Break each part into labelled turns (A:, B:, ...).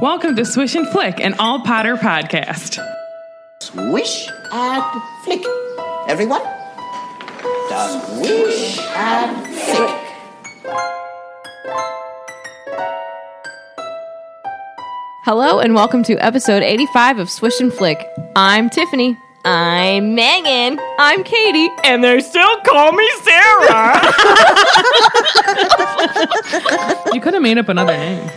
A: Welcome to Swish and Flick, an all Potter podcast.
B: Swish and flick. Everyone? Swish and flick.
C: Hello and welcome to episode 85 of Swish and Flick. I'm Tiffany. I'm Megan. I'm Katie. And they still call me Sarah.
A: You could have made up another name.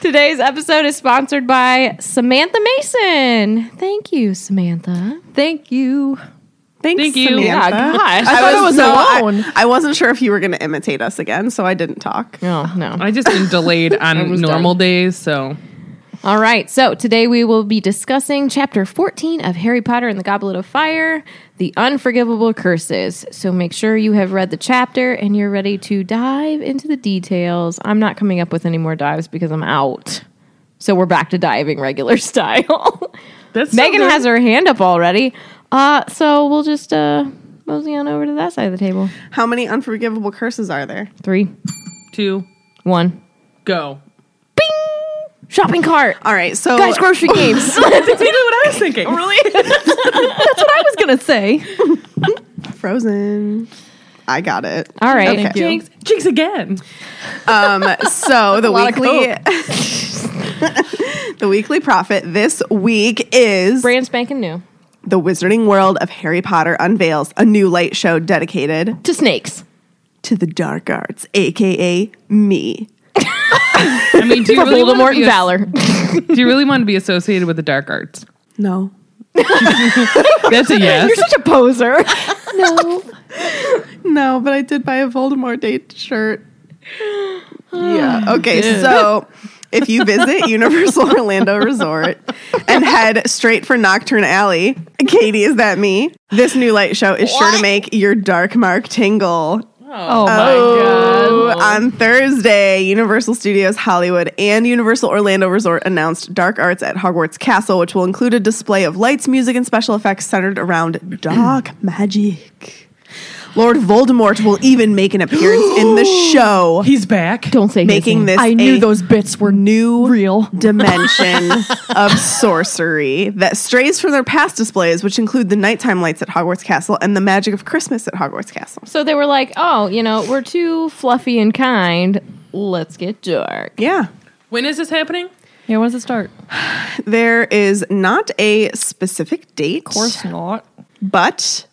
C: Today's episode is sponsored by Samantha Mason. Thank you, Samantha.
D: Thank you.
E: Thanks,
A: Thank you.
E: Samantha.
C: Yeah, gosh.
D: I thought it was
E: Oh no, I-
D: alone.
E: I, wasn't sure if you were going to imitate us again, so I didn't talk.
C: No, no.
A: I just been delayed on normal days, so
C: All right. So today we will be discussing chapter 14 of Harry Potter and the Goblet of Fire, The Unforgivable Curses. So make sure you have read the chapter and you're ready to dive into the details. I'm not coming up with any more dives because I'm out. So we're back to diving regular style.
A: that's so
C: Megan
A: good.
C: has her hand up already. Uh, so we'll just uh, mosey on over to that side of the table.
E: How many unforgivable curses are there?
C: Three,
A: two
C: one.
A: go.
C: Shopping cart.
A: Oh.
E: All right, so
C: Guys, grocery games. That's
A: That's exactly what I was thinking. Oh, Really?
C: what I was going to say.
E: Frozen. I got it.
C: All right.
E: Thank you.
A: Jinx, jinx again.
E: Um, so the
C: lot of
E: weekly, the weekly profit this week is
C: Brand spanking new.
E: the Wizarding World of Harry Potter unveils a new light show dedicated
C: To snakes.
E: to the dark arts, aka me.
A: I mean, do you really wanna
C: Voldemort
A: be
C: and
A: as-
C: Valor.
A: Do you really want to be associated with the dark arts?
E: No,
A: That's a yes.
C: such a poser. no.
E: No, but I did buy a Voldemort Day shirt. Yeah. Okay, so if you visit Universal Orlando Resort and head straight for Nocturne Alley, Katie, is that me? This new light show is sure to make your dark mark tingle.
C: Oh,
E: Oh, on Thursday, Universal Studios Hollywood and Universal Orlando Resort announced Dark Arts at Hogwarts Castle, which will include a display of lights, music, and special effects centered around dark magic. Lord Voldemort will even make an appearance in the show,
A: He's back.
C: Don't say his
E: making
C: name.
E: this
D: I knew
E: a
D: those bits were
E: new
D: real.
E: dimension of sorcery that strays from their past displays, which include the nighttime lights at Hogwarts Castle and the magic of Christmas at Hogwarts Castle.
C: So they were like, oh, you know, we're too fluffy and kind. Let's get dark.
E: Yeah.
A: When is this happening?
D: Yeah, when does it start?
E: There is not a specific date,
D: not.
E: but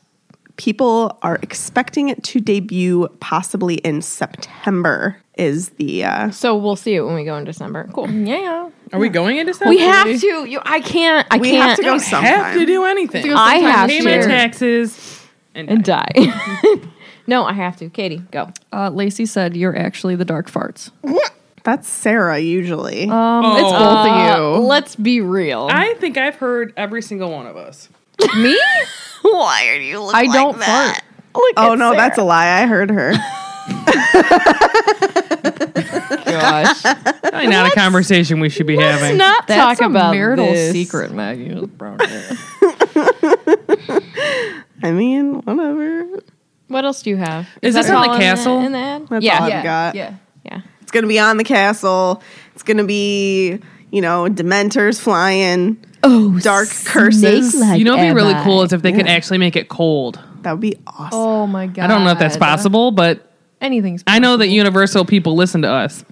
E: people are expecting it to debut possibly in September. Is the uh,
C: So we'll see it when we go in December. Cool. Yeah.
A: Are we going into something?
C: We have to. You, I can't. I
E: we
C: can't.
E: have to go
A: Have to
E: sometime?
A: do anything.
C: I have
A: Pay my
C: to.
A: taxes. And,
C: And die. no, I have to. Katie, go.
D: Uh, Lacey said, You're actually the dark farts.
E: That's Sarah usually.
C: Um,
D: It's both
E: Oh.
C: Uh,
D: of you.
C: let's be real.
A: Oh. I think I've heard every single one of us.
D: Me?
B: Why are you looking
D: I don't fart.
C: Look
E: oh
C: at
E: no,
C: Sarah.
E: that's a lie. I heard her.
D: Gosh.
A: Probably not a conversation we should be having.
C: Let's not
D: That's
C: talk
D: a
C: about
D: marital
C: this.
D: secret, Maggie. with brown hair.
E: I mean, whatever.
C: What else do you have?
A: Is this
C: that
A: on the
C: all in
A: castle?
C: In the, ad?
E: That's
C: yeah.
E: all I've
C: yeah.
E: got.
D: yeah.
C: Yeah.
E: It's gonna be on the castle. It's gonna be you know Dementors flying.
C: Oh,
E: Dark curses.
A: You know, what'd be really cool is if they could actually make it cold.
E: That would be awesome.
D: Oh my God.
A: I don't know if that's possible, but
D: Anything's
A: I know that Universal people listen to us.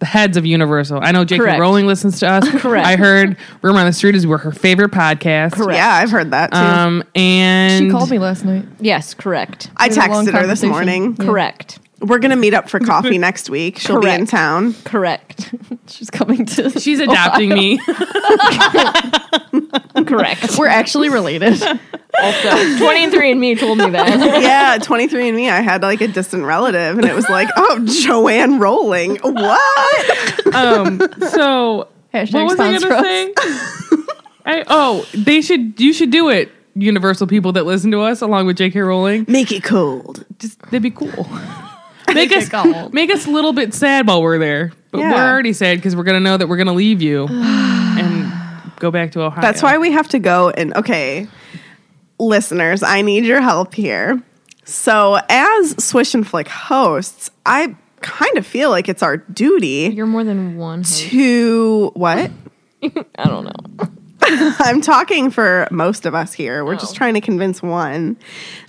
A: The heads of Universal. I know J.K.
C: Correct.
A: Rowling listens to us. Correct. I heard rumor on the street is we're her favorite podcast.
E: Yeah, I've heard that too.
A: Um, and
D: She called me last night.
C: Yes, correct.
E: I
D: had a long
E: texted her this
D: conversation.
E: morning.
C: Correct.
E: We're gonna meet up for coffee next week. She'll be in
C: Correct.
E: town.
C: Correct.
D: She's coming to.
A: She's adopting me.
C: Correct.
F: We're actually related.
C: Also, 23 and Me told me that.
E: yeah, 23 and me, I had like a distant relative, and it was like, oh, Joanne Rowling. What?
A: Um, so
F: Hashtag
A: what was I
F: sponsor
A: gonna
F: us.
A: say? I, oh, they should. You should do it. Universal people that listen to us, along with J.K. Rowling,
E: Make it cold.
A: just they'd be cool. Make us
F: cold.
A: make us a little bit sad while we're there, but
E: Yeah.
A: we're already sad because we're gonna know that we're gonna leave you and go back to Ohio.
E: That's why we have to go and okay, listeners, I need your help here. So, as Swish and Flick hosts, I kind of feel like it's our duty
C: You're more than one. host.
E: to what?
C: I don't know.
E: I'm talking for most of us here. We're
C: Oh.
E: just trying to convince one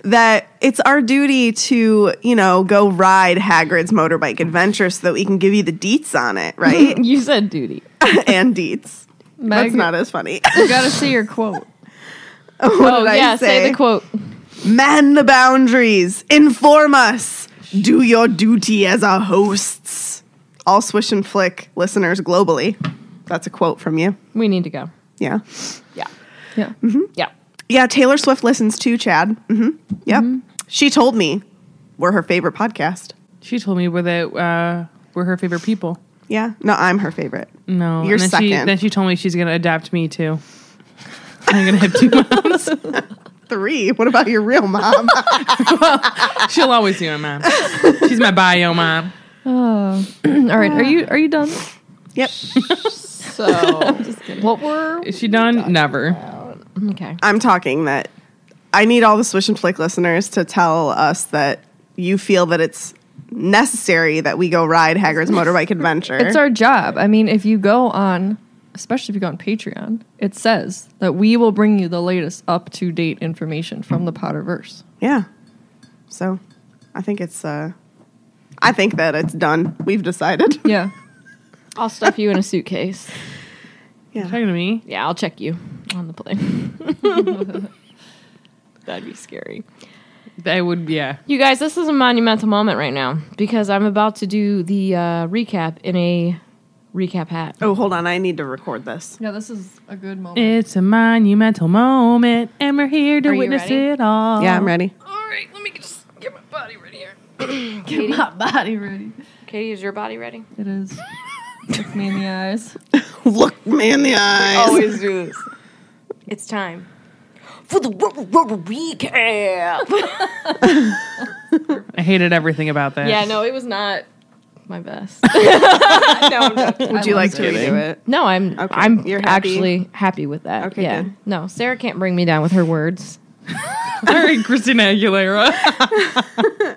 E: that it's our duty to, you know, go ride Hagrid's motorbike adventure so that we can give you the deets on it, right?
C: You said duty.
E: and deets. That's
F: Meg-
E: not as funny.
F: You gotta see your quote.
E: what
C: oh,
E: did I
C: yeah,
E: say?
C: the quote.
E: Man the boundaries. Inform us. Do your duty as our hosts. All swish and flick listeners globally. That's a quote from you.
C: We need to go.
E: Yeah.
C: Yeah.
F: Yeah.
C: Yeah.
E: Yeah, Taylor Swift listens too, Chad. hmm Yep.
F: Mm-hmm.
E: She told me we're her favorite podcast.
A: she told me we're that uh, we're her favorite people.
E: Yeah. No, I'm her favorite.
F: Mm.
A: No,
E: You're
A: and then She,
E: second.
A: then she told me she's gonna adopt me too. I'm gonna have two moms.
E: Three. What about your real mom?
A: She'll always be my mom. She's my bio mom.
F: All right. Are you are you done?
E: yep.
C: So, what were.
A: Is she done? Never.
C: Okay.
E: I'm talking that I need all the Swish and Flick listeners to tell us that you feel that it's necessary that we go ride Haggard's motorbike adventure.
F: It's our job. I mean, if you go on, especially if you go on Patreon, it says that we will bring you the latest up to date information from the Potterverse.
E: Yeah. So I think it's uh I think that it's done. We've decided.
F: Yeah.
C: I'll stuff you in a suitcase.
E: Yeah.
A: Talking to me.
C: Yeah, I'll check you on the plane. That'd be scary.
A: I would. Yeah.
C: You guys, this is a monumental moment right now because I'm about to do the uh, recap in a recap hat.
E: Oh, hold on. I need to record this.
F: Yeah, this is a good moment.
A: It's a monumental moment, and we're here to
C: you
A: witness
C: ready?
A: it
F: Oh.
A: all.
E: Yeah, I'm ready.
C: All right, let me just get my body ready here.
F: My body ready.
C: Katie, is your body ready?
F: It is. Look me in the eyes.
E: Look me in the eyes.
C: Always do this. It's time for the r- r- r- recap.
A: I hated everything about that.
C: yeah, no, it was not my best.
E: Would you like to redo Oh, it?
C: No, I'm
E: Okay,
C: I'm
E: you're happy?
C: actually happy with that.
E: Okay,
C: yeah.
E: good.
C: No, Sarah can't bring me down with her words.
A: All right, Christina Aguilera.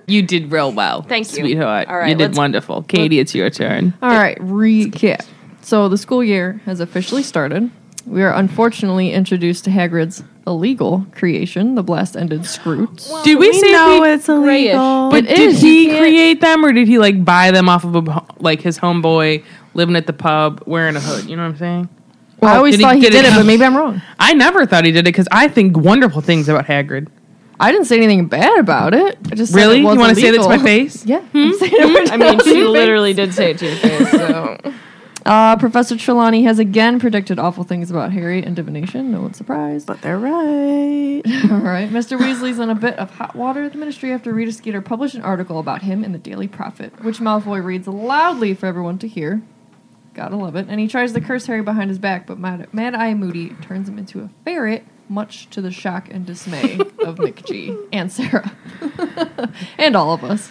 A: you did real well.
C: Thank you.
A: sweetheart.
C: All right,
A: you did
C: let's-
A: wonderful. Katie, it's your turn.
F: All right, recap. So the school year has officially started. We are unfortunately introduced to Hagrid's illegal creation, the blast-ended Scroots.
A: did we, say
C: Oh, know
A: he-
C: it's illegal.
A: But
F: It
A: did
F: is.
A: he
F: You can't-
A: create them, or did he like buy them off of a, like his homeboy living at the pub wearing a hood? You know what I'm saying?
F: I always
A: did he
F: thought he
A: get
F: did
A: it
F: it,
A: out?
F: but maybe I'm wrong.
A: I never thought he did it because I think wonderful things about Hagrid.
F: I didn't say anything bad about it. I just said
A: Really?
F: it
A: You
F: was
A: want to say that to
F: illegal.
A: my Hmm? face?
F: Yeah. I'm saying it was-
C: I mean, she literally did say it to your face. So
F: Uh, Professor Trelawney has again predicted awful things about Harry and divination. No one's surprised.
E: But they're right.
F: All right. Mr. Weasley's in a bit of hot water at the ministry after Rita Skeeter published an article about him in the Daily Prophet, which Malfoy reads loudly for everyone to hear. Gotta love it. And he tries to curse Harry behind his back, but Mad, Mad Eye Moody turns him into a ferret, much to the shock and dismay of Nick G and Sarah. and all of us.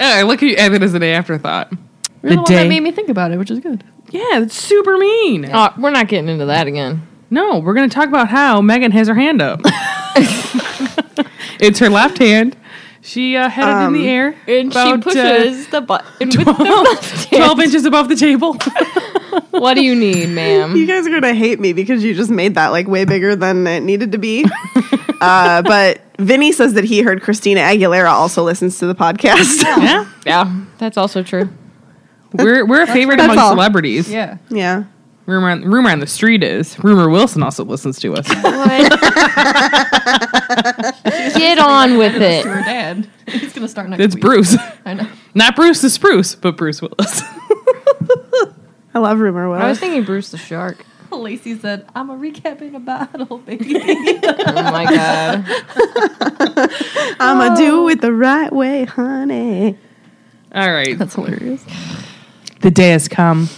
A: Oh, look at you add it as an afterthought.
F: You're the, one that made me think about it, which is good.
A: Yeah, that's super mean.
C: Oh, we're not getting into that again.
A: No, we're going to talk about how Megan has her hand up. it's her left hand. She uh, headed in the air.
C: And
A: about, uh,
C: she pushes the button with the
A: 12,
C: left hand.
A: inches above the table.
C: What do you need, ma'am?
E: You guys are gonna hate me because you just made that like way bigger than it needed to be. uh, but Vinny says that he heard Christina Aguilera also listens to the podcast.
A: yeah.
C: Yeah, that's also true.
A: We're, we're a favorite
E: That's
A: among
E: all.
A: celebrities.
F: Yeah.
E: yeah.
A: Rumor, on, rumor on the street is Rumor Wilson also listens to us.
C: Get on with it.
F: Your dad. He's going to start next
A: It's
F: week.
A: Bruce.
F: I know.
A: Not Bruce the Spruce, but Bruce Willis.
E: I love rumor
C: I was
E: Willis.
C: thinking Bruce the Shark.
D: Lacey said, I'm a recap in a bottle, baby.
C: Oh my god.
E: I'ma do it the right way, honey.
A: All right.
E: That's hilarious.
A: The day has come.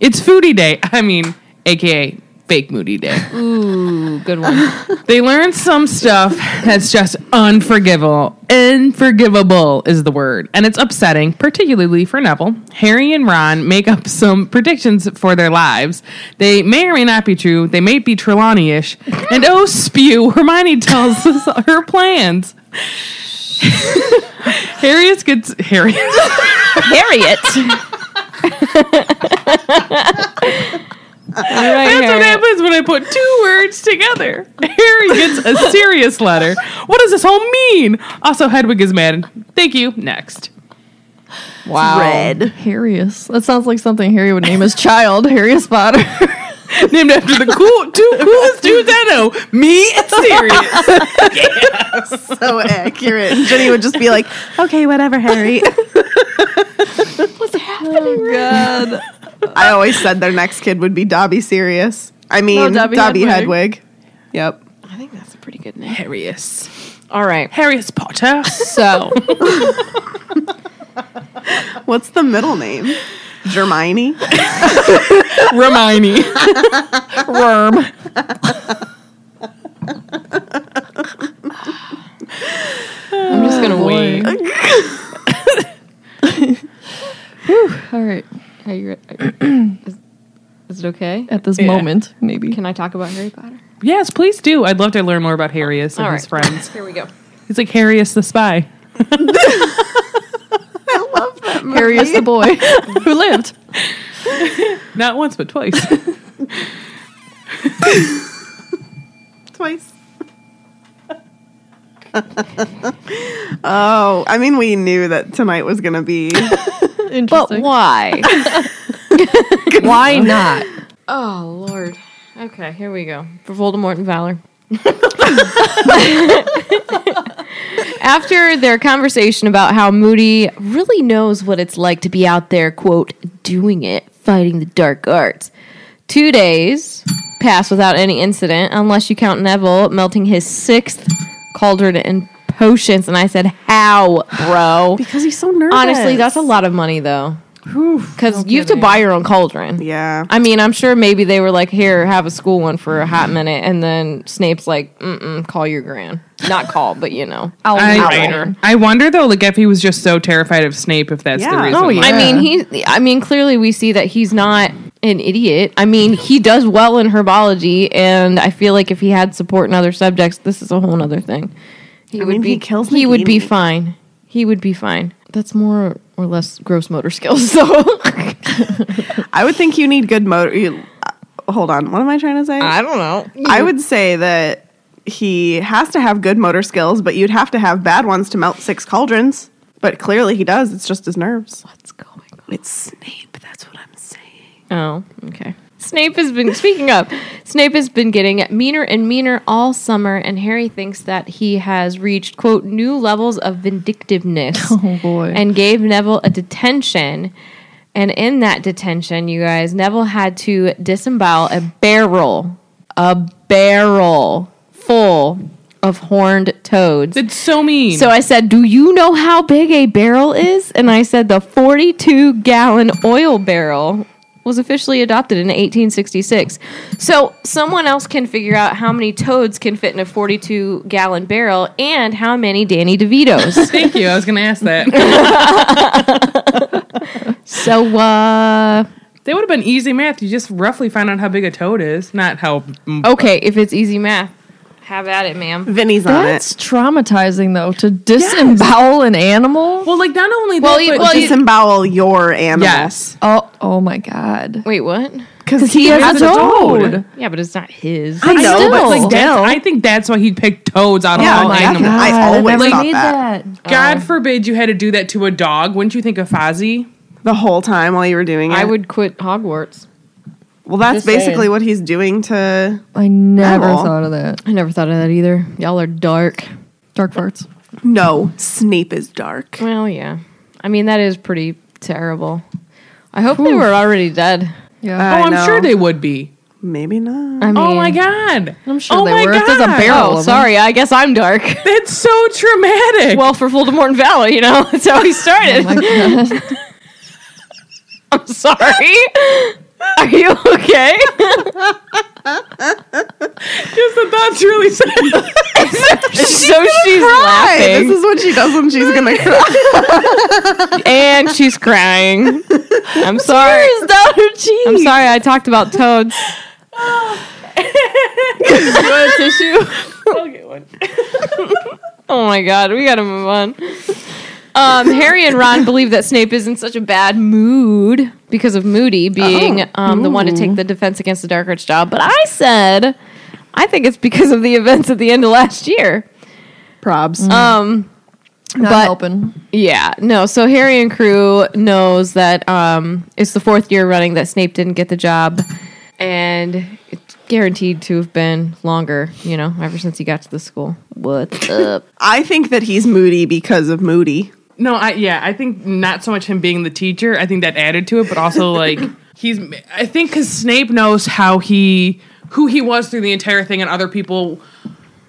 A: It's foodie day. I mean, aka fake moody day.
C: Ooh, good one.
A: They learn some stuff that's just unforgivable. Unforgivable is the word. And it's upsetting, particularly for Neville. Harry and Ron make up some predictions for their lives. They may or may not be true. They may be Trelawney ish. And oh, spew, Hermione tells us her plans. Harriet gets. Harriet.
C: Harriet. All right,
A: That's what
C: Harriet.
A: happens when I put two words together. Harry gets a serious letter. What does this all mean? Also, Hedwig is mad. Thank you. Next.
C: Wow.
E: Red.
D: Harrius. That sounds like something Harry would name his child, Harrius Potter.
A: Named after the cool two coolest dudes I know. Me and Sirius.
E: So accurate. Jenny would just be like, okay, whatever, Harry.
D: oh, God.
E: I always said their next kid would be Dobby Sirius. I mean,
D: No, Dobby
E: Dobby,
D: Hedwig.
E: Hedwig. Yep.
C: I think that's a pretty good name.
A: Harrius.
C: All right.
A: Harrius Potter.
C: So,
E: What's the middle name? Germini?
A: Hermione. Worm.
C: I'm just going to wait.
D: All right.
C: Are you is, is it okay?
D: At this
A: Yeah.
D: moment, maybe.
C: Can I talk about Harry Potter?
A: Yes, please do. I'd love to learn more about Harrius and
C: All
A: his
C: right.
A: friends.
C: Here we go.
A: He's like Harrius the spy.
D: Harrius the boy who lived.
A: Not once, but twice.
E: Twice. oh, I mean, we knew that tonight was going to be.
C: But
D: Interesting.
C: why? why not? Oh Lord. Okay, here we go. For Voldemort and Valor. After their conversation about how Moody really knows what it's like to be out there, quote, doing it, fighting the dark arts. Two days pass without any incident, unless you count Neville melting his sixth cauldron in potions. And I said, How, bro?
E: Because he's so nervous.
C: Honestly, that's a lot of money though. Because you have to buy your own cauldron.
E: Yeah.
C: I mean, I'm sure maybe they were like, here, have a school one for a hot minute. And then Snape's like, mm-mm, call your gran. Not call, but you know.
A: I, I wonder though, like if he was just so terrified of Snape, if that's the
E: Yeah.
A: reason.
E: Oh,
A: why.
C: I mean, he, I mean, clearly we see that he's not an idiot. I mean, he does well in herbology. And I feel like if he had support in other subjects, this is a whole other thing. He would
E: mean,
C: be,
E: he kills
C: he would be
E: Nagini.
C: fine. He would be fine. That's more or less gross motor skills, though.
E: I would think you need good motor. You, uh, hold on. What am I trying to say?
C: don't know.
E: I would say that he has to have good motor skills, but you'd have to have bad ones to melt six cauldrons. But clearly he does. It's just his nerves.
C: What's going on?
E: It's Snape. That's what I'm saying.
C: Oh, okay. Snape has been speaking up. Snape has been getting meaner and meaner all summer, and Harry thinks that he has reached quote new levels of vindictiveness.
D: Oh, boy.
C: And gave Neville a detention. And in that detention, you guys, Neville had to disembowel a barrel, a barrel full of horned toads.
A: It's so mean.
C: So I said, Do you know how big a barrel is? And I said, The 42 gallon oil barrel was officially adopted in 1866. So someone else can figure out how many toads can fit in a 42 gallon barrel and how many Danny DeVitos.
A: Thank you. I was going to ask that.
C: so, uh,
A: that would have been easy math. You just roughly find out how big a toad is, not how.
C: okay, if it's easy math, have at it, ma'am.
E: Vinny's on
D: That's
E: it.
D: traumatizing, though, to disembowel an animal.
A: Well, like not only
C: Well,
A: that,
C: you-
A: but
C: well, you-
E: Disembowel your animal.
A: yes,
D: Oh, oh my God.
C: Wait, what?
E: Because he,
D: has
E: is
D: a
E: a
D: toad.
E: toad.
C: Yeah, but it's not his.
E: I know,
D: Still.
F: Oh,
E: but
A: Like,
E: still.
A: that's- I think that's why he picked toads out of
E: Yeah,
D: Oh
A: all
E: my
A: animals.
E: God. I always thought that.
A: God forbid you had to do that to a dog. Wouldn't you think of Fozzie?
E: the whole time while you were doing it.
C: I would quit Hogwarts.
E: Well, that's
C: just saying.
E: basically what he's doing to
D: I never
E: Animal.
D: thought of that.
C: I never thought of that either. Y'all are dark.
D: Dark farts.
E: No, Snape is dark.
C: Well, yeah. I mean, that is pretty terrible. I hope they were already dead.
D: Yeah.
A: Oh,
E: I
A: I'm
E: know.
A: sure they would be.
E: Maybe not.
C: I mean,
A: Oh my god!
C: I'm sure
A: oh
C: they
A: my
C: were. If there's a
A: God.
C: barrel, sorry, I guess I'm dark.
A: That's so traumatic.
C: well, for Voldemort and Vala, you know, that's how he started. I'm sorry. Are you okay?
A: just the thoughts really sad.
C: so she's
E: Hey,
C: laughing
E: this is what she does when she's gonna cry.
C: and she's crying. I'm sorry.
D: down her cheek.
C: I'm sorry. I talked about toads. you want a tissue?
A: I'll get one.
C: Oh my god, we gotta move on. Um, Harry and Ron believe that Snape is in such a bad mood because of Moody being
E: Oh,
C: um, the one to take the Defense Against the Dark Arts job. But I said, I think it's because of the events at the end of last year.
E: Probs.
C: Um,
D: Not
C: but-
D: helping.
C: yeah, no. So Harry and crew knows that um, it's the fourth year running that Snape didn't get the job, and it's guaranteed to have been longer. You know, ever since he got to the school. What's up?
E: I think that he's moody because of Moody.
A: No, I yeah, I think not so much him being the teacher. I think that added to it, but also like he's. I think because Snape knows how he who he was through the entire thing, and other people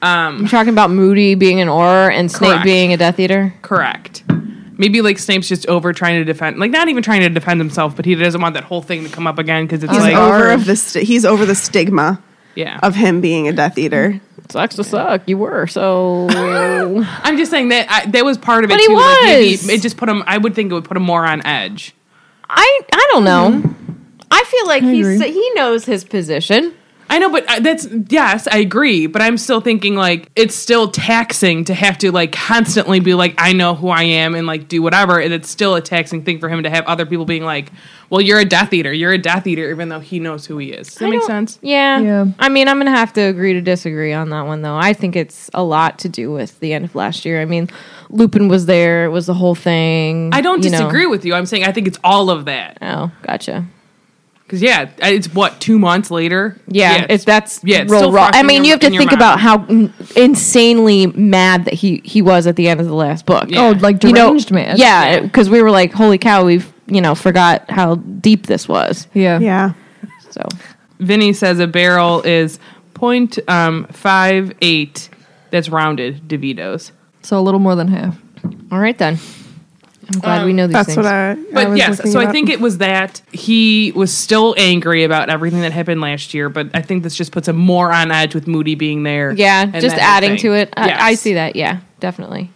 C: You're talking about Moody being an auror and Snape
A: Correct.
C: being a Death Eater.
A: correct. Maybe like Snape's just over trying to defend, like not even trying to defend himself, but he doesn't want that whole thing to come up again because it's
E: He's
A: like
E: over of the st- he's over the stigma
A: yeah.
E: of him being a Death Eater.
C: Sucks to suck. You were so.
A: I'm just saying that I, that was part of it
C: But he
A: too. Like
C: was.
A: maybe it just put him. I would think it would put him more on edge.
C: I I don't know. I feel like he's he knows his position.
A: I know, but uh, that's yes, I agree. But I'm still thinking like it's still taxing to have to like constantly be like, I know who I am and like do whatever, and it's still a taxing thing for him to have other people being like, Well, you're a Death Eater, you're a Death Eater, even though he knows who he is. Does that
C: I
A: make
C: don't-
A: sense?
C: Yeah.
D: Yeah.
C: I mean, I'm going to have to agree to disagree on that one, though. I think it's a lot to do with the end of last year. I mean, Lupin was there, it was the whole thing.
A: I don't
C: you know.
A: disagree with you. I'm saying I think it's all of that
C: Oh, gotcha.
A: because yeah, it's what two months later.
C: Yeah, it's that's
A: yeah, it's
C: real
A: still
C: raw.
A: fresh
C: I
A: in
C: mean,
A: your-
C: you have to
A: in your
C: think
A: mind.
C: about how n- insanely mad that he he was at the end of the last book.
A: Yeah. Oh,
D: like
C: You know,
D: deranged mad.
C: Yeah, because we were like, holy cow, we've you know forgot how deep this was.
D: Yeah.
E: Yeah.
C: So
A: Vinny says a barrel is point um five eight. That's rounded DeVito's.
D: So a little more than half.
C: all right then, I'm glad
A: Um,
C: we know these
E: That's
C: things.
E: what I, I
A: But
E: was
A: yes,
E: looking
A: so
E: it
A: I
E: up.
A: think it was that he was still angry about everything that happened last year, but I think this just puts him more on edge with Moody being there.
C: yeah,
A: and
C: just
A: that whole
C: adding
A: thing.
C: to it. I, I
A: Yes.
C: see that. Yeah, definitely.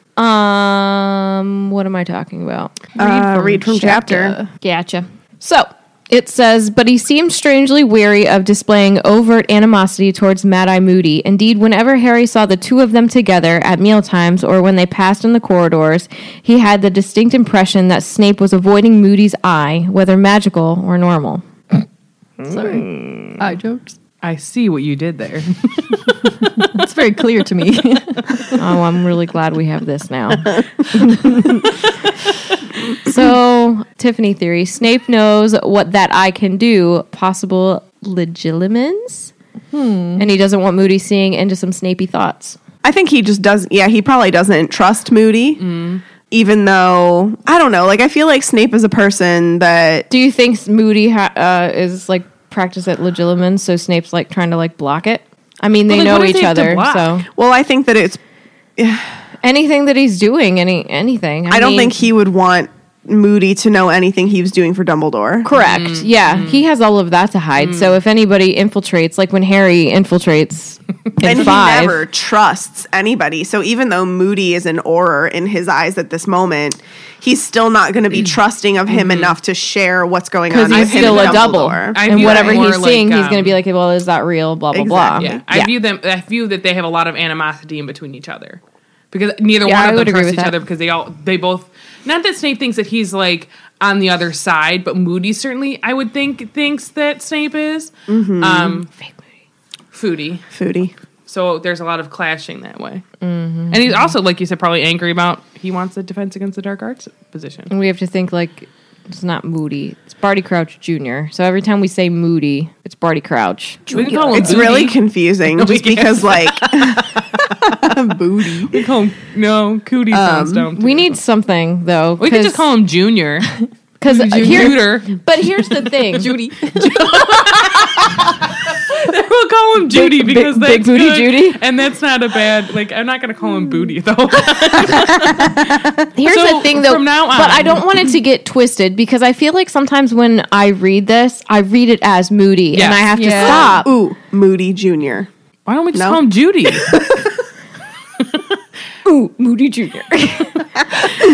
C: Um, what am I talking about?
E: Uh, read from chapter.
C: Gotcha. So it says, but he seemed strangely weary of displaying overt animosity towards Mad Eye Moody. Indeed, whenever Harry saw the two of them together at mealtimes or when they passed in the corridors, he had the distinct impression that Snape was avoiding Moody's eye, whether magical or normal. Mm.
D: Sorry. Eye jokes.
A: I see what you did there.
D: It's very clear to me.
C: Oh, I'm really glad we have this now. so, Tiffany theory Snape knows what that eye can do, possible legilimens.
A: Hmm.
C: And he doesn't want Moody seeing into some Snapey thoughts.
E: I think he just doesn't. Yeah, he probably doesn't trust Moody.
A: Mm.
E: Even though I don't know, like I feel like Snape is a person that
C: Do you think s- Moody ha- uh, is like practiced at legilimens? So Snape's like trying to like block it? I mean, they
A: Well, then what
C: know
A: if
C: each
A: they have to
C: other.
A: block?
C: So
E: well, I think that it's.
C: anything that he's doing, any anything.
E: I, don't
C: mean-
E: think he would want Moody to know anything he was doing for Dumbledore.
C: Correct.
A: Mm-hmm.
C: Yeah, he has all of that to hide. So if anybody infiltrates, like when Harry infiltrates
E: And
C: in
E: he
C: five,
E: never trusts anybody. So even though Moody is an horror in his eyes at this moment, he's still not going to be trusting of him enough to share what's going on.
C: because Mm-hmm. he's
E: with him
C: still
E: and
C: a double,
E: Dumbledore.
A: I
C: and
A: view
C: whatever
A: it more
C: he's
A: like,
C: seeing, he's going to
A: um,
C: be like, "Well, is that real?" Blah blah
E: Exactly.
C: blah.
A: yeah, I view them. I view that they have a lot of animosity in between each other because neither
C: Yeah, I
A: one of
C: would
A: them
C: agree
A: trusts
C: with
A: each
C: that.
A: other because they all they both. Not that Snape thinks that he's like on the other side, but Moody certainly I would think thinks that Snape is
C: Mm-hmm.
A: um, foodie.
E: Foodie.
A: So there's a lot of clashing that way.
C: Mm-hmm.
A: And he's also, like you said, probably angry about he wants the defense against the dark arts position.
C: And we have to think like it's not Moody. It's Barty Crouch Jr. So every time we say Moody, it's Barty Crouch.
A: We can call him
E: It's
A: Booty.
E: really confusing just because, like, booty.
A: We call him, no, Cootie
C: Um,
A: sounds dumb.
C: We need something though.
A: We could just call him Junior.
C: because
A: Junior.
C: But here's the thing, Judy.
A: we'll call him Judy
C: Big-
A: because
C: big-
A: that's
C: big booty
A: good,
C: Judy?
A: and that's not a bad. Like I'm not gonna call him Booty though.
C: Here's
A: So,
C: the thing, though.
A: from now
C: But I
A: on-
C: don't want it to get twisted because I feel like sometimes when I read this, I read it as moody, and
A: Yes.
C: I have to
D: Yeah.
C: stop.
E: Ooh, Moody Jr.
A: Why don't we just
E: No.
A: call him Judy
C: Ooh, moody junior.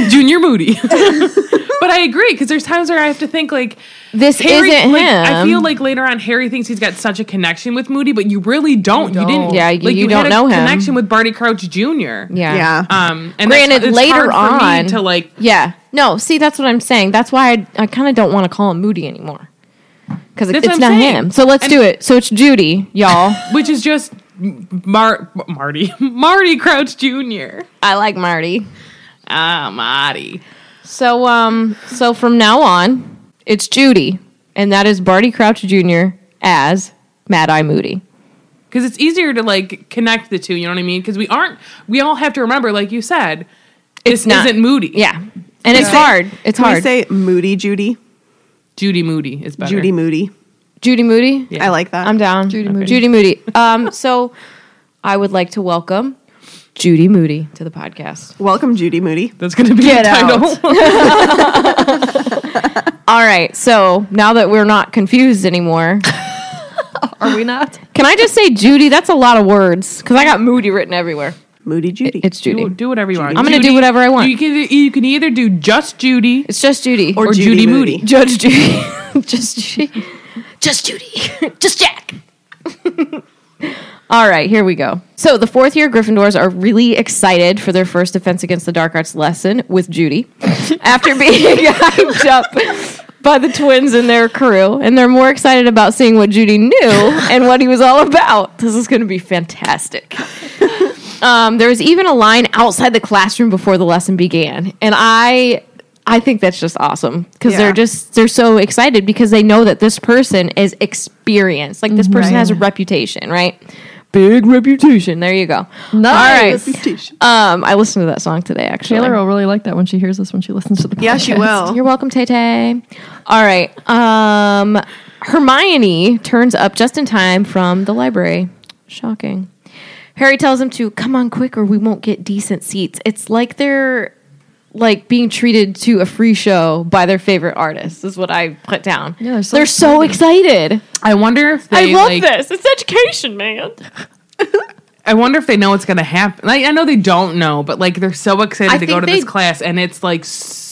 A: Junior Moody? but I agree because there's times where I have to think like
C: this
A: Harry.
C: isn't
A: like,
C: him.
A: I feel like later on Harry thinks he's got such a connection with Moody, but you really don't. You, didn't.
D: don't.
C: Yeah, you-
A: like,
C: you
A: had
C: don't
A: a
C: know him.
A: Connection with Barty Crouch Jr.
C: yeah.
E: Yeah.
A: Um, and that's-
C: Granted,
A: it's
C: later
A: hard for me
C: on,
A: to like
C: yeah, no. See, that's what I'm saying. That's why I, I kind of don't want to call him moody anymore because
A: That's
C: it's
A: what
C: not
A: I'm saying.
C: him. So let's
A: And-
C: do it. So it's Judy, y'all.
A: which is just Mar- Marty Marty Crouch Jr.
C: I like Marty.
A: Ah, Marty.
C: So um so from now on, it's Judy, and that is Barty Crouch Jr. as Mad Eye Moody.
A: Because it's easier to like connect the two. You know what I mean? Because we aren't. We all have to remember, like you said, this
C: not-
A: isn't Moody.
C: Yeah. And it's hard. It's
E: Can we
C: hard.
E: say Moody Judy?
A: Judy Moody is better.
E: Judy Moody.
C: Judy Moody?
A: Yeah.
E: I like that.
C: I'm down.
D: Judy Moody.
C: Judy Moody. Um so I would like to welcome Judy Moody to the podcast.
E: Welcome, Judy Moody.
A: That's gonna be
C: Get
A: the
C: out.
A: title.
C: All right. So now that we're not confused anymore,
D: Are we not?
C: can I just say Judy? That's a lot of words because I got Moody written everywhere.
E: Moody Judy.
C: It's Judy.
A: do, do whatever you want.
C: I'm gonna do
A: Judy-
C: whatever I want.
A: You can you can either do just Judy
C: it's just Judy.
A: or, Judy, Moody.
C: Judge Judy. Just Judy. Just Judy. Just Jack. All right, here we go. So the fourth year Gryffindors are really excited for their first Defense Against the Dark Arts lesson with Judy after being hyped up by the twins and their crew. And they're more excited about seeing what Judy knew and what he was all about. This is going to be fantastic. Um, there was even a line outside the classroom before the lesson began, and I, I think that's just awesome because
E: Yeah.
C: they're just they're so excited because they know that this person is experienced. Like this person has a reputation, right? Big reputation. There you go.
D: Nice.
C: All right. Um, I listened to that song today. Actually,
D: Taylor will really like that when she hears this when she listens to the podcast.
E: Yeah, she will.
C: You're welcome, Tay Tay. All right. Um, Hermione turns up just in time from the library. Shocking. Harry tells him to come on quick or we won't get decent seats. It's like they're like being treated to a free show by their favorite artist is what I put down.
D: Yeah, they're so
C: excited.
A: I wonder if
C: I
A: they
C: love
A: like,
C: this. It's education, man.
A: I wonder if they know it's gonna happen. Like, I know they don't know, but like they're so excited
C: I
A: to go
C: think
A: to
C: they-
A: this class, and it's like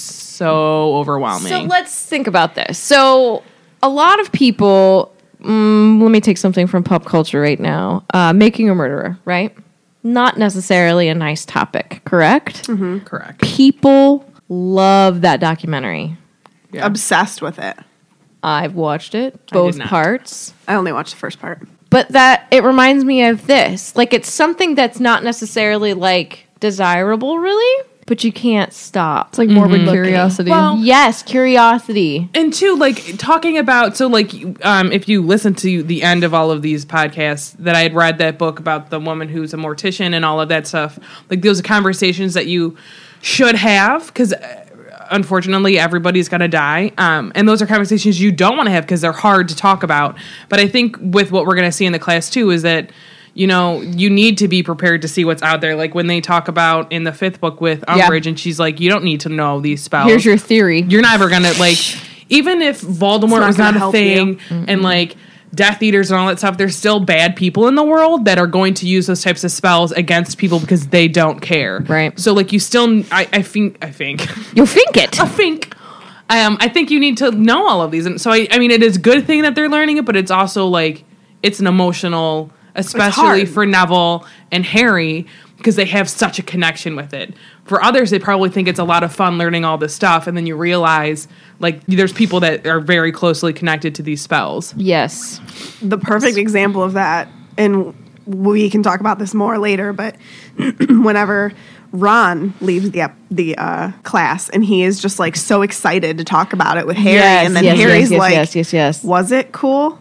A: so overwhelming.
C: So let's think about this. So a lot of people. Mm, let me take something from pop culture right now. Uh, making a murderer, right? Not necessarily a nice topic, correct?
A: Correct.
C: People love that documentary.
E: Obsessed with it.
C: I've watched it, both
A: not.
C: parts.
E: I only watched the first part.
C: But that it reminds me of this. Like it's something that's not necessarily like desirable, really. But you can't stop.
D: It's like morbid
C: Mm-hmm.
D: curiosity.
A: Well-
C: yes, curiosity.
A: and two like talking about so like um, if you listen to the end of all of these podcasts that i had read that book about the woman who's a mortician and all of that stuff like those are conversations that you should have because unfortunately everybody's going to die um, and those are conversations you don't want to have because they're hard to talk about but i think with what we're going to see in the class too is that you know you need to be prepared to see what's out there like when they talk about in the fifth book with
C: Yeah.
A: umbridge and she's like you don't need to know these spells
C: Here's your theory.
A: you're never gonna like even if Voldemort was
E: gonna
A: not a
E: help
A: thing
E: you.
A: and like Death Eaters and all that stuff, there's still bad people in the world that are going to use those types of spells against people because they don't care.
C: Right.
A: So like you still I, I think I think
C: You'll think it.
A: I think um I think you need to know all of these. And so I I mean it is a good thing that they're learning it, but it's also like it's an emotional especially
E: hard.
A: for Neville and Harry because they have such a connection with it. For others, they probably think it's a lot of fun learning all this stuff, and then you realize like there's people that are very closely connected to these spells.
C: Yes.
E: The perfect example of that, and we can talk about this more later, but whenever Ron leaves the ep- the uh, class and he is just like so excited to talk about it with Harry,
C: Yes,
E: and then
C: yes, yes,
E: Harry's
C: yes,
E: like,
C: yes, yes, yes.
E: "Was it cool?"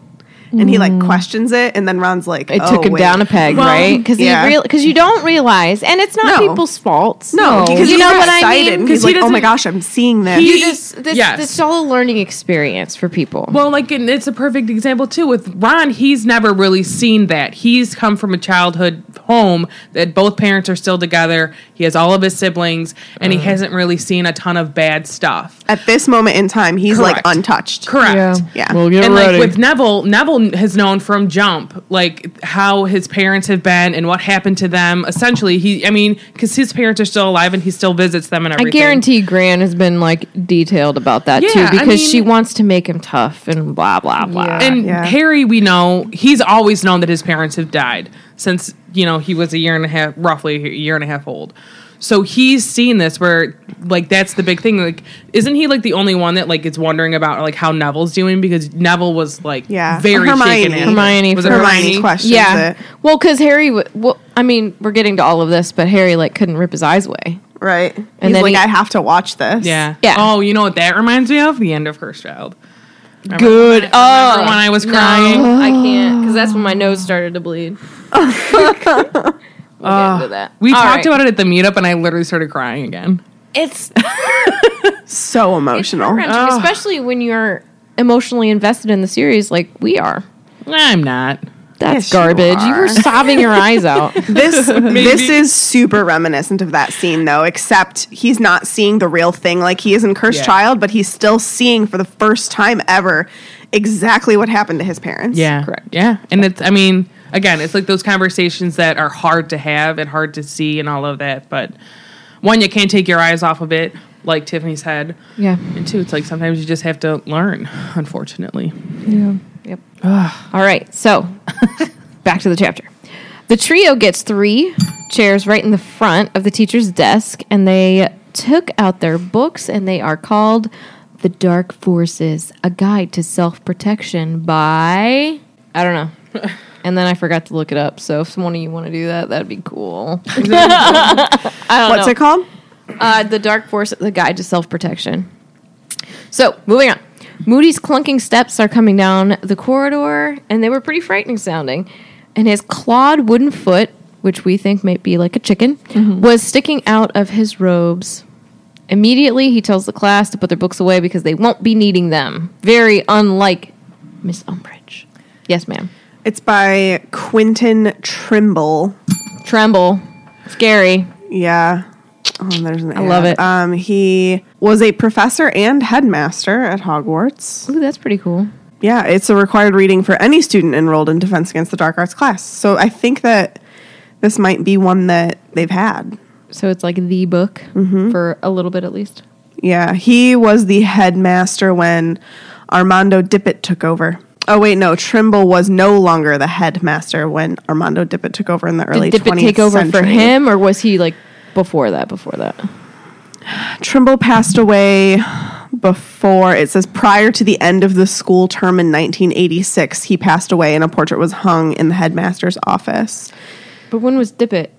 E: and he like questions it, and then Ron's like,
C: It
E: "Oh,
C: took him
E: wait."
C: down a peg, right? Because
E: yeah.
C: you because you don't realize, and it's not
E: No.
C: people's faults.
E: No, because
C: you
E: he's
C: know what
E: excited.
C: I mean.
E: and
A: 'Cause
E: He's
A: he
E: like, "Oh
A: doesn't-
E: my gosh, I'm seeing this."
C: You just this,
A: Yes.
C: this is all a learning experience for people.
A: Well, like, and it's a perfect example too. With Ron, he's never really seen that. He's come from a childhood home that both parents are still together. He has all of his siblings, and he hasn't really seen a ton of bad stuff.
E: At this moment in time, he's like
A: Correct.
E: untouched.
A: Correct.
E: Yeah.
G: get
A: and like with Neville, Neville has known from jump like how his parents have been and what happened to them. Essentially, he I mean, because his parents are still alive and he still visits them and
C: I
A: everything.
C: guarantee Gran has been like detailed about that too
A: Yeah, I
C: because
A: mean-
C: she wants to make him tough and blah blah blah.
A: And
E: Yeah.
A: Harry, we know he's always known that his parents have died since you know he was a year and a half, roughly a year and a half old. So he's seen this where like that's the big thing. Like, isn't he like the only one that like is wondering about like how Neville's doing because Neville was like
E: Yeah.
A: very
E: Hermione.
A: shaken. in.
C: Hermione
A: was it
C: first.
E: Hermione questions
C: yeah.
E: it.
C: Well, because Harry, w- well, I mean, we're getting to all of this, but Harry like couldn't rip his eyes away.
E: Right. And
C: And
E: he's
C: then
E: like,
C: he-
E: I have to watch this.
A: Yeah.
C: Yeah.
A: Oh, you know what that reminds me of? The end of Hirschfeld.
C: Good. Oh,
A: Remember when I was crying?
C: I can't because that's when my nose started to bleed. we'll get into that.
A: We
C: All
A: talked
C: right.
A: about it at the meetup, and I literally started crying again.
C: it's
E: So emotional.
C: wrenching, especially when you're emotionally invested in the series like we are.
A: I'm not.
C: That's
E: Yes, you
C: garbage. You,
E: are.
C: were sobbing your eyes out.
E: this this is super reminiscent of that scene though, except he's not seeing the real thing. Like he is in Cursed
A: Yeah.
E: Child, but he's still seeing for the first time ever exactly what happened to his parents.
A: Yeah.
C: Correct.
A: Yeah. And it's, I mean, again, it's like those conversations that are hard to have and hard to see and all of that. But one, you can't take your eyes off of it, like Tiffany said.
C: Yeah.
A: And two, it's like sometimes you just have to learn, unfortunately.
C: Yep. All right. So back to the chapter. The trio gets three chairs right in the front of the teacher's desk, and they took out their books, and they are called The Dark Forces A Guide to Self Protection by. I don't know. And then I forgot to look it up. So if one of you want to do that, that'd be cool.
E: What's it called?
C: Uh, the Dark Force, the Guide to Self Protection. So, moving on. Moody's clunking steps are coming down the corridor, and they were pretty frightening sounding. And his clawed wooden foot, which we think might be like a chicken, was sticking out of his robes. Immediately, he tells the class to put their books away because they won't be needing them. Very unlike Miss Umbridge. Yes, ma'am.
E: It's by Quentin Trimble.
C: Tremble. Scary.
E: Yeah. Oh, there's an I
C: love it.
E: Um, he was a professor and headmaster at Hogwarts.
C: Ooh, that's pretty cool.
E: Yeah, it's a required reading for any student enrolled in Defense Against the Dark Arts class. So I think that this might be one that they've had.
C: So it's like the book for a little bit at least.
E: Yeah, he was the headmaster when Armando Dippet took over. Oh wait, no, Trimble was no longer the headmaster when Armando Dippet took over in the early
C: Did Dippet
E: 20th
C: take over for
E: century.
C: him, or was he like before that? Before that,
E: Trimble passed away before it says prior to the end of the school term in 1986 he passed away and a portrait was hung in the headmaster's office
C: but when was Dippet?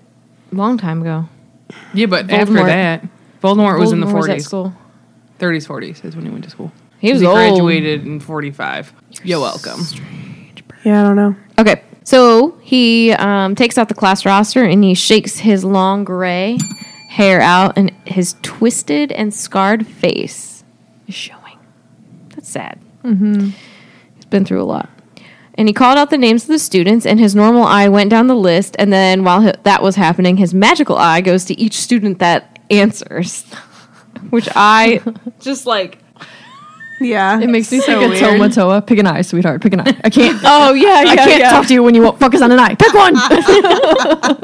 C: Long time ago.
A: Yeah, but after
C: Voldemort.
A: that, Voldemort, was in the
C: Voldemort was at
A: 40s.
C: school.
A: 30s, 40s is when he went to school.
C: He was
A: he
C: old.
A: graduated in 45. You're welcome.
E: yeah i don't know
C: Okay, so he um, takes out the class roster and he shakes his long gray hair out, and his twisted and scarred face is showing. That's sad. Mm-hmm. He's been through a lot. And he called out the names of the students, and his normal eye went down the list. And then while he- that was happening, his magical eye goes to each student that answers, which I just like.
E: yeah
D: It makes me
E: so
D: think of
E: weird.
D: Toa Toa. Pick an eye, sweetheart. Pick an eye. I can't.
C: Oh yeah, yeah
D: I can't talk to you when you won't focus on an eye. Pick one.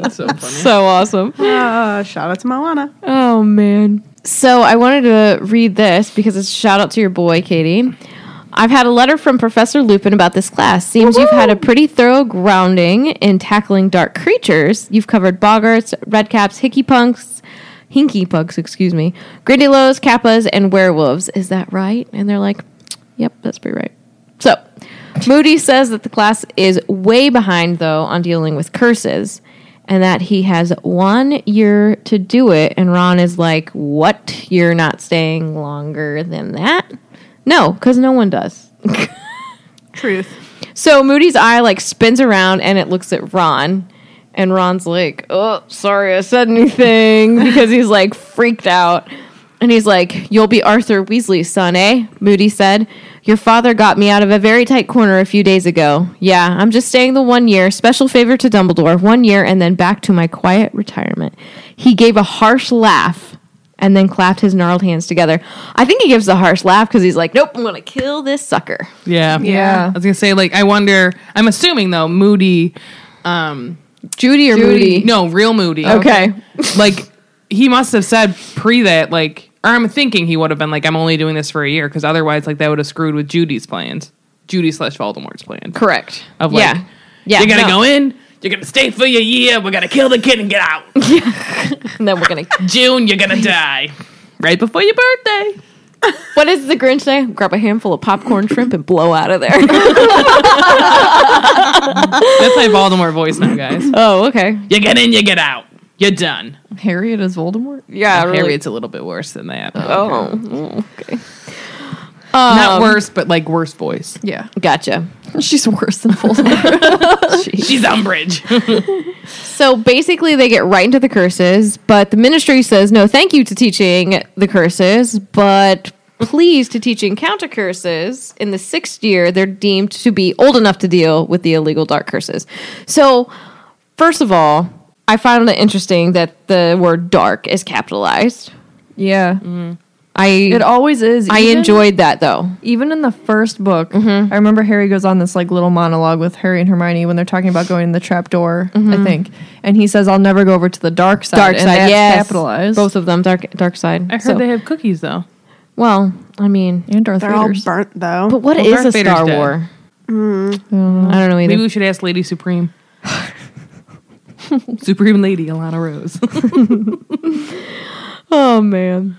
A: That's so funny.
C: So awesome.
E: Uh, shout out to Moana.
C: Oh man. So I wanted to read this because it's a shout out to your boy, Katie. I've had a letter from Professor Lupin about this class. Seems you've had a pretty thorough grounding in tackling dark creatures. You've covered boggarts, redcaps, hickey punks, hinky punks, excuse me, grindylows, kappas, and werewolves. Is that right? And they're like, yep, that's pretty right. So Moody says that the class is way behind, though, on dealing with curses and that he has one year to do it. And Ron is like, What? You're not staying longer than that? No, because no one does.
E: Truth.
C: So Moody's eye like spins around and it looks at Ron. And Ron's like, oh, sorry, I said anything because he's like freaked out. And he's like, You'll be Arthur Weasley's son, eh? Moody said. Your father got me out of a very tight corner a few days ago. Yeah, I'm just staying the one year, special favor to Dumbledore, one year, and then back to my quiet retirement. He gave a harsh laugh and then clapped his gnarled hands together. I think he gives the harsh laugh because he's like, Nope, I'm going to kill this sucker.
A: Yeah.
D: Yeah.
A: I was gonna say, like, I wonder. I'm assuming though, Moody. Um,
C: Judy or Moody?
A: No, real Moody.
C: Okay.
A: like he must have said pre that, like, or I'm thinking he would have been like, I'm only doing this for a year because otherwise, like, that would have screwed with Judy's plans, Judy slash Voldemort's plans.
C: Correct.
A: Of like,
C: yeah. Yeah.
A: You're gonna
C: no.
A: go in. You're gonna stay for your year. We're gonna kill the kid and get out.
C: And then we're going to.
A: June, you're gonna die right before your birthday.
C: What is the Grinch say? Grab a handful of popcorn shrimp and blow out of there.
A: That's my Voldemort voice now, guys.
C: oh, okay.
A: You get in, you get out. You're done.
D: Harriet is Voldemort.
C: Yeah, really.
A: Harriet's a little bit worse than that.
C: Oh, Um, oh, okay.
A: Not worse, but like worse voice.
D: Yeah,
C: Gotcha.
D: she's worse than Voldemort.
A: She's Umbridge.
C: So basically, they get right into the curses, but the ministry says no, thank you to teaching the curses, but please to teaching counter curses. In the sixth year, they're deemed to be old enough to deal with the illegal dark curses. So, first of all, I found it interesting that the word dark is capitalized.
D: yeah,
C: I
D: it always is.
C: I Mm-hmm.
D: even-
C: enjoyed that though.
D: even in the first book, I remember Harry goes on this like little monologue with Harry and Hermione when they're talking about going in the trap door, I think. And he says, I'll never go over to the dark side.
C: Mm-hmm. Dark
D: and
C: side,
D: that's
C: yes.
D: Capitalized.
C: Both of them, dark dark side.
A: I heard
C: So-
A: they have cookies though.
C: well, I mean,
D: and Darth
E: They're all
D: Vader's.
E: burnt though.
C: But what is
A: Darth
C: a
A: Vader's
C: Star
A: dead.
C: War? I don't know either.
A: Maybe we should ask Lady Supreme. Supreme Lady Alana Rose.
C: oh man.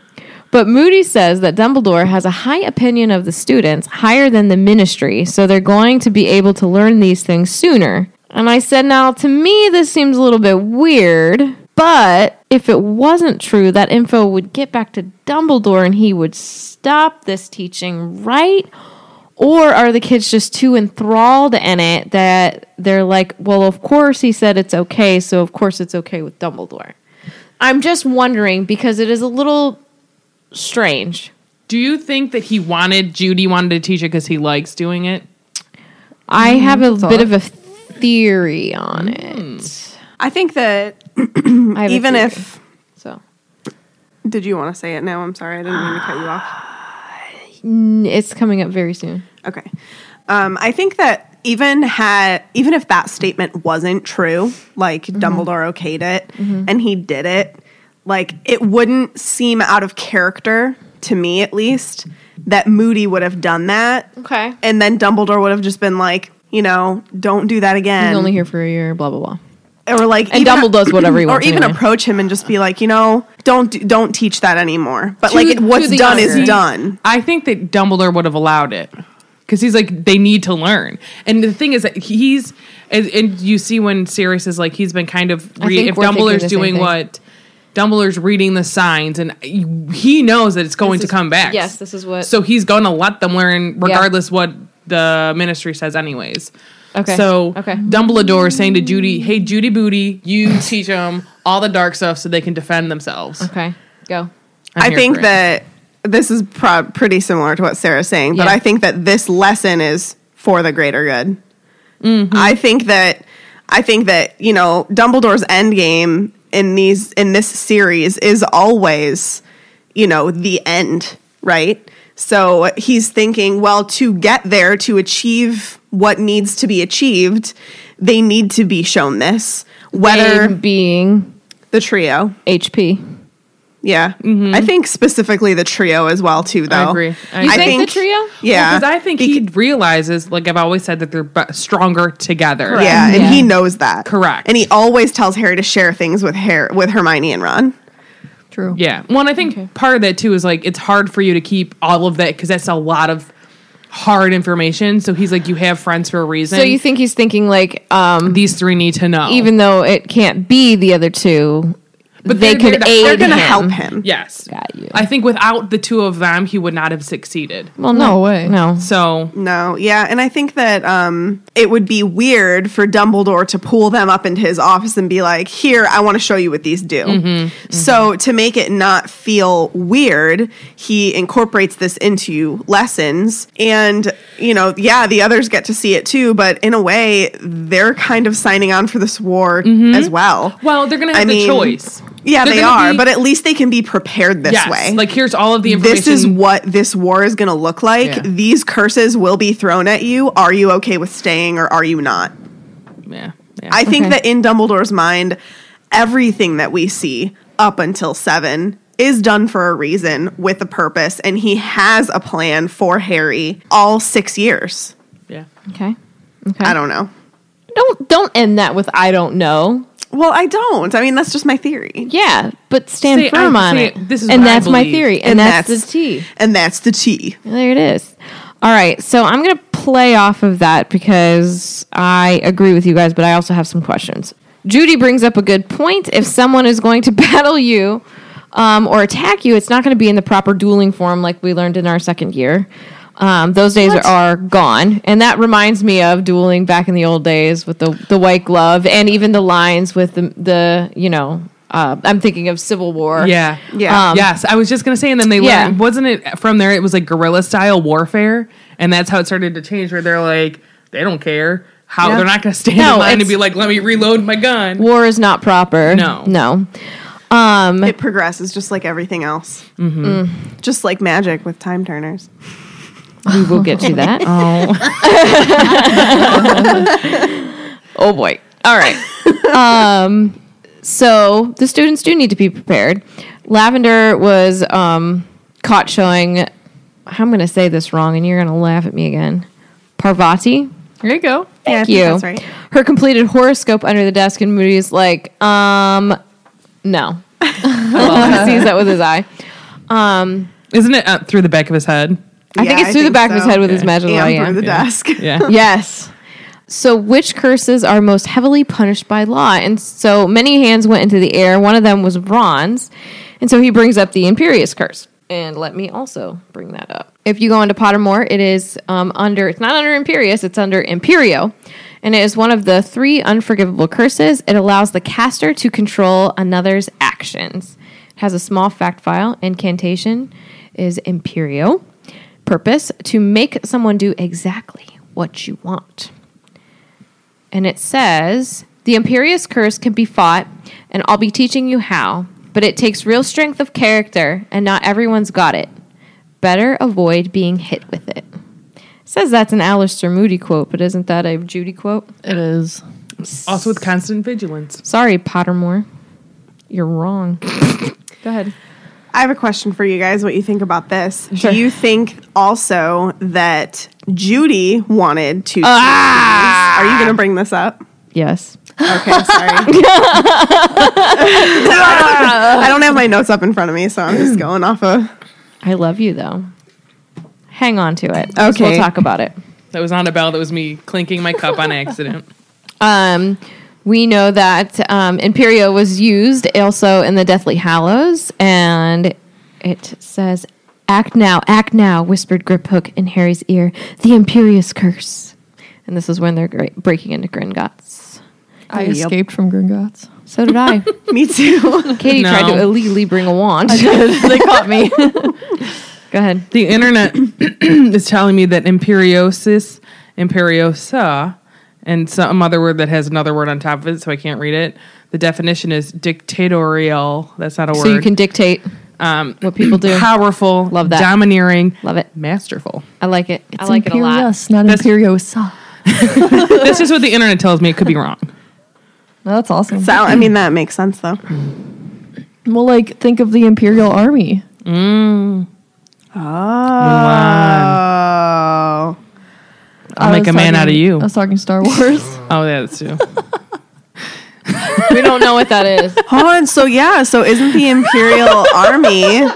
C: But Moody says that Dumbledore has a high opinion of the students, higher than the ministry, so they're going to be able to learn these things sooner. And I said, now to me, this seems a little bit weird, but if it wasn't true, that info would get back to Dumbledore and he would stop this teaching right Or are the kids just too enthralled in it that they're like, well, of course he said it's okay, so of course it's okay with Dumbledore? I'm just wondering because it is a little strange.
A: Do you think that he wanted Judy wanted to teach it because he likes doing it?
C: Mm-hmm. I Mm. have a bit of a theory on it.
E: I think that
C: I have a
E: even
C: theory,
E: if
C: so,
E: did you want to say it now? I'm sorry, I didn't mean to cut you off.
C: N- it's coming up very soon.
E: Okay. Um, I think that even had even if that statement wasn't true, like
C: Mm-hmm.
E: Dumbledore okayed it and he did it, like it wouldn't seem out of character to me at least that Moody would have done that.
C: Okay,
E: And then Dumbledore would have just been like, you know, don't do that again.
C: he's only here for a year. Blah blah blah.
E: or like
C: And
E: even-
C: Dumbledore does whatever he wants
E: or even
C: anyway.
E: approach him and just be like, you know, don't do, don't teach that anymore. But like, it,
C: to
E: what's
C: the
E: done
C: younger.
E: is done.
A: I think that Dumbledore would have allowed it because he's like they need to learn. And the thing is that he's and, and you see when Sirius is like he's been kind of
C: I
A: re-
C: think
A: if
C: we're thinking
A: Dumbledore's
C: the same
A: doing
C: thing.
A: what Dumbledore's reading the signs and he knows that it's going to come back.
C: yes, this is what-
A: So he's going to let them learn regardless what the ministry says anyways.
C: Okay,
A: So
C: okay.
A: Dumbledore is saying to Judy, "Hey Judy Booty, you teach them all the dark stuff so they can defend themselves."
C: Okay, go.
A: I'm
E: I
A: here
E: think
A: for it.
E: that this is pro- pretty similar to what Sarah's saying, but
C: Yeah.
E: I think that this lesson is for the greater good.
A: Mm-hmm.
E: I think that I think that you know Dumbledore's end game in these in this series is always you know the end, right? So he's thinking, well, to get there, to achieve what needs to be achieved, they need to be shown this. Whether
C: A being
E: the trio,
C: HP.
E: yeah, I think specifically the trio as well too. Though
A: agree. Mm-hmm. I
C: You think, the trio?
E: yeah,
A: because I think he realizes, like I've always said, that they're bu- stronger together.
E: yeah, and
C: Yeah.
E: he knows that.
A: Correct.
E: And he always tells Harry to share things with Harry, with Hermione and Ron.
D: True.
A: yeah. Well, and I think part of that too is like it's hard for you to keep all of that because that's a lot of hard information. So he's like, you have friends for a reason.
C: So you think he's thinking like, um,
A: Oh. these three need to know?
C: even though it can't be the other two,
A: But
C: They
A: they're
C: could
A: there to-
C: aid
E: They're going to
C: him.
E: help him.
A: Yes.
C: Got you.
A: I think without the two of them, he would not have succeeded.
C: Well,
D: No
C: no,
D: way.
C: No.
A: So
E: No, yeah, and I think that um, it would be weird for Dumbledore to pull them up into his office and be like, "Here, I want to show you what these do."
A: Mm-hmm.
E: So to make it not feel weird, he incorporates this into lessons, and you know, yeah, the others get to see it too. But in a way, they're kind of signing on for this war as well.
A: Mm-hmm. well, they're gonna
E: I
A: have the
E: mean,
A: choice.
E: Yeah,
A: They're
E: they
A: gonna
E: are,
A: be-
E: but at least they can be prepared this
A: yes.
E: way
A: Like here's all of the information.
E: this is what this war is going to look like.
A: Yeah.
E: These curses will be thrown at you. Are you okay with staying or are you not?
A: yeah. yeah.
E: I think that in Dumbledore's mind, everything that we see up until seven is done for a reason with a purpose, and he has a plan for Harry all six years.
A: yeah.
C: Okay. Okay.
E: I don't know.
C: Don't don't end that with I don't know.
E: Well, I don't. I mean, that's just my theory.
C: Yeah, but stand
A: See, I-
C: firm on
A: see,
C: it.
A: this is
C: and
A: what I
C: that's my
A: believe.
C: theory. And, that's, the T.
E: And that's the tea.
C: There it is. All right, so I'm going to play off of that because I agree with you guys, but I also have some questions. Judy brings up a good point. If someone is going to battle you um, or attack you, it's not going to be in the proper dueling form like we learned in our second year. Um, those days are, are gone, and that reminds me of dueling back in the old days with the the white glove, and even the lines with the the you know. Uh, I'm thinking of Civil War. Um,
A: Yeah.
E: Yeah.
A: yes. I was just gonna say, and then they
C: Yeah.
A: learned wasn't it from there it was like guerrilla style warfare? And that's how it started to change where they're like, they don't care. How they're not gonna stand
C: No,
A: in line
C: it's-
A: and be like, Let me reload my gun.
C: War is not proper.
A: No.
C: no. Mm-hmm.
E: It progresses just like everything else, just like magic with time turners.
C: We will get to that. oh. Oh, boy. All right. Um, so the students do need to be prepared. Lavender was um, caught showing, I'm going to say this wrong and you're going to laugh at me again. Parvati.
D: There you go.
E: Yeah, I
C: Thank
E: think
C: you.
E: that's right.
C: Her completed horoscope under the desk, and Moody's like, um, no. Oh, he sees that with his eye.
A: Isn't it uh, through the back of his head?
C: I think
E: Yeah,
C: it's through the back of his
E: so.
C: head with his magical eye.
E: and
C: yeah.
E: through the desk.
A: Yeah.
C: Yes. So, which curses are most heavily punished by law? And so many hands went into the air. One of them was Ron's. And so he brings up the Imperious curse. And let me also bring that up. If you go into Pottermore, it is um, under, it's not under Imperious, it's under Imperio. And it is one of the three unforgivable curses. It allows the caster to control another's actions. It has a small fact file. Incantation is Imperio purpose to make someone do exactly what you want. And it says the imperious curse can be fought, and I'll be teaching you how, but it takes real strength of character, and not everyone's got it. Better avoid being hit with it. It says that's an Alistair Moody quote, but isn't that a Judy quote?
D: It is.
A: Also with constant vigilance.
C: Sorry, Pottermore. You're wrong. Go ahead.
E: I have a question for you guys. What you think about this? Do you think also that Judy wanted to?
C: Ah!
E: Are you going to bring this up?
C: Yes.
E: Okay, sorry. I don't have my notes up in front of me, so I'm just going off of.
C: I love you, though. Hang on to it. 'cause
E: Okay.
C: We'll talk about it.
A: That was on a bell. That was me clinking my cup on accident.
C: Um, we know that um, Imperio was used also in the Deathly Hallows, and it says, "Act now, act now," whispered Grip Hook in Harry's ear. The Imperious curse, and this is when they're gra- breaking into Gringotts.
D: I escaped from Gringotts.
C: So did I.
E: Me too.
C: Katie
A: No.
C: tried to illegally bring a wand. they caught me. Go ahead.
A: The internet is telling me that imperiosis, imperiosa, and some other word that has another word on top of it, so I can't read it. The definition is dictatorial. That's not a word.
C: So you can dictate what people do.
A: powerful,
C: Love that.
A: domineering,
C: Love it.
A: masterful.
C: I like it. I like it a lot.
D: Imperious, not
A: That's-
D: Imperiosa.
A: That's just what the internet tells me. It could be wrong.
D: That's awesome.
E: So I mean, that makes sense though.
D: well, like, think of the Imperial Army.
E: Oh,
A: I'll
D: I
A: make a
D: was
A: man
D: talking-
A: out of you.
D: I was talking Star Wars.
A: Oh, yeah, that's true.
C: We don't know what that is.
E: hold on. So yeah, so isn't the Imperial Army?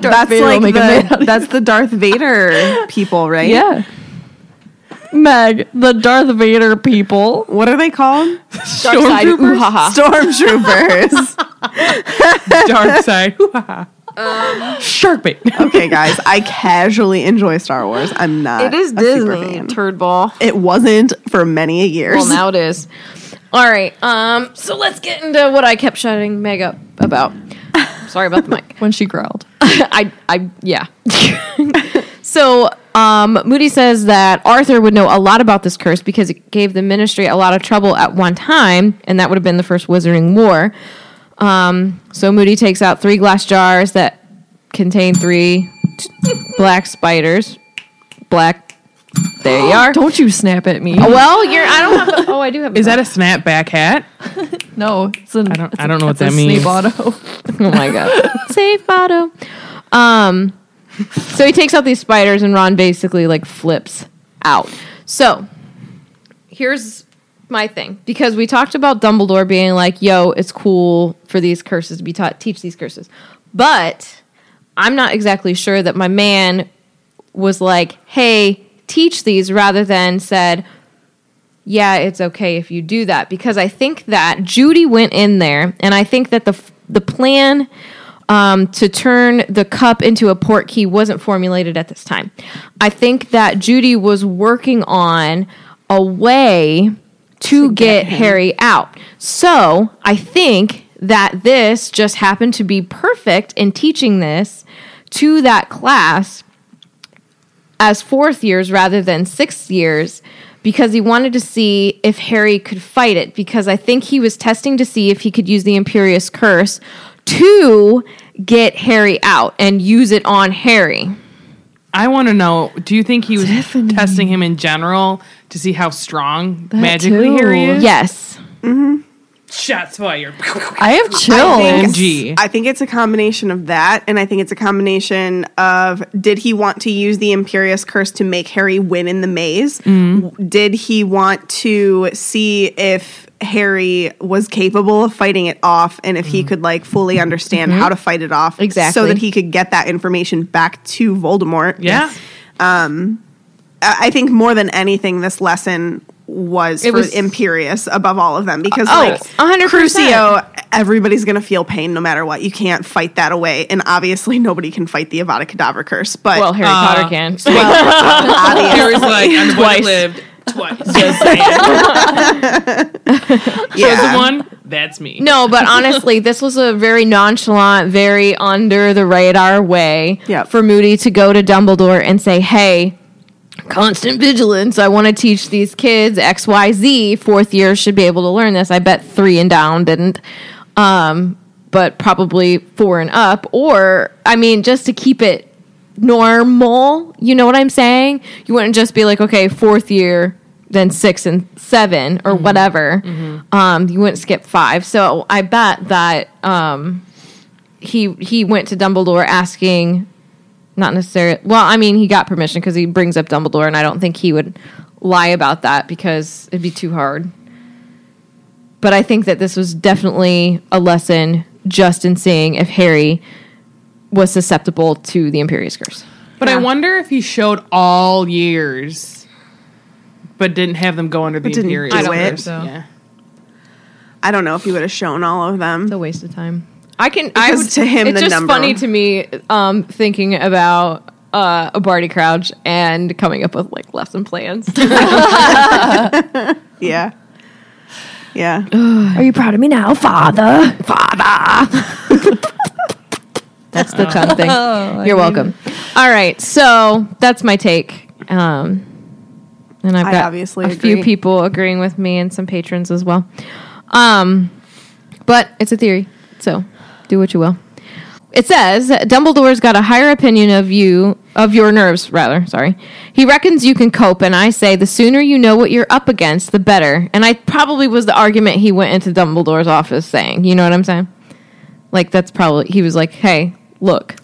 E: that's
D: Vader will
E: like
D: make a man
E: the that's the Darth Vader people, right?
D: yeah. Meg, the Darth Vader people.
E: What are they called?
C: Dark side. Ooh, ha, ha.
E: Stormtroopers.
A: Dark side. Hoo-ha. Shark bait.
E: okay, guys, I casually enjoy Star Wars. I'm not.
C: It is
E: a super
C: Disney
E: fan.
C: turd ball.
E: It wasn't for many years.
C: Well, now it is. All right. Um. So let's get into what I kept shutting Meg up about. Sorry about the mic.
D: When she growled.
C: I. I. Yeah. so, um, Moody says that Arthur would know a lot about this curse because it gave the Ministry a lot of trouble at one time, and that would have been the first Wizarding War. Um. So Moody takes out three glass jars that contain three black spiders. Black. There you are.
D: Don't you snap at me.
C: Well, you're. I don't have. A, oh, I do have.
A: Is that a snapback hat?
D: No, it's an, I
A: don't- I don't know what that means.
D: auto.
C: Oh my god. Safe auto. Um so he takes out these spiders and Ron basically like flips out. So here's my thing because we talked about Dumbledore being like, "Yo, it's cool for these curses to be taught, teach these curses." But I'm not exactly sure that my man was like, "Hey, teach these," rather than said, yeah, it's okay if you do that because I think that Judy went in there, and I think that the f- the plan um, to turn the cup into a port key wasn't formulated at this time. I think that Judy was working on a way to, get, Harry out. So I think that this just happened to be perfect in teaching this to that class as fourth years rather than sixth years because he wanted to see if Harry could fight it. Because I think he was testing to see if he could use the Imperious Curse to get Harry out and use it on Harry.
A: I want to know. Do you think he was testing him in general to see how strong magically
D: too.
A: Harry is?
C: Yes.
A: Shots fired.
D: I have
E: I
D: chills.
E: think-
A: OMG.
E: I think it's a combination of that, and I think it's a combination of did he want to use the Imperious Curse to make Harry win in the maze? W- Did he want to see if Harry was capable of fighting it off and if he could like fully understand how to fight it off so
C: Exactly.
E: that he could get that information back to Voldemort?
A: Yeah.
E: I I think more than anything, this lesson was
C: It
E: for
C: was-
E: Imperious above all of them because
C: Oh,
E: like
C: 100%.
E: Crucio, everybody's gonna feel pain no matter what. You can't fight that away, and obviously nobody can fight the Avada Kedavra curse. But
C: Well, Harry Potter can.
A: Harry's like, I'm twice. lived twice. Just saying.
E: yeah.
A: Chosen one, that's me.
C: No, but honestly, this was a very nonchalant, very under the radar way
E: Yep.
C: for Moody to go to Dumbledore and say, hey, constant vigilance. I want to teach these kids XYZ. Fourth year should be able to learn this. I bet three and down didn't. Um, but probably four and up. Or, I mean, just to keep it normal. You know what I'm saying? You wouldn't just be like, okay, fourth year, then six and seven or whatever. Um, you wouldn't skip five. So I bet that um, he he went to Dumbledore asking, not necessarily. Well, I mean, he got permission because he brings up Dumbledore, and I don't think he would lie about that because it'd be too hard. But I think that this was definitely a lesson just in seeing if Harry was susceptible to the Imperious Curse.
A: But I wonder if he showed all years, but didn't have them go under the
E: didn't
A: Imperial.
E: do
A: Curse.
E: it.
A: So. Yeah.
E: I don't know if you would have shown all of them.
C: It's a waste of time. I can. I
E: Because
C: would,
E: to him,
C: it's
E: the
C: just
E: number-
C: funny to me um, thinking about uh, a Barty Crouch and coming up with like lesson plans.
E: Yeah, yeah.
C: Are you proud of me now, Father? Father. that's the tongue thing.
E: Oh,
C: You're welcome. All right, so that's my take. Um, and I've
E: I
C: got
E: obviously
C: a
E: agree.
C: few people agreeing with me and some patrons as well. Um, but it's a theory, so do what you will. It says Dumbledore's got a higher opinion of you, of your nerves, rather. Sorry. He reckons you can cope, and I say the sooner you know what you're up against, the better. And I probably was the argument he went into Dumbledore's office saying. You know what I'm saying? Like that's probably he was like, "Hey, look,"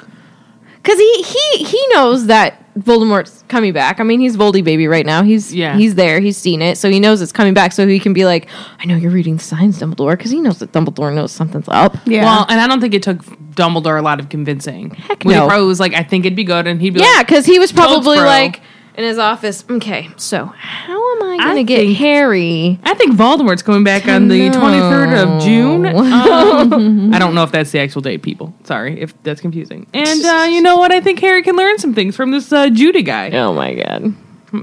C: because he he he knows that Voldemort's coming back. I mean, he's Voldy baby right now. He's
A: Yeah.
C: he's there. He's seen it, so he knows it's coming back. So he can be like, "I know you're reading the signs, Dumbledore," because he knows that Dumbledore knows something's up.
E: Yeah.
A: Well, and I don't think it took Dumbledore a lot of convincing. Heck
C: no.
A: He probably was like, I think it'd be good, and he'd be
C: Yeah,
A: like,
C: because he was
A: Totes,
C: probably
A: bro.
C: like, in his office. Okay, so how am I going to
A: I
C: get
A: think-
C: Harry?
A: I think Voldemort's coming back on the
C: No.
A: 23rd of June. Um, I don't know if that's the actual date, people. Sorry if that's confusing. And uh, you know what? I think Harry can learn some things from this uh, Judy guy.
C: Oh my god!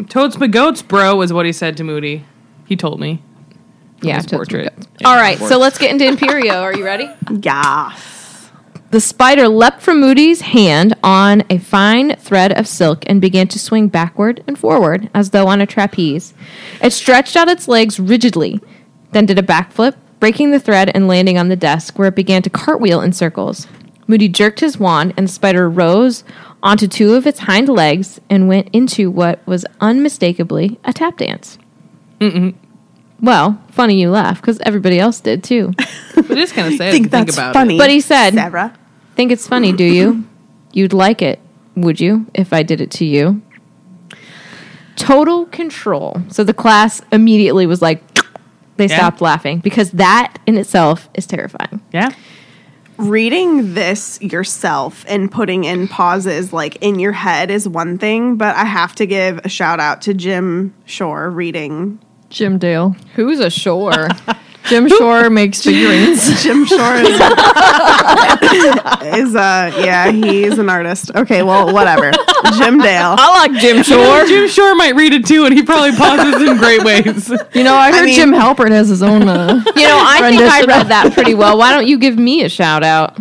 A: Toads my goats, bro, is what he said to Moody. He told me.
C: Yeah,
A: his
C: totes my
A: portrait.
C: goats. All right, so let's get into Imperio. Are you ready?
E: Yeah.
C: The spider leapt from Moody's hand on a fine thread of silk and began to swing backward and forward as though on a trapeze. It stretched out its legs rigidly, then did a backflip, breaking the thread and landing on the desk where it began to cartwheel in circles. Moody jerked his wand and the spider rose onto two of its hind legs and went into what was unmistakably a tap dance. Mm-mm. Well, funny you laugh because everybody else did too.
A: It is kind of sad.
E: I think
A: to think
E: that's
A: about
E: funny.
C: But he said,
E: Sarah.
C: Think it's funny, do you? You'd like it, would you, if I did it to you? Total control. So the class immediately was like, they
A: Yeah.
C: stopped laughing because that in itself is terrifying.
A: It. Yeah.
E: reading this yourself and putting in pauses like in your head is one thing, but I have to give a shout out to Jim Shore reading.
D: Jim Dale.
C: Who's a shore?
D: Jim Shore makes figurines.
E: Jim Shore is, is uh yeah, he's an artist. Okay, well, whatever. Jim Dale.
C: I like Jim
A: Or Jim Shore might read it too, and he probably pauses in great ways.
D: You know, I heard
E: mean-
D: Jim Halpert has his own. Uh,
C: You know, I think I read that pretty well. Why don't you give me a shout out?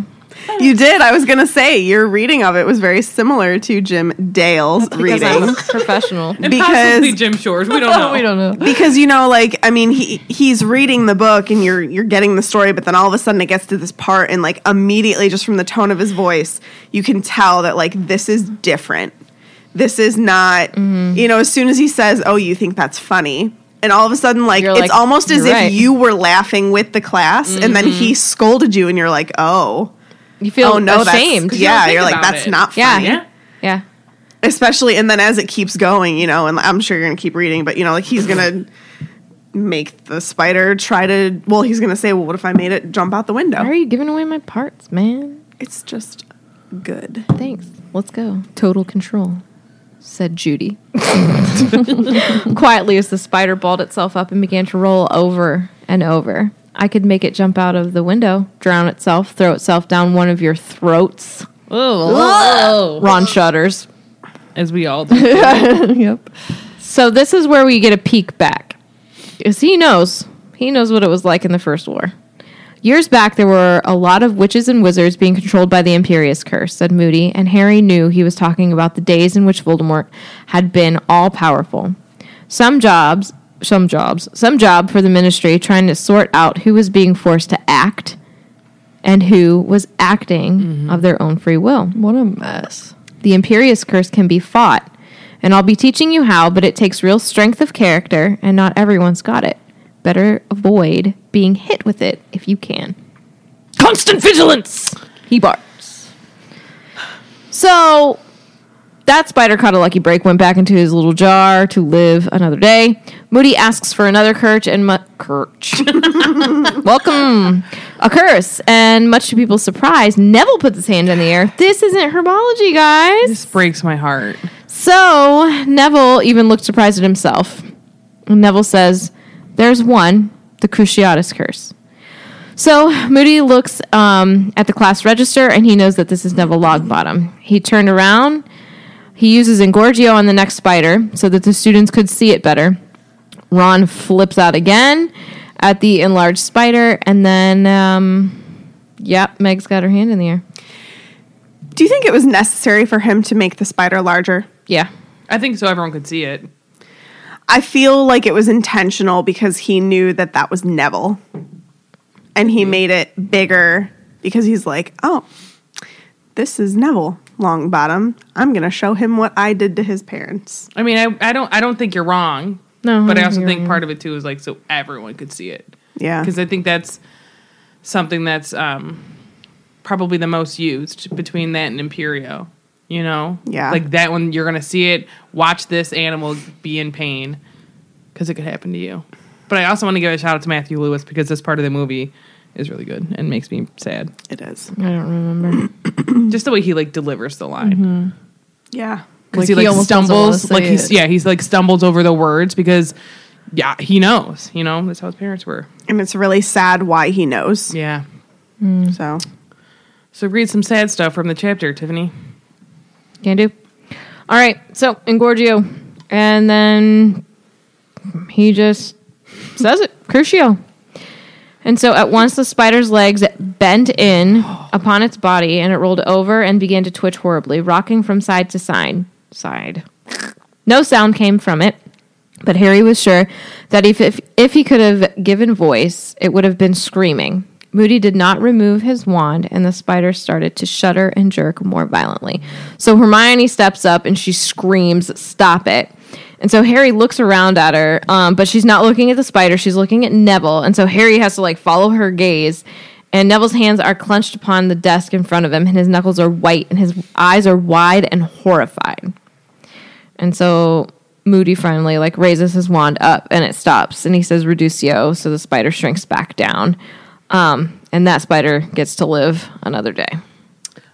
E: You did. I was going to say your reading of it was very similar to Jim Dale's reading
C: I'm professional.
A: Possibly
E: because
A: Jim Shore's. We don't know.
D: we don't know.
E: because you know like i mean he he's reading the book and you're you're getting the story but then all of a sudden it gets to this part and like immediately just from the tone of his voice you can tell that like this is different this is not
C: Mm-hmm.
E: you know as soon as he says oh you think that's funny and all of a sudden like
C: You're
E: it's
C: like,
E: almost as
C: "You're
E: if
C: right."
E: you were laughing with the class and then he scolded you and you're like oh
C: You feel
E: oh no
C: ashamed.
E: that's
A: 'Cause you don't
E: yeah
A: think
E: you're like
A: about
E: that's
A: it.
E: not funny
C: Yeah.
A: Yeah.
C: Yeah.
E: especially and then as it keeps going you know and i'm sure you're gonna keep reading but you know like he's gonna make the spider try to well he's gonna say well what if i made it jump out the window
C: Why are you giving away my parts, man?
E: it's just good
C: Thanks. Let's go. Total control, said Judy. Quietly, as the spider balled itself up and began to roll over and over. I could make it jump out of the window, drown itself, throw itself down one of your throats.
A: Oh,
C: Ron shudders.
A: as we all do.
D: yep.
C: So, this is where we get a peek back. Because he knows. He knows what it was like in the First War. Years back, there were a lot of witches and wizards being controlled by the Imperious Curse, said Moody, and Harry knew he was talking about the days in which Voldemort had been all powerful. Some jobs, some jobs, some job for the ministry trying to sort out who was being forced to act and who was acting of their own free will.
D: What a mess.
C: The Imperious Curse can be fought, and I'll be teaching you how, but it takes real strength of character, and not everyone's got it. Better avoid being hit with it if you can.
A: Constant vigilance.
C: He barks. So that spider caught a lucky break, went back into his little jar to live another day. Moody asks for another kirch and mu- kirch. Welcome, a curse, and much to people's surprise, Neville puts his hand in the air. This isn't herbology, guys.
A: This breaks my heart.
C: So Neville even looked surprised at himself. And Neville says, There's one, the Cruciatus curse. So Moody looks um, at the class register and he knows that this is Neville Logbottom. He turned around. He uses Engorgio on the next spider so that the students could see it better. Ron flips out again at the enlarged spider and then, um, yep, Meg's got her hand in the air.
E: do you think it was necessary for him to make the spider larger
C: Yeah.
A: I think so everyone could see it.
E: i feel like it was intentional because he knew that that was neville and he made it bigger because he's like oh this is neville longbottom i'm gonna show him what i did to his parents
A: I mean, I, I don't I don't think you're wrong.
C: No, I
A: but I
C: don't
A: also
C: think
A: think part of it too is like so everyone could see it.
E: Yeah.
A: because I think that's something that's um, probably the most used between that and Imperio. You know,
E: Yeah.
A: like that one you're gonna see it. Watch this animal be in pain because it could happen to you. But I also want to give a shout out to Matthew Lewis because this part of the movie is really good and makes me sad.
E: It is.
C: I don't remember.
A: Just the way he like delivers the line.
E: Yeah.
A: because
D: Mm-hmm. Like,
A: he
D: he
A: like
D: almost doesn't wanna
A: stumbles
D: say
A: like he's
D: it.
A: yeah he's like stumbles over the words because yeah he knows you know that's how his parents were
E: And it's really sad why he knows.
A: yeah
E: So
A: so read some sad stuff from the chapter tiffany
C: Can do. All right. So Engorgio, and then he just says it, Crucio. And so at once the spider's legs bent in upon its body, and it rolled over and began to twitch horribly, rocking from side to side. Side. No sound came from it, but Harry was sure that if, if, if he could have given voice, it would have been screaming. Moody did not remove his wand, and the spider started to shudder and jerk more violently. So Hermione steps up and she screams, Stop it! And so Harry looks around at her, um, but she's not looking at the spider, she's looking at Neville. And so Harry has to like follow her gaze. And Neville's hands are clenched upon the desk in front of him, and his knuckles are white, and his eyes are wide and horrified. And so Moody finally like raises his wand up and it stops and he says reducio so the spider shrinks back down. Um, and that spider gets to live another day.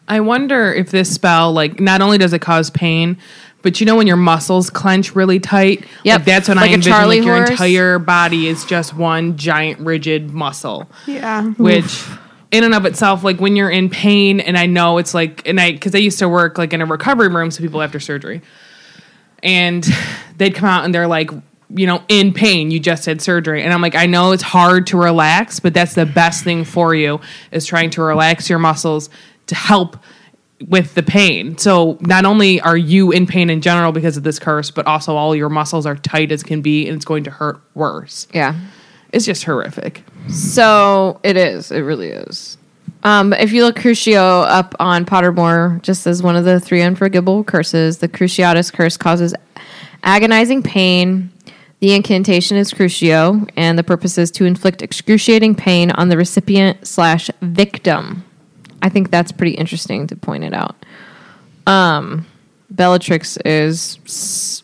A: I wonder if this spell, like, not only does it cause pain, but you know when your muscles clench really tight. Yeah,
C: Yep.
A: like that's when
C: Like
A: I
C: a
A: envision
C: Charlie
A: like your
C: horse.
A: entire body is just one giant rigid muscle,
E: yeah.
A: which in and of itself, like when you're in pain, and I know it's like, and I because I used to work like in a recovery room, so people after surgery, and they'd come out and they're like. You know, in pain, you just had surgery. And I'm like, I know it's hard to relax, but that's the best thing for you is trying to relax your muscles to help with the pain. So not only are you in pain in general because of this curse, but also all your muscles are tight as can be and it's going to hurt worse.
C: Yeah.
A: It's just horrific.
C: So it is. It really is. Um, if you look Crucio up on Pottermore, just as one of the three unforgivable curses, the Cruciatus curse causes agonizing pain. The incantation is Crucio, and the purpose is to inflict excruciating pain on the recipient slash victim. I think that's pretty interesting to point it out. Um, Bellatrix is s-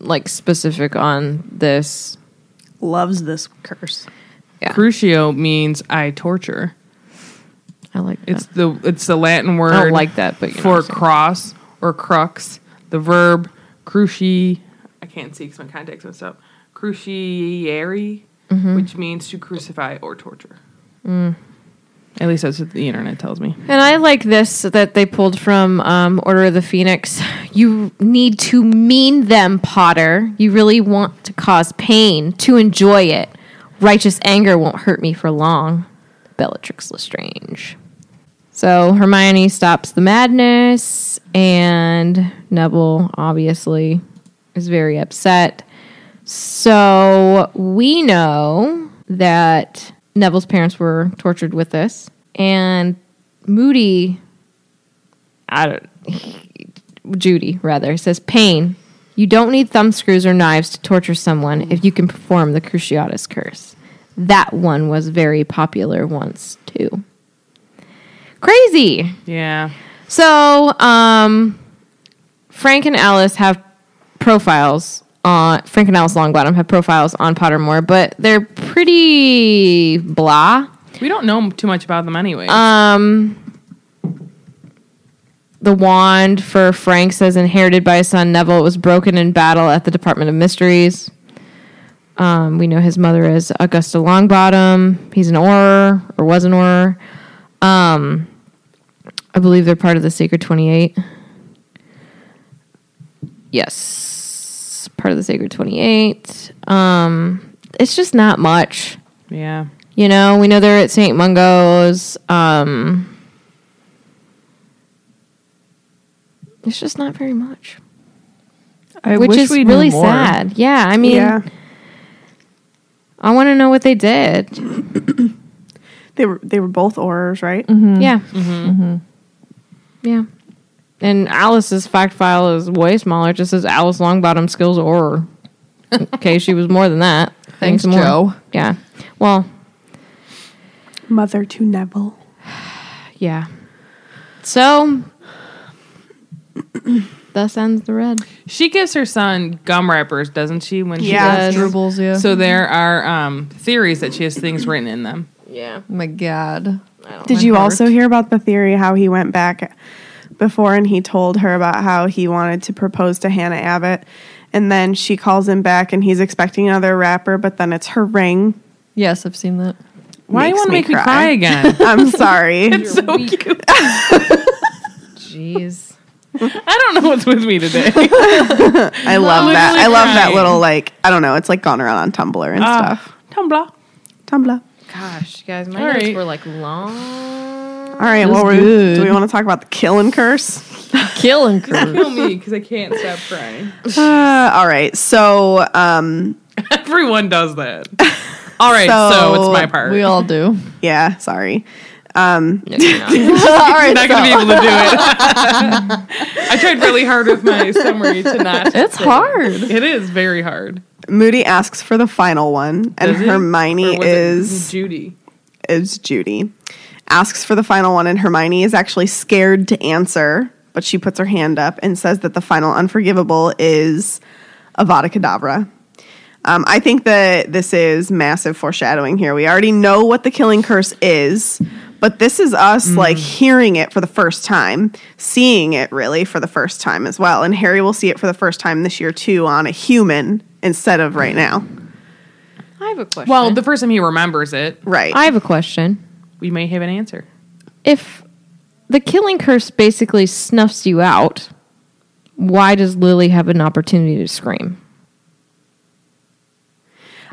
C: like specific on this.
E: Loves this curse.
A: Crucio means I torture.
C: I like that.
A: It's the it's the Latin word
C: I don't like that, but you know what
A: for
C: I'm saying.
A: cross or crux. The verb cruci I can't see because my contacts messed up. Cruciary, which means to crucify or torture. At least that's what the internet tells me.
C: And I like this that they pulled from um, Order of the Phoenix. You need to mean them, Potter. You really want to cause pain to enjoy it. Righteous anger won't hurt me for long. Bellatrix Lestrange. So Hermione stops the madness, and Neville obviously is very upset. So we know that Neville's parents were tortured with this, and Moody, I don't, Judy rather says pain. You don't need thumb screws or knives to torture someone if you can perform the Cruciatus curse. That one was very popular once too. Crazy.
A: Yeah.
C: So, um, Frank and Alice have profiles on Frank and Alice Longbottom have profiles on Pottermore, but they're pretty blah.
A: We don't know too much about them anyway.
C: The wand for Frank says inherited by his son Neville. It was broken in battle at the Department of Mysteries. Um, we know his mother is Augusta Longbottom. He's an Auror, or was an Auror. Um, I believe they're part of the Sacred 28. Yes, part of the Sacred 28. Um, it's just not much.
A: yeah.
C: You know, we know they're at St. Mungo's. Um, it's just not very much,
D: I
C: which
D: wish
C: is
D: we knew
C: really
D: more.
C: sad. Yeah, I mean,
E: yeah.
C: I want to know what they did.
D: Mm-hmm.
E: They were they were both aurors, right?
C: Yeah,
D: Mm-hmm.
C: yeah. And Alice's fact file is way smaller. It just says Alice Longbottom skills or. okay, she was more than that.
D: Thanks,
C: more.
D: Joe.
C: Yeah. Well,
E: Mother to Neville.
C: yeah. So, thus ends the red.
A: She gives her son gum wrappers, doesn't she? When she
E: Yeah.
A: does?
D: Dribbles, yeah.
A: So there are um, theories that she has things written in them.
C: Yeah.
D: oh my God.
E: Did you also hear about the theory how he went back before and he told her about how he wanted to propose to Hannah Abbott. And then she calls him back and he's expecting another rapper, but then it's her ring.
D: Yes, I've seen that.
A: Why do you
E: Makes
A: want to
E: me
A: make me
E: cry.
A: cry again?
E: I'm sorry.
A: so cute.
C: Jeez.
A: I don't know what's with me today.
E: I love that.
A: literally
E: I love that
A: crying.
E: little like I don't know. It's like gone around on Tumblr and
A: Ah,
E: stuff.
A: Tumblr.
E: Tumblr.
C: Gosh, guys, my
A: All
C: notes
A: right.
C: were like long.
E: All right.
D: Feels
E: Well, we,
D: good.
E: do we want to talk about the killing curse?
D: Killing crew.
A: Kill me because I can't stop crying.
E: Uh, all right. So um,
A: Everyone does that. All right, so,
E: So,
A: it's my part.
D: we all do.
E: yeah. Sorry. Um,
C: No, you're not.
E: all right.
A: not going to be able to do it. I tried really hard with my summary to not.
D: It's hard.
A: It is very hard.
E: Moody asks for the final one, and
A: Does it? Or
E: Hermione
A: was it
E: is
A: Judy.
E: is Judy. Asks for the final one, and Hermione is actually scared to answer, but she puts her hand up and says that the final unforgivable is Avada Kedavra. Um, I think that this is massive foreshadowing here. We already know what the killing curse is, but this is us like hearing it for the first time, seeing it really for the first time as well. And Harry will see it for the first time this year too on a human instead of right now.
C: I have a question.
A: Well, Oh, the first time he remembers it,
E: Right.
C: I have a question.
A: we may have an answer.
C: If the killing curse basically snuffs you out, why does Lily have an opportunity to scream?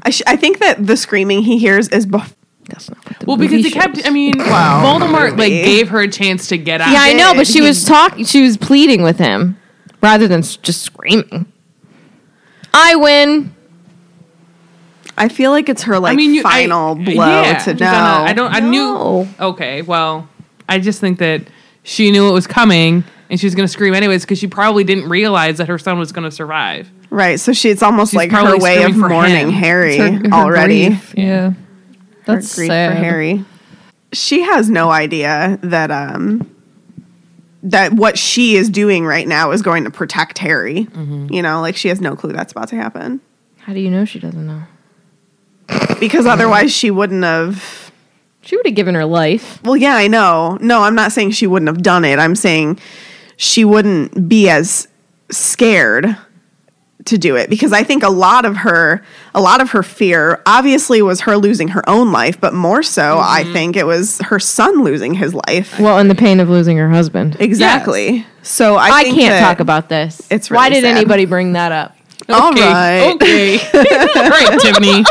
E: I, sh- I think that the screaming he hears is bef-
C: That's not what the
A: Well, because
C: movie
A: he kept.
C: shows.
A: I mean, Voldemort like
E: movie.
A: gave her a chance to get out.
C: yeah, I know, but
E: did.
C: she was talking. She was pleading with him rather than s- just screaming. I win.
E: I feel like it's her like
A: I mean, you, I-
E: final blow
A: yeah,
E: to
A: she's
E: know.
A: on a- I don't. I
C: No.
A: knew. Okay. Well, I just think that she knew it was coming, and she was going to scream anyways because she probably didn't realize that her son was going to survive.
E: Right, so she it's almost
A: She's
E: like her
A: probably
E: way of
A: screaming for
E: mourning
A: him.
E: Harry
C: her
E: already.
C: grief.
D: Yeah.
E: Her
D: That's
E: grief
D: sad.
E: for Harry. She has no idea that um that what she is doing right now is going to protect Harry.
D: Mm-hmm.
E: You know, like she has no clue that's about to happen
C: How do you know she doesn't know?
E: because otherwise she wouldn't have
C: She would have given her life.
E: Well, yeah, I know. No, I'm not saying she wouldn't have done it. I'm saying she wouldn't be as scared to do it because I think a lot of her a lot of her fear obviously was her losing her own life, but more so I
C: Mm-hmm.
E: think it was her son losing his life.
C: Well, and the pain of losing her husband.
E: Exactly. So I,
C: I,
E: think
C: can't
E: that-
C: talk about this.
E: it's
C: why
E: really
C: did
E: sad.
C: anybody bring that up?
E: All
A: okay,
E: right.
A: Okay. right, Tiffany.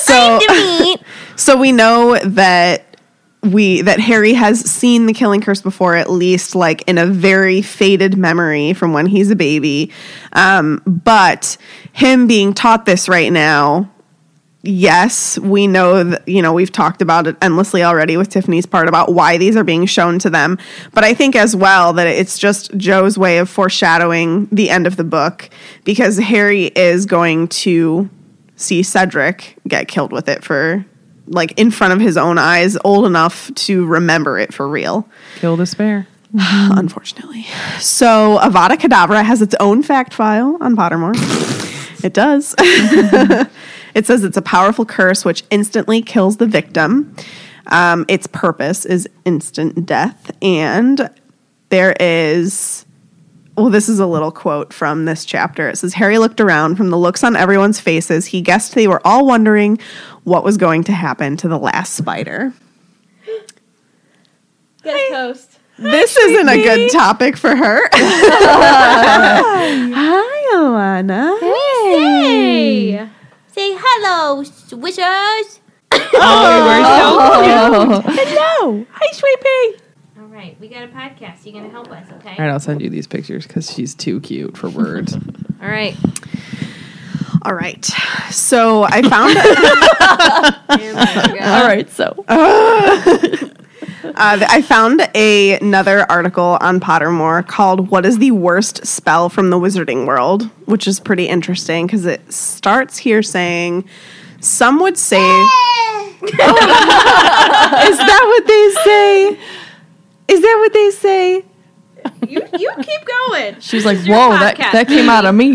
E: So So we know that we that Harry has seen the killing curse before, at least like in a very faded memory from when he's a baby. Um, but him being taught this right now, yes, we know that you know we've talked about it endlessly already with Tiffany's part about why these are being shown to them. But I think as well that it's just Joe's way of foreshadowing the end of the book because Harry is going to see Cedric get killed with it for like in front of his own eyes, old enough to remember it for real
A: Kill despair.
E: unfortunately. So Avada Kedavra has its own fact file on Pottermore. it does. it says it's a powerful curse which instantly kills the victim. Um, its purpose is instant death, and there is. Well, this is a little quote from this chapter. It says Harry looked around from the looks on everyone's faces. He guessed they were all wondering what was going to happen to the last spider. This isn't a good topic for her. Hi, Alana.
G: Say hello, swishers.
E: Hello. Hi, Sweet Pea.
G: All right, we got a podcast. You're gonna help us, okay?
A: All right, I'll send you these pictures because she's too cute for words.
C: All right.
E: All right. So I found
C: All right. So
E: uh, th- I found a, another article on Pottermore called "What is the worst spell from the Wizarding World," which is pretty interesting because it starts here saying, "Some would say." is that what they say? Is that what they say?
G: You, you keep going.
D: She's like, whoa, that,
G: podcast.
D: that came out of me.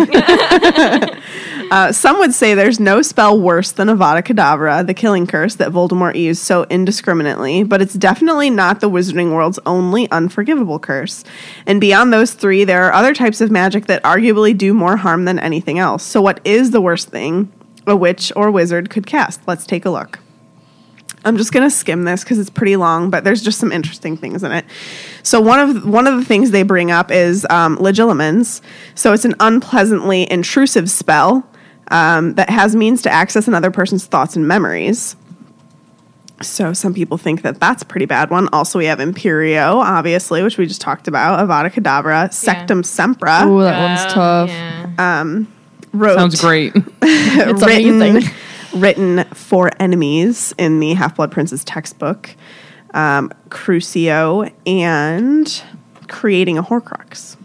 E: Uh, some would say there's no spell worse than Avada Kedavra, the killing curse that Voldemort used so indiscriminately, but it's definitely not the Wizarding World's only unforgivable curse. And beyond those three, there are other types of magic that arguably do more harm than anything else. So, what is the worst thing a witch or wizard could cast? Let's take a look. I'm just gonna skim this because it's pretty long, but there's just some interesting things in it. So one of one of the things they bring up is um, legilimens. So it's an unpleasantly intrusive spell um, that has means to access another person's thoughts and memories. So some people think that that's a pretty bad one. Also, we have Imperio, obviously, which we just talked about, Avada Kedavra, Sectum Sempra,
F: Oh, that one's tough.
C: Yeah.
E: wrote-
A: Sounds great.
F: It's
E: written,
F: amazing.
E: written for enemies in the Half Blood Prince's textbook, um, Crucio, and creating a Horcrux.
F: Oh.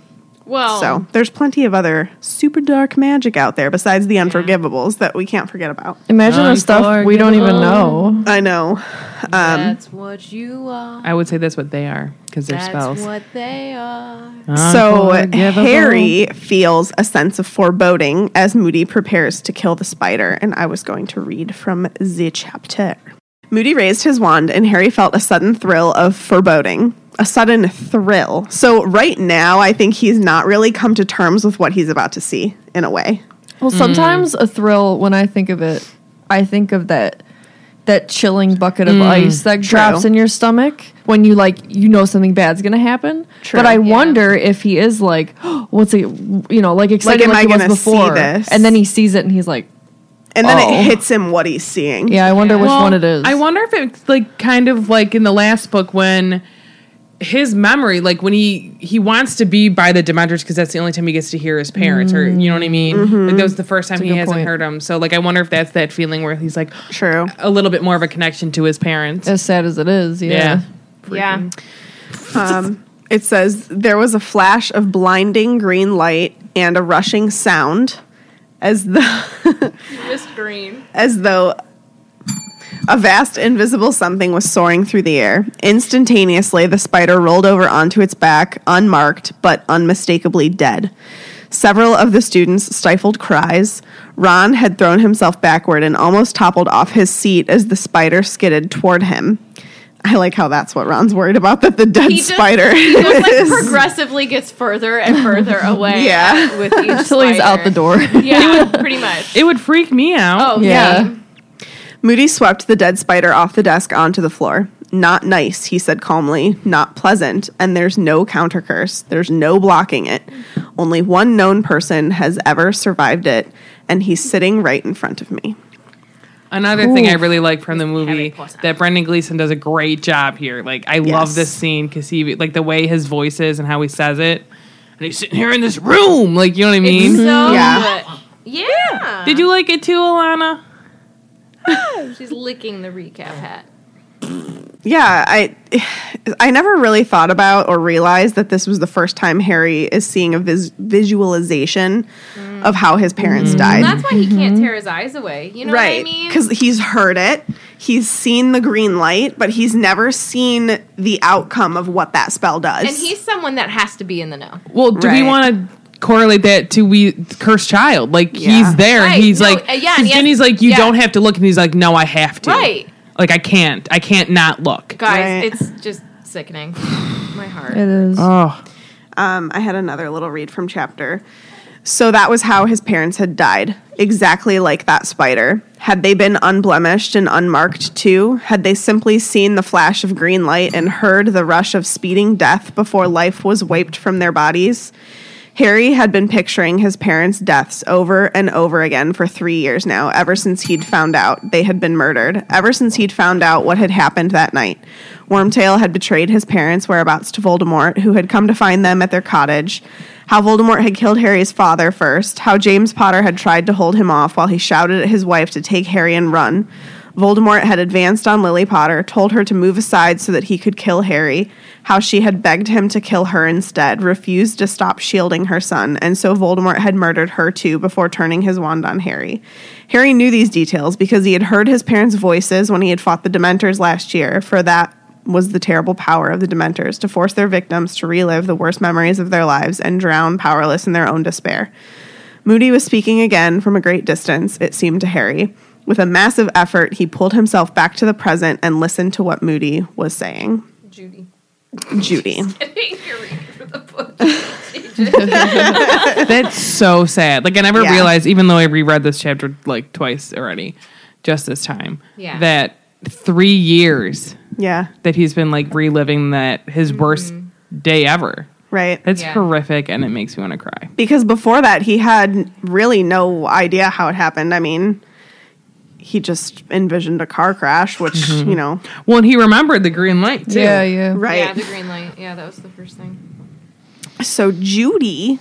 C: Well,
E: So there's plenty of other super dark magic out there besides the unforgivables that we can't forget about.
F: Imagine the stuff we don't even know.
E: I know.
C: that's what you are.
A: I would say that's what they are because they're
C: That's
A: spells.
C: what they are.
E: So
A: Unforgivable.
E: Harry feels a sense of foreboding as Moody prepares to kill the spider, and I was going to read from the chapter. Moody raised his wand, and Harry felt a sudden thrill of foreboding. A sudden thrill. So, right now, I think he's not really come to terms with what he's about to see, in a way.
F: Well, sometimes a thrill when I think of it, I think of that that chilling bucket of ice that drops in your stomach when you like you know something bad's gonna happen.
E: True.
F: But I
E: Yeah.
F: wonder if he is like, "Oh, what's it? You know, like excited
E: am
F: like,
E: I
F: he was
E: gonna see
F: before,
E: this?
F: and then he sees it and he's like,
E: And then
F: Oh.
E: it hits him what he's seeing.
F: yeah, I wonder which
A: Well,
F: one it is.
A: I wonder if it's like kind of like in the last book when his memory, like when he he wants to be by the Dementors because that's the only time he gets to hear his parents, or you know what I mean. Like that was the first time he
F: Mm-hmm. good
A: hasn't
F: point.
A: heard them. So like I wonder if that's that feeling where he's like
E: True.
A: a little bit more of a connection to his parents.
F: as sad as it is, yeah.
A: yeah.
C: Yeah.
E: Um, it says there was a flash of blinding green light and a rushing sound as the as though a vast invisible something was soaring through the air. Instantaneously, the spider rolled over onto its back, unmarked but unmistakably dead. Several of the students stifled cries. Ron had thrown himself backward and almost toppled off his seat as the spider skidded toward him. I like how that's what Ron's worried about that the dead
H: just-
E: spider.
H: He just like
E: is-
H: progressively gets further and further away.
E: Yeah.
H: uh, with each
F: Till he's out the
H: spider.
F: door.
H: Yeah, pretty much.
A: It would freak me out.
H: Oh
F: yeah.
E: Moody swept the dead spider off the desk onto the floor. Not nice, he said calmly. Not pleasant. And there's no counter curse. There's no blocking it. Only one known person has ever survived it, and he's sitting right in front of me.
A: Another thing I really like from the movie
H: Potter.
A: that Brendan Gleeson does a great job here. Like I love
E: Yes.
A: this scene because he like the way his voice is and how he says it. And he's sitting here in this room, like you know what I mean.
H: So
E: Yeah.
H: yeah. yeah.
A: Did
E: Um,
A: you like it too, Alana?
H: She's licking the recap hat.
E: Yeah, I I never really thought about or realized that this was the first time Harry is seeing a vis- visualization of how his parents died.
H: That's why he
F: Mm-hmm.
H: can't tear his eyes away. You know what I
E: right
H: mean?
E: because he's heard it he's seen the green light but he's never seen the outcome of what that spell does
H: and he's someone that has to be in the know.
A: Well, do
E: Right.
A: we want to correlate that to we cursed child? Like
E: Yeah.
A: he's there,
H: Right.
A: and he's
H: No,
A: like,
H: uh, yeah,
A: and
H: and he has-
A: Jenny's like, you
H: yeah.
A: don't have to look, and he's like, no, I have to.
H: Right.
A: Like I can't, I can't not look.
H: Guys,
E: Right.
H: it's just sickening. My heart.
F: It is.
A: Oh,
E: um, i had another little read from chapter so that was how his parents had died exactly like that spider had they been unblemished and unmarked too had they simply seen the flash of green light and heard the rush of speeding death before life was wiped from their bodies Harry had been picturing his parents' deaths over and over again for three years now, ever since he'd found out they had been murdered, ever since he'd found out what had happened that night. Wormtail had betrayed his parents' whereabouts to Voldemort, who had come to find them at their cottage. How Voldemort had killed Harry's father first, how James Potter had tried to hold him off while he shouted at his wife to take Harry and run. Voldemort had advanced on Lily Potter, told her to move aside so that he could kill Harry, how she had begged him to kill her instead, refused to stop shielding her son, and so Voldemort had murdered her too before turning his wand on Harry. Harry knew these details because he had heard his parents' voices when he had fought the Dementors last year, for that was the terrible power of the Dementors to force their victims to relive the worst memories of their lives and drown powerless in their own despair. Moody was speaking again from a great distance, it seemed to Harry. With a massive effort, he pulled himself back to the present and listened to what Moody was saying.
H: Judy.
E: Judy.
A: That's so sad. Like I never
E: Yeah.
A: realized, even though I reread this chapter like twice already, just this time.
H: Yeah.
A: That three years
E: Yeah,
A: that he's been like reliving that his worst day ever.
E: right.
A: That's
H: Mm-hmm. Yeah.
A: horrific, and it makes me want to cry.
E: because before that he had really no idea how it happened. I mean, he just envisioned a car crash, which you know,
A: Well, and he remembered the green light too.
F: Yeah, yeah.
E: right?
H: Yeah, the green light. Yeah, that was the first thing.
E: So Judy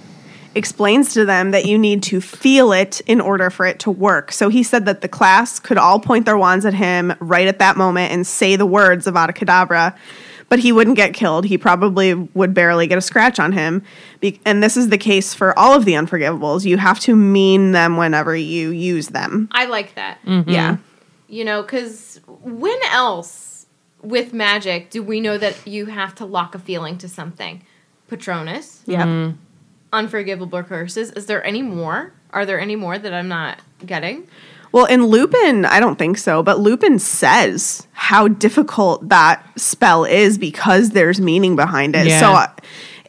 E: explains to them that you need to feel it in order for it to work. So he said that the class could all point their wands at him right at that moment and say the words Avada Kedavra, but he wouldn't get killed. He probably would barely get a scratch on him. Be- and this is the case for all of the unforgivables. You have to mean them whenever you use them.
H: I like that.
F: Mm.
E: Yeah.
H: You know, because when else with magic do we know that you have to lock a feeling to something? Patronus,
E: Yeah.
H: unforgivable curses. Is there any more? Are there any more that I'm not getting?
E: Well, in Lupin, I don't think so, but Lupin says how difficult that spell is because there's meaning behind it.
A: Yeah.
E: So uh,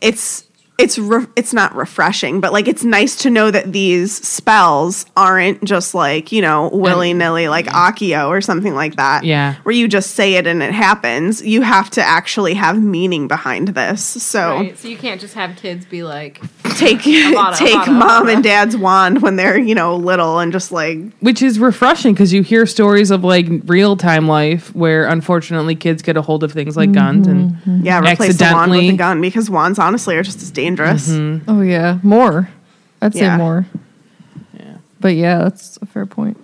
E: it's it's re- it's not refreshing, but like it's nice to know that these spells aren't just like, you know, willy-nilly like Akio or something like that.
A: Yeah.
E: Where you just say it and it happens. You have to actually have meaning behind this. So
A: Um,
H: Right? So you can't just have kids be like,
E: take
H: Avada,
E: take
H: Avada,
E: mom and dad's wand when they're, you know, little and just like
A: Which is refreshing because you hear stories of like real time life where unfortunately kids get a hold of things like guns
H: Mm-hmm.
A: and
E: Yeah, replace the wand with a
A: Accidentally. Mm-hmm.
E: gun because wands honestly are just as dangerous.
F: Oh yeah, more. I'd
E: Yeah.
F: say more. Yeah. But yeah, that's a fair point.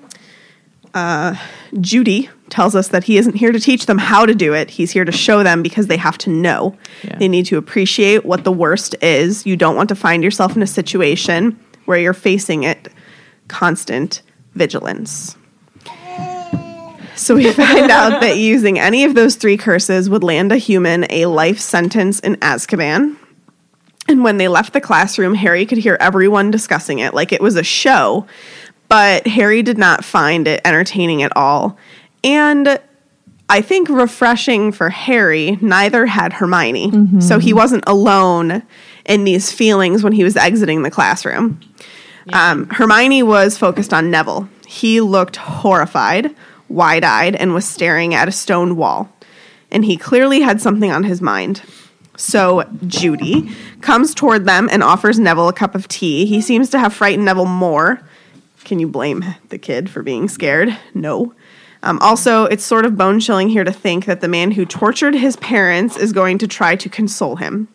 E: Judy tells us that he isn't here to teach them how to do it. He's here to show them because they have to know.
A: Yeah.
E: They need to appreciate what the worst is. You don't want to find yourself in a situation where you're facing it constant vigilance. So we find out that using any of those three curses would land a human a life sentence in Azkaban. And when they left the classroom, Harry could hear everyone discussing it like it was a show, but Harry did not find it entertaining at all. And I think refreshing for Harry, neither had Hermione. So he wasn't alone in these feelings when he was exiting the classroom. Um, Hermione was focused on Neville. He looked horrified, wide eyed, and was staring at a stone wall. And he clearly had something on his mind. So Judy comes toward them and offers Neville a cup of tea. He seems to have frightened Neville more. Can you blame the kid for being scared? No. Um, also, it's sort of bone chilling here to think that the man who tortured his parents is going to try to console him.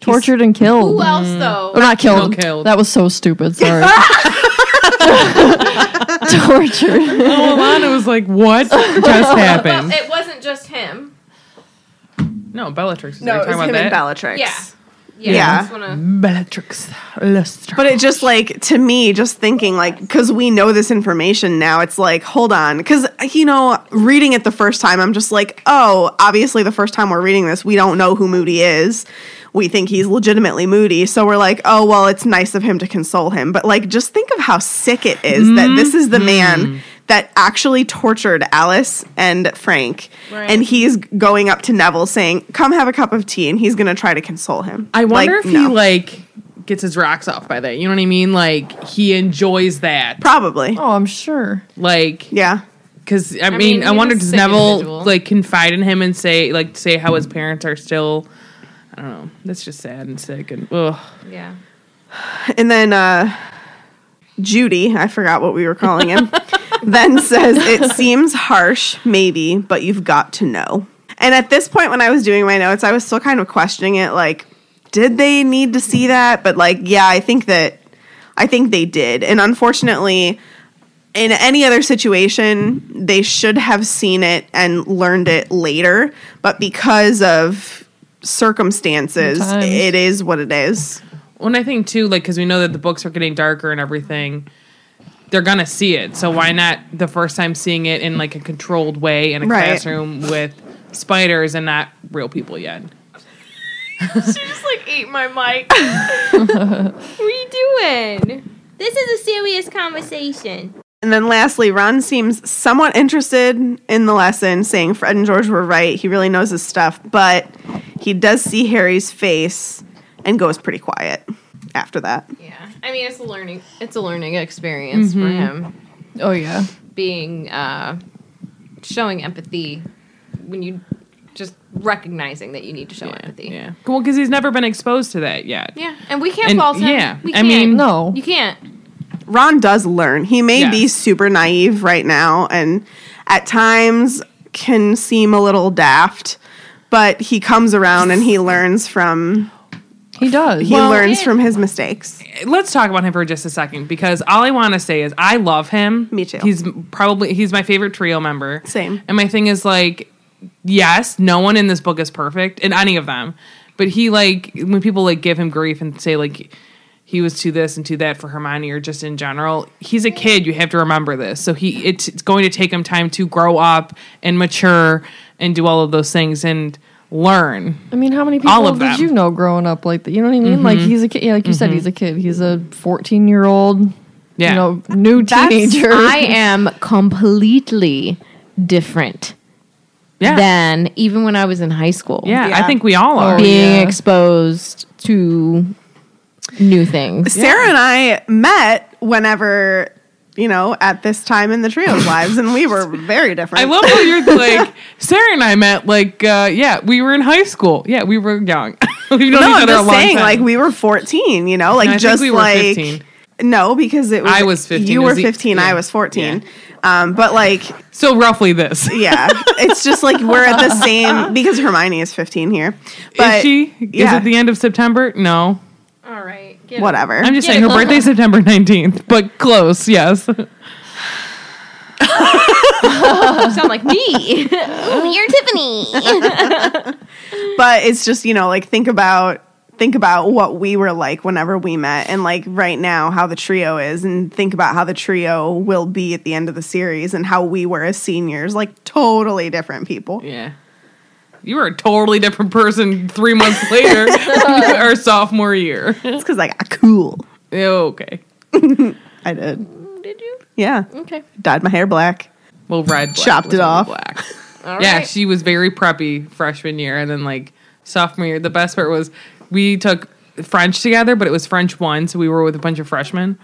F: Tortured and killed.
H: who
A: Mm.
H: else though?
F: Oh, not killed.
A: Killed, killed.
F: That was so stupid. Sorry. Tortured.
A: Oh, Alana was like, "What just happened?"
H: It wasn't just him.
A: No, Bellatrix. No, talking about that.
E: Bellatrix.
H: Yeah. Yeah.
E: Yeah.
H: I just wanna,
A: Bellatrix Lestrange.
E: But it just like to me, just thinking like because we know this information now, it's like hold on, because you know, reading it the first time, I'm just like, oh, obviously the first time we're reading this, we don't know who Moody is. We think he's legitimately Moody, so we're like, oh well, it's nice of him to console him. But like, just think of how sick it is
A: Mm-hmm.
E: that this is the man that actually tortured Alice and Frank, and he's going up to Neville saying, "Come have a cup of tea," and he's going to try to console him.
A: I wonder if
E: no.
A: he like gets his rocks off by that. You know what I mean? Like he enjoys that.
E: probably,
F: Oh, I'm sure.
A: Like
E: yeah.
A: because I, mean,
H: mean,
A: I
H: he's
A: wonder
H: a
A: does
H: sick
A: Neville
H: individual.
A: like confide in him and say like say how his parents are still. I don't know. That's just sad and sick and ugh.
H: yeah.
E: And then uh, Judy, I forgot what we were calling him, then says, It seems harsh, maybe, but you've got to know. And at this point, when I was doing my notes, I was still kind of questioning it like, did they need to see that? But like, yeah, I think that, I think they did. And unfortunately, in any other situation, they should have seen it and learned it later. But because of circumstances,
F: Sometimes.
E: it is what it is.
A: Well, and I think too, like because we know that the books are getting darker and everything, they're gonna see it. So why not the first time seeing it in like a controlled way in a
E: Right.
A: classroom with spiders and not real people yet?
H: She just like ate my mic. what are you doing?
G: This is a serious conversation.
E: And then lastly, Ron seems somewhat interested in the lesson, saying Fred and George were right. He really knows his stuff, but he does see Harry's face and goes pretty quiet after that.
H: Yeah. I mean, it's a learning it's a learning experience for
A: Mm-hmm.
H: him
F: Oh yeah.
H: being uh showing empathy when you just recognizing that you need to show empathy.
A: Yeah. Well, because he's never been exposed to that yet.
H: Yeah, and we can't
A: And-
H: fault him.
A: yeah,
H: we
A: I
H: can't.
A: mean-
F: No.
H: you can't.
E: Ron does learn. He may be
A: Yes.
E: super naive right now and at times can seem a little daft, but he comes around and he learns from
F: He does.
E: he learns from his mistakes.
A: let's talk about him for just a second because all I want to say is I love him.
E: Me too.
A: He's probably he's my favorite trio member.
E: Same.
A: And my thing is like, yes, no one in this book is perfect in any of them, but he like when people like give him grief and say like he was too this and too that for Hermione or just in general. He's a kid. You have to remember this. So he it's, it's going to take him time to grow up and mature and do all of those things and learn.
F: I mean, how many people
A: All of
F: did
A: them.
F: you know growing up like that? You know what I mean? Like he's a kid. Yeah, like you said, he's a kid. He's a 14 year old.
A: Yeah.
F: You know, new teenager.
C: I am completely different
A: Yeah.
C: than even when I was in high school.
A: yeah, I
E: Yeah.
A: think we all are.
C: Being exposed to new things.
E: Sarah and I met whenever, you know, at this time in the trio's lives, and we were very different.
A: I love how you're like Sarah and I met like uh, yeah we were in high school yeah we were young we've known
E: no,
A: each
E: I'm
A: other a
E: just
A: long
E: saying,
A: time.
E: like we were 14, you know, like
A: I think
E: just
A: we were
E: like
A: 15.
E: no, because it was
A: I was 15,
E: you
A: it
E: were
A: was e-
E: 15, I
A: yeah.
E: was 14. Um, but like,
A: so roughly this
E: yeah, it's just like we're at the same because Hermione is 15 here, but
A: is she
E: yeah,
A: is it the end of September no
H: All right, get
E: whatever.
A: I'm just saying her birthday's September 19th but close yes
H: You sound like me.
G: Ooh, you're Tiffany.
E: but it's just you know, like think about think about what we were like whenever we met, and like right now how the trio is, and think about how the trio will be at the end of the series, and how we were as seniors, like totally different people.
A: yeah you were a totally different person three months later our sophomore year
E: It's because I got cool.
A: okay
E: I did. Did you? Yeah.
H: Okay.
E: Dyed my hair black.
A: well red black
E: Chopped
A: was
E: it
A: all
E: off.
A: black.
H: All
A: Yeah,
H: right.
A: she was very preppy freshman year, and then like sophomore year. The best part was we took French together, but it was French one, so we were with a bunch of freshmen.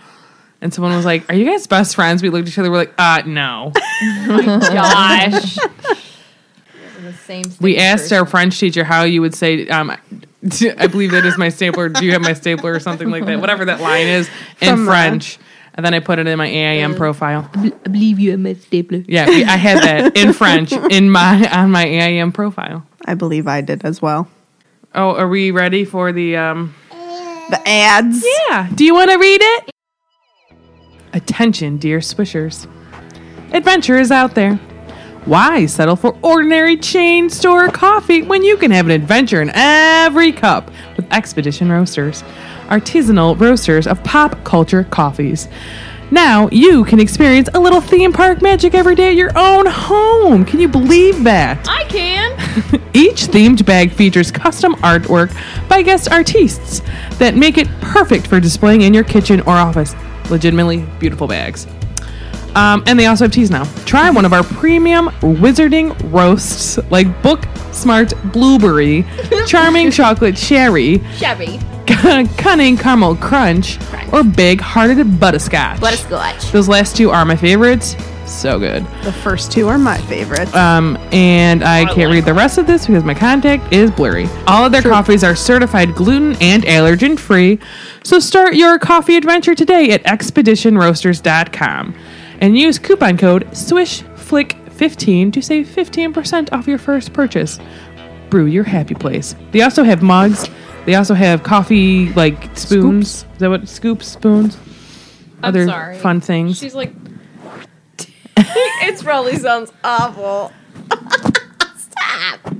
A: And someone was like, "Are you guys best friends?" We looked at each other. We're like, "Uh, no."
H: Oh gosh. the same.
A: We
H: same
A: asked
H: person.
A: our French teacher how you would say, um, "I believe that is my stapler." Do you have my stapler or something like that? Whatever that line is in French. And then I put it in my AIM profile.
C: I believe you at my stapler.
A: Yeah, we, I had that in French in my on my AIM profile.
E: I believe I did as well.
A: Oh, are we ready for the um,
E: The ads.
A: Yeah. Do you want to read it? Attention, dear swishers. Adventure is out there. Why settle for ordinary chain store coffee when you can have an adventure in every cup with Expedition Roasters, artisanal roasters of pop culture coffees? Now you can experience a little theme park magic every day at your own home. Can you believe that?
H: I can.
A: Each themed bag features custom artwork by guest artists that make it perfect for displaying in your kitchen or office. Legitimately beautiful bags. Um, and they also have teas now. Try one of our premium wizarding roasts like Book Smart Blueberry, Charming Chocolate Sherry,
H: Chevy.
A: Cunning Caramel Crunch, or Big Hearted Butterscotch.
G: Butterscotch.
A: Those last two are my favorites. So good.
E: The first two are my favorites.
A: Um, and I can't read the rest of this because my contact is blurry. All of their coffees are certified gluten and allergen free. So start your coffee adventure today at expeditionroasters.com and use coupon code SwishFlick15 to save 15% off your first purchase. Brew your happy place. They also have mugs. They also have coffee like spoons. Is that what scoops, spoons? Other
H: sorry.
A: fun things.
H: She's like. it probably sounds awful.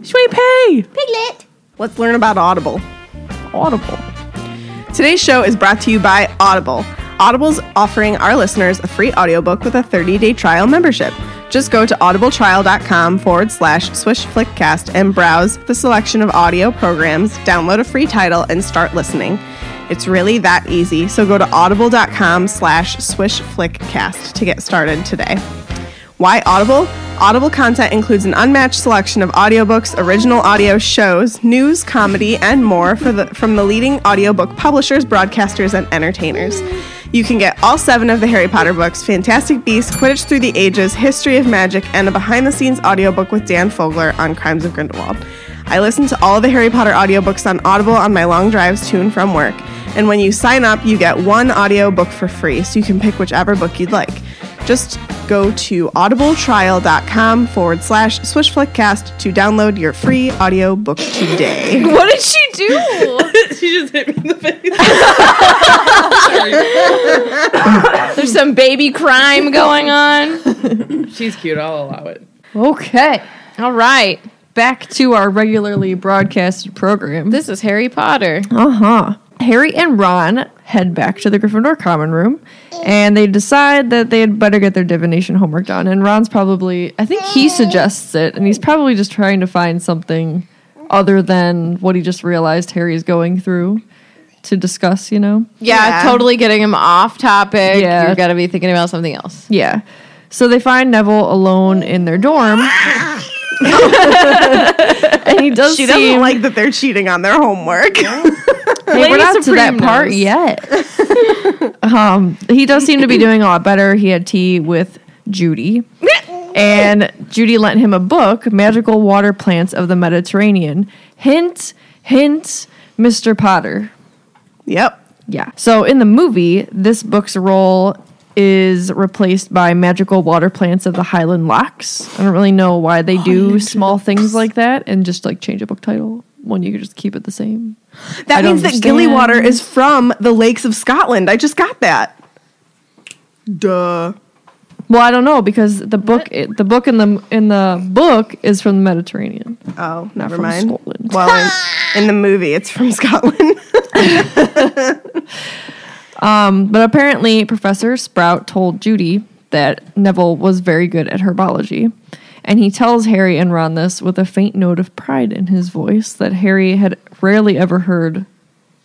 A: Shui pay.
G: Piglet.
E: Let's learn about Audible. Audible. Today's show is brought to you by Audible. Audible's offering our listeners a free audiobook with a 30-day trial membership. Just go to audibletrial.com forward slash swishflickcast and browse the selection of audio programs, download a free title, and start listening. It's really that easy. So go to audible.com slash swishflickcast to get started today. Why Audible? Audible content includes an unmatched selection of audiobooks, original audio shows, news, comedy, and more for the, from the leading audiobook publishers, broadcasters, and entertainers. You can get all seven of the Harry Potter books Fantastic Beasts, Quidditch Through the Ages, History of Magic, and a behind the scenes audiobook with Dan Fogler on Crimes of Grindelwald. I listen to all the Harry Potter audiobooks on Audible on my long drives to and from work. And when you sign up, you get one audiobook for free, so you can pick whichever book you'd like. Just go to audibletrial.com forward slash swishflickcast to download your free audiobook today.
C: What did she do?
A: she just hit me in the face.
C: There's some baby crime going on.
A: She's cute. I'll allow it.
F: Okay.
C: All right.
F: Back to our regularly broadcasted program.
C: This is Harry Potter.
F: Uh huh. Harry and Ron head back to the Gryffindor common room and they decide that they had better get their divination homework done. And Ron's probably, I think he suggests it, and he's probably just trying to find something other than what he just realized Harry's going through to discuss, you know?
C: Yeah, totally getting him off topic.
F: Yeah.
C: you got to be thinking about something else.
F: Yeah. So they find Neville alone in their dorm. and he does
E: She
F: seem
E: doesn't like that they're cheating on their homework.
F: Hey, we're
C: Lady
F: not
C: Supreme
F: to that part
C: knows.
F: yet. um, he does seem to be doing a lot better. He had tea with Judy, and Judy lent him a book, "Magical Water Plants of the Mediterranean." Hint, hint, Mister Potter.
E: yep.
F: Yeah. So in the movie, this book's role is replaced by magical water plants of the Highland Locks. I don't really know why they do small things like that and just like change a book title when you could just keep it the same.
E: That
F: I
E: means
F: don't
E: that Gillywater
F: understand.
E: is from the lakes of Scotland. I just got that. Duh.
F: Well, I don't know because the book it, the book in the in the book is from the Mediterranean.
E: Oh, never
F: from
E: mind.
F: Scotland.
E: Well, in, in the movie, it's from Scotland.
F: Um, but apparently, Professor Sprout told Judy that Neville was very good at herbology, and he tells Harry and Ron this with a faint note of pride in his voice that Harry had rarely ever heard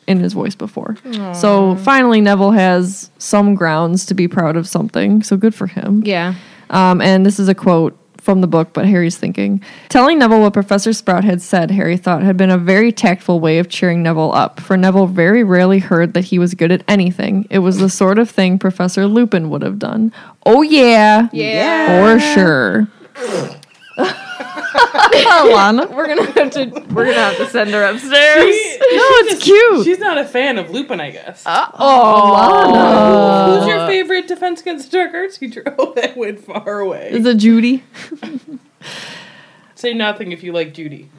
F: in his voice before. So finally, Neville has some grounds to be proud of something. So good for him.
C: Yeah.
F: Um, and this is a quote from the book, but Harry's thinking. Telling Neville what Professor Sprout had said, Harry thought had been a very tactful way of cheering Neville up, for Neville very rarely heard that he was good at anything. It was the sort of thing Professor Lupin would have done. Oh, yeah. Yeah. For sure. Alana.
C: We're gonna have to. We're gonna have to send her upstairs.
F: No, it's cute.
A: She's not a fan of Lupin, I guess. Who's your favorite Defense Against the Dark Arts teacher? Oh, that went far away.
F: Is it Judy?
A: Say nothing if you like Judy.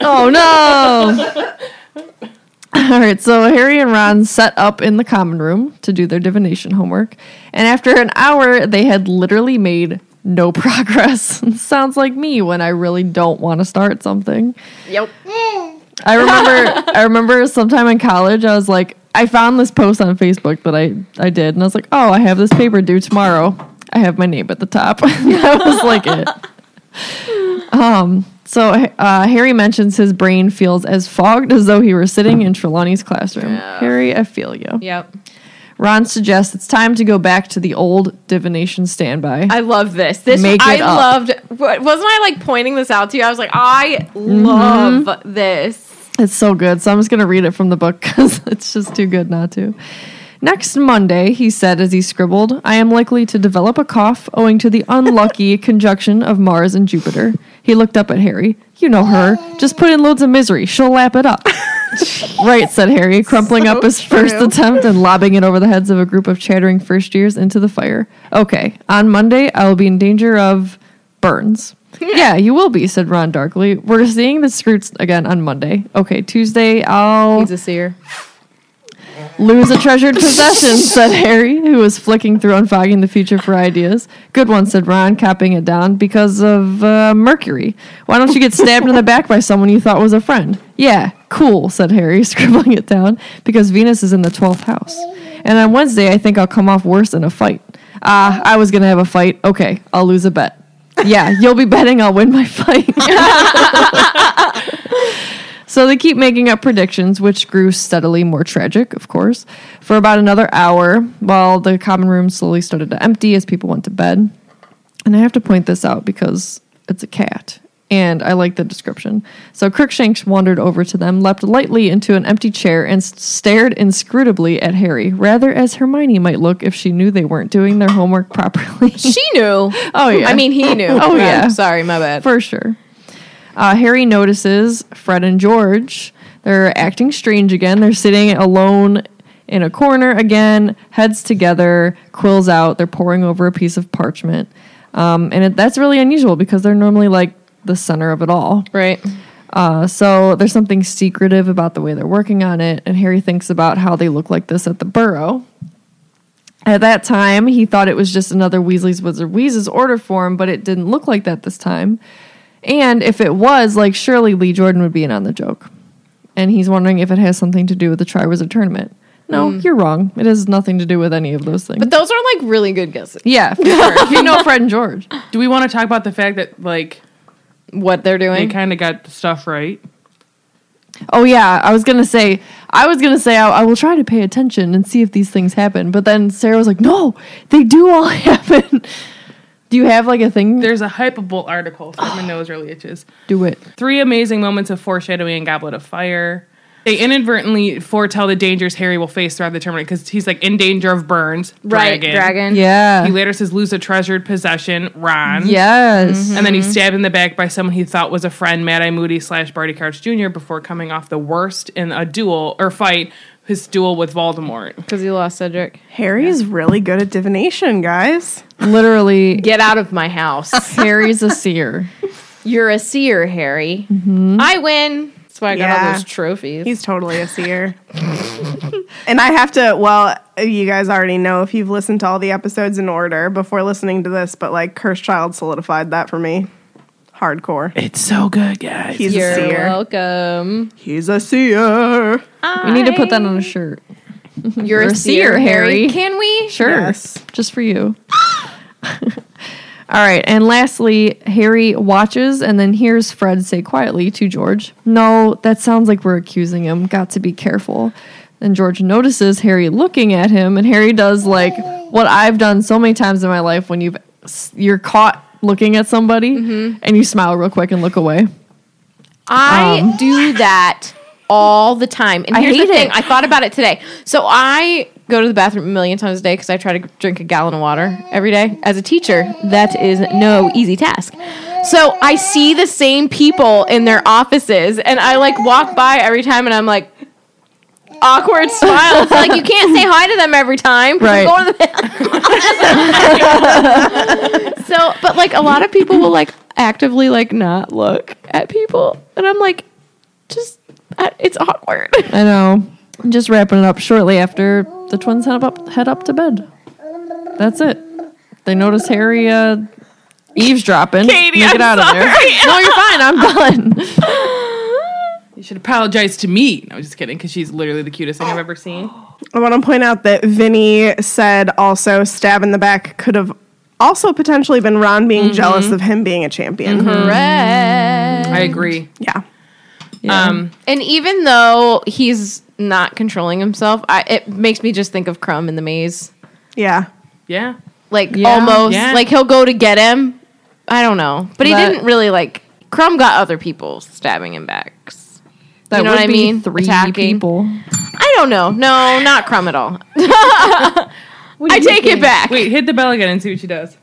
F: Oh no! All right, so Harry and Ron set up in the common room to do their divination homework, and after an hour, they had literally made no progress. Sounds like me when I really don't want to start something.
C: Yep.
F: I remember, I remember sometime in college, I was like, I found this post on Facebook that I I did, and I was like, oh, I have this paper due tomorrow. I have my name at the top. that was like it. So uh, Harry mentions his brain feels as fogged as though he were sitting in Trelawney's classroom. Harry, I feel you.
C: Yep.
F: Ron suggests it's time to go back to the old divination standby.
C: I love this. This
F: Make it
C: I
F: up.
C: loved. wa- Wasn't I like pointing this out to you? I was like, I
F: Mm-hmm.
C: love this.
F: It's so good. So I'm just going to read it from the book because it's just too good not to. Next Monday, he said as he scribbled, I am likely to develop a cough owing to the unlucky conjunction of Mars and Jupiter. He looked up at Harry. You know her. Just put in loads of misery. She'll lap it up. right, said Harry, crumpling up his first attempt and lobbing it over the heads of a group of chattering first years into the fire. Okay, on Monday, I will be in danger of burns. yeah, you will be, said Ron darkly. We're seeing the Scroots again on Monday. Okay, Tuesday, I'll
C: He's a seer.
F: lose a treasured possession, said Harry, who was flicking through unfogging the future for ideas. Good one, said Ron, copying it down, because of uh, Mercury. Why don't you get stabbed in the back by someone you thought was a friend? Yeah, cool, said Harry, scribbling it down, because Venus is in the 12th house. And on Wednesday, I think I'll come off worse in a fight. Ah, I was going to have a fight. Okay, I'll lose a bet. Yeah, you'll be betting I'll win my fight. So they keep making up predictions, which grew steadily more tragic, of course, for about another hour while the common room slowly started to empty as people went to bed. And I have to point this out because it's a cat. And I like the description. So Crookshanks wandered over to them, leapt lightly into an empty chair, and s- stared inscrutably at Harry, rather as Hermione might look if she knew they weren't doing their homework properly.
C: She knew.
F: Oh, yeah.
C: I mean, he knew.
F: Oh,
C: I'm
F: yeah.
C: sorry, my bad.
F: For sure. Uh, Harry notices Fred and George. They're acting strange again. They're sitting alone in a corner again, heads together, quills out. They're poring over a piece of parchment. Um, and it, that's really unusual because they're normally like the center of it all.
C: right.
F: Uh, so there's something secretive about the way they're working on it, and Harry thinks about how they look like this at the Burrow. At that time, he thought it was just another Weasley's Wizard Weezes order form, but it didn't look like that this time. And if it was, like, surely Lee Jordan would be in on the joke. And he's wondering if it has something to do with the Triwizard Tournament. No, you're wrong. It has nothing to do with any of those things.
C: Hmm. But those are like really good guesses.
F: yeah, for sure. you know Fred and George.
A: Do we want to talk about the fact that like
C: What they're
A: they
C: doing.
A: kind of got the stuff right?
F: Oh yeah, I was gonna say, I was gonna say, I, I will try to pay attention and see if these things happen. But then Sarah was like, "No, they do all happen." do you have like a thing?
A: There's a Hypable article. So my nose really itches.
F: do it.
A: Three amazing moments of foreshadowing in Goblet of Fire. They inadvertently foretell the dangers Harry will face throughout the tournament because he's like in danger of burns.
C: right, dragon.
F: Yeah.
A: He later says lose a treasured possession, Ron.
F: yes.
A: And then he's stabbed in the back by someone he thought was a friend, Mad Eye Moody slash Barty Crouch Jr., before coming off the worst in a duel or fight, his duel with Voldemort.
C: Because you lost Cedric.
E: Harry's really good at divination, guys.
F: Mm-hmm. Literally,
C: Get out of my house.
F: Harry's a seer.
C: You're a seer, Harry.
F: Mm-hmm.
C: I win. That's why I got all
E: Yeah.
C: those trophies.
E: He's totally a seer. and I have to, well, you guys already know if you've listened to all the episodes in order before listening to this, but like Cursed Child solidified that for me. Hardcore.
A: It's so good, guys.
E: He's
C: You're
E: a seer.
C: welcome.
E: He's a seer.
F: We need to put that on a shirt.
C: You're,
F: You're
C: a seer, Harry. Can we?
F: Sure.
E: Yes.
F: Just for you. All right. And lastly, Harry watches and then hears Fred say quietly to George, No, that sounds like we're accusing him. Got to be careful. And George notices Harry looking at him, and Harry does like what I've done so many times in my life when you've you're caught looking at somebody and you smile real quick and look away.
C: I do that all the time. And
F: Um. I
C: here's
F: hate
C: the thing.
F: it.
C: I thought about it today. So I go to the bathroom a million times a day because I try to drink a gallon of water every day. As a teacher, that is no easy task. So I see the same people in their offices and I like walk by every time and I'm like, awkward smiles. like you can't say hi to them every time. 'cause
F: Right.
C: you're going to the- so, but like a lot of people will like actively like not look at people, and I'm like, just I, it's awkward.
F: I know. Just wrapping it up shortly after the twins head up head up to bed. That's it. They notice Harry uh, eavesdropping. Katie, get out of there. No, you're fine. I'm done.
A: You should apologize to me. No, I'm just kidding, because she's literally the cutest thing I've ever seen.
E: I want to point out that Vinny said also stab in the back could have also potentially been Ron being
C: Mm-hmm.
E: jealous of him being a champion.
A: I agree.
E: Yeah.
A: Um,
C: And even though he's not controlling himself, I, it makes me just think of Crumb in the maze.
E: Yeah.
A: yeah.
C: Like almost
A: Yeah.
C: like he'll go to get him. I don't know, but he
F: That-
C: didn't really like. Crumb got other people stabbing him back.
F: That
C: know
F: would
C: what I
F: be
C: mean?
F: three
C: Attacking.
F: people.
C: I don't know. No, not Crumb at all. I take it back.
A: Wait, hit the bell again and see what she does.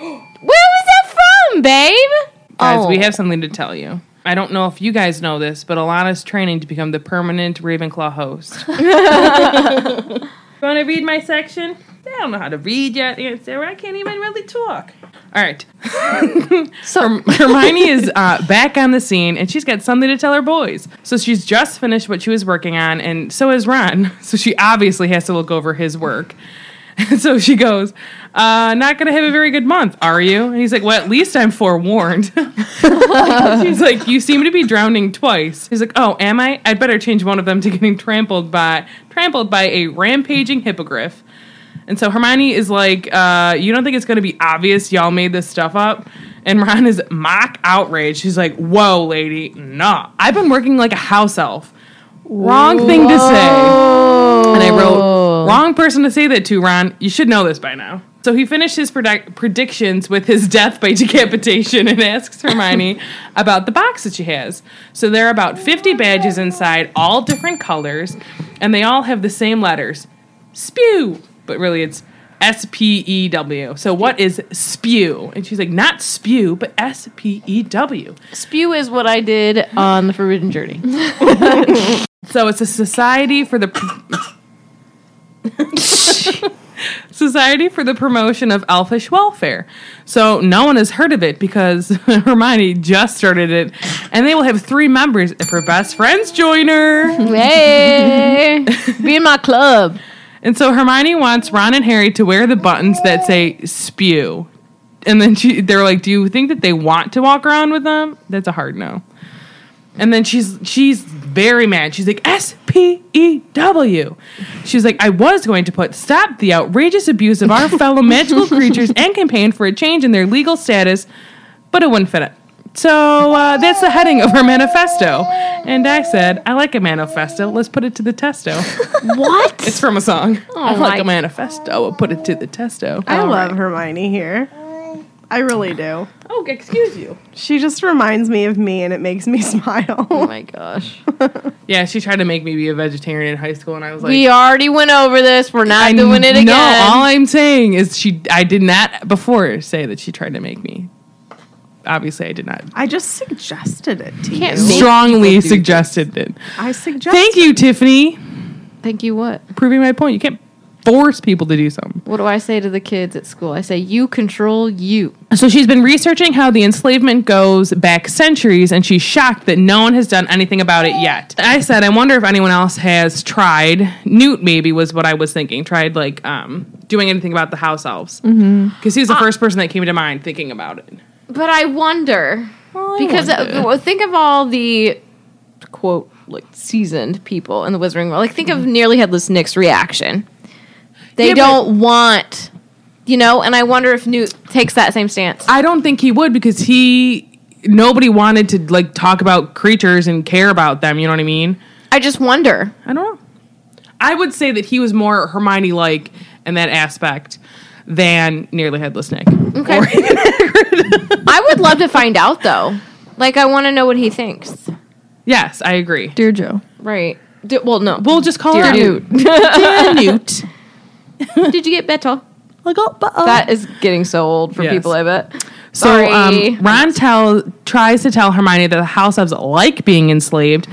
C: Where was that from, babe?
A: Guys,
C: Oh.
A: we have something to tell you. I don't know if you guys know this, but Alana's training to become the permanent Ravenclaw host. Want to read my section? I don't know how to read yet, Aunt Sarah. I can't even really talk. All right. so Hermione is uh, back on the scene, and she's got something to tell her boys. So she's just finished what she was working on, and so is Ron. So she obviously has to look over his work. And so she goes, uh, "Not gonna have a very good month, are you?" And he's like, "Well, at least I'm forewarned." She's like, you seem to be drowning twice. He's like, oh, am I? I'd better change one of them to getting trampled by trampled by a rampaging hippogriff. And so Hermione is like, uh, you don't think it's going to be obvious y'all made this stuff up? And Ron is mock outraged. She's like, Whoa, lady, nah. I've been working like a house elf. Wrong thing to say. And I
C: Oh.
A: wrote, Wrong person to say that to, Ron. You should know this by now. So he finished his predic- predictions with his death by decapitation and asks Hermione about the box that she has. So there are about 50 badges inside, all different colors, and they all have the same letters spew. But really, it's S P E W. So what is spew? And she's like, not spew, but S P E W.
C: Spew is what I did on the Forbidden Journey.
A: So it's a society for the Society for the Promotion of Elfish Welfare. So no one has heard of it because Hermione just started it, and they will have three members if her best friends join her.
C: Hey, be in my club.
A: And so Hermione wants Ron and Harry to wear the buttons that say "spew," and then she, they're like, "Do you think that they want to walk around with them?" That's a hard no. And then she's she's very mad. She's like, S P E W. She's like, I was going to put stop the outrageous abuse of our fellow magical creatures and campaign for a change in their legal status, but it wouldn't fit it. So uh, that's the heading of her manifesto. And I said, I like a manifesto. Let's put it to the testo.
C: What?
A: It's from a song. I
C: Oh
A: like
C: my-
A: a manifesto. We'll put it to the testo.
E: I love Hermione here. I really do.
A: Oh, excuse you.
E: She just reminds me of me and it makes me
C: Oh
E: smile.
C: my gosh.
A: Yeah, she tried to make me be a vegetarian in high school, and I was like,
C: we already went over this. We're not doing it again.
A: No, all I'm saying is she. I did not before say that she tried to make me. Obviously, I did not.
E: I just suggested it to
C: Can't
E: you.
C: make
A: Strongly suggested it.
E: I suggested
A: Thank you, Tiffany,
C: Thank you. What?
A: proving my point. You can't force people to do something.
C: What do I say to the kids at school? I say, you control you.
A: So she's been researching how the enslavement goes back centuries, and she's shocked that no one has done anything about it yet. I said, I wonder if anyone else has tried. Newt maybe was what I was thinking. Tried like um, doing anything about the house elves because he was the first person that came to mind thinking about it.
C: But I wonder because uh, well, think of all the quote like seasoned people in the Wizarding world. Like think of nearly headless Nick's reaction. They
A: Mm-hmm. Yeah, but-
C: don't want, you know. And I wonder if Newt takes that same stance.
A: I don't think he would because he nobody wanted to like talk about creatures and care about them. You know what I mean?
C: I just wonder.
A: I don't know. I would say that he was more Hermione like in that aspect than nearly headless Nick.
C: Okay. I would love to find out though. Like I want to know what he thinks.
A: Yes, I agree.
F: Dear Joe.
C: Right. D- well, no.
A: We'll just call
C: Dear
A: her
C: Newt.
A: Dear Newt.
C: Did you get better?
A: Like, oh, but, uh,
C: That is getting so old for
A: Yes.
C: people. I bet.
A: So
C: Sorry.
A: um, Ron tell, tries to tell Hermione that the house elves like being enslaved,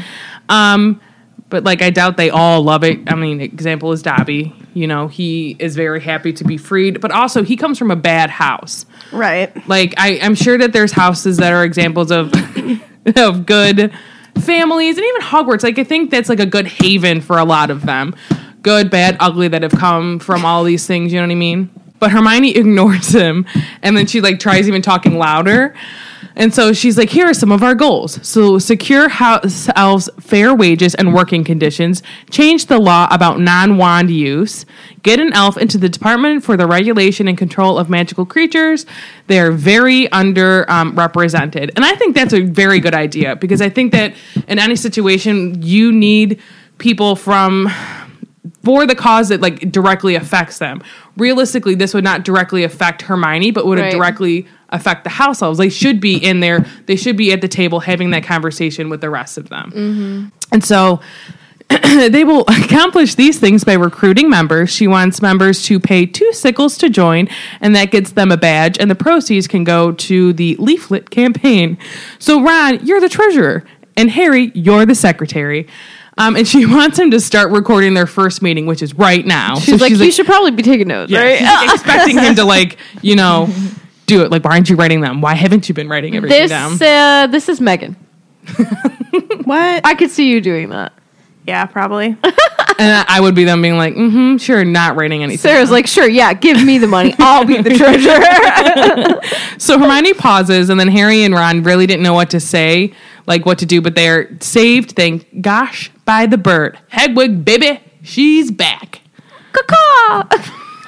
A: um, but like I doubt they all love it. I mean, example is Dobby. You know, he is very happy to be freed, but also he comes from a bad house.
E: Right.
A: Like I, I'm sure that there's houses that are examples of of good families, and even Hogwarts. Like I think that's like a good haven for a lot of them, good, bad, ugly that have come from all these things. You know what I mean? But Hermione ignores him, and then she like tries even talking louder. And so she's like, here are some of our goals. So secure house elves fair wages and working conditions, change the law about non-wand use, get an elf into the Department for the Regulation and Control of Magical Creatures. They are very underrepresented. Um, represented. and I think that's a very good idea because I think that in any situation, you need people from for the cause that like directly affects them. Realistically, this would not directly affect Hermione, but would
C: Right.
A: have directly affect the house elves. They should be in there. They should be at the table having that conversation with the rest of them. And so they will accomplish these things by recruiting members. She wants members to pay two sickles to join, and that gets them a badge, and the proceeds can go to the leaflet campaign. So, Ron, you're the treasurer, and Harry, you're the secretary. Um, and she wants him to start recording their first meeting, which is right now.
C: she's like, you should probably be taking notes,
A: Yeah,
C: right?
A: she's, like, expecting him to like, you know, do it. Like, why aren't you writing them? Why haven't you been writing everything
C: This
A: down?
C: uh, this is Megan.
E: What?
C: I could see you doing that.
E: Yeah, probably.
A: and I I would be them being like, mm-hmm, sure, not writing anything.
C: Sarah's like, sure, yeah, give me the money. I'll be the treasurer.
A: So Hermione pauses, and then Harry and Ron really didn't know what to say, like what to do, but they're saved, thank gosh, by the bird. Hedwig, baby, she's back.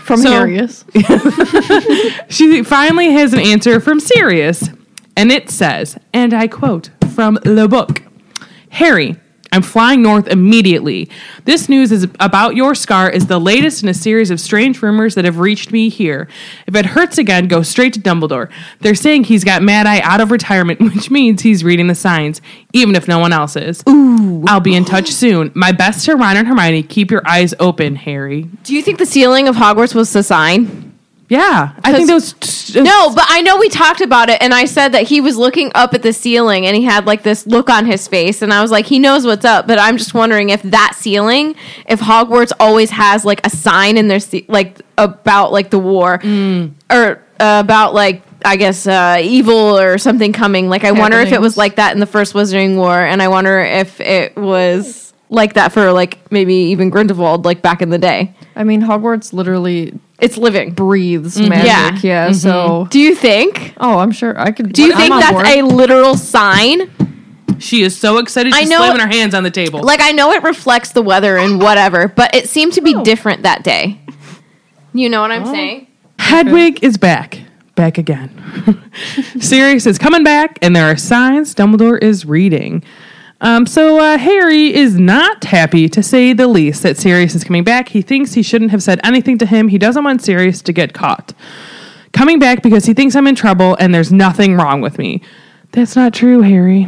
F: From
A: So-
F: Harrius.
A: She finally has an answer from Sirius. and it says, and I quote from the book Harry, I'm flying north immediately. This news is about your scar is the latest in a series of strange rumors that have reached me here. If it hurts again, go straight to Dumbledore. They're saying he's got Mad Eye out of retirement, which means he's reading the signs, even if no one else is. Ooh. I'll be in touch soon. My best to Ron and Hermione. Keep your eyes open, Harry.
C: Do you think the ceiling of Hogwarts was the sign?
A: Yeah, I think those.
C: No, but I know we talked about it, and I said that he was looking up at the ceiling and he had like this look on his face, and I was like, he knows what's up. But I'm just wondering if that ceiling, if Hogwarts always has like a sign in their ce- like about like the war
F: Mm.
C: or uh, about like I guess uh, evil or something coming. Like I wonder if it was
D: Happenings.
C: like that in the first Wizarding War, and I wonder if it was like that for like maybe even Grindelwald like back in the day.
F: I mean, Hogwarts literally
C: It's living. Mm-hmm.
F: breathes magic. Yeah.
C: Yeah.
F: So,
C: Do you think?
F: oh, I'm sure I could.
C: Do you
F: I'm
C: think
F: on
C: that's
F: board.
C: a literal sign?
A: She is so excited. She's
C: I know-
A: slamming her hands on the table.
C: Like I know it reflects the weather and whatever, but it seemed to be different that day. You know what
F: Oh.
C: I'm saying?
A: Hedwig is back. Back again. Sirius is coming back, and there are signs Dumbledore is reading. Um, so uh, Harry is not happy, to say the least, that Sirius is coming back. He thinks he shouldn't have said anything to him. He doesn't want Sirius to get caught. Coming back because he thinks I'm in trouble and there's nothing wrong with me. That's not true, Harry.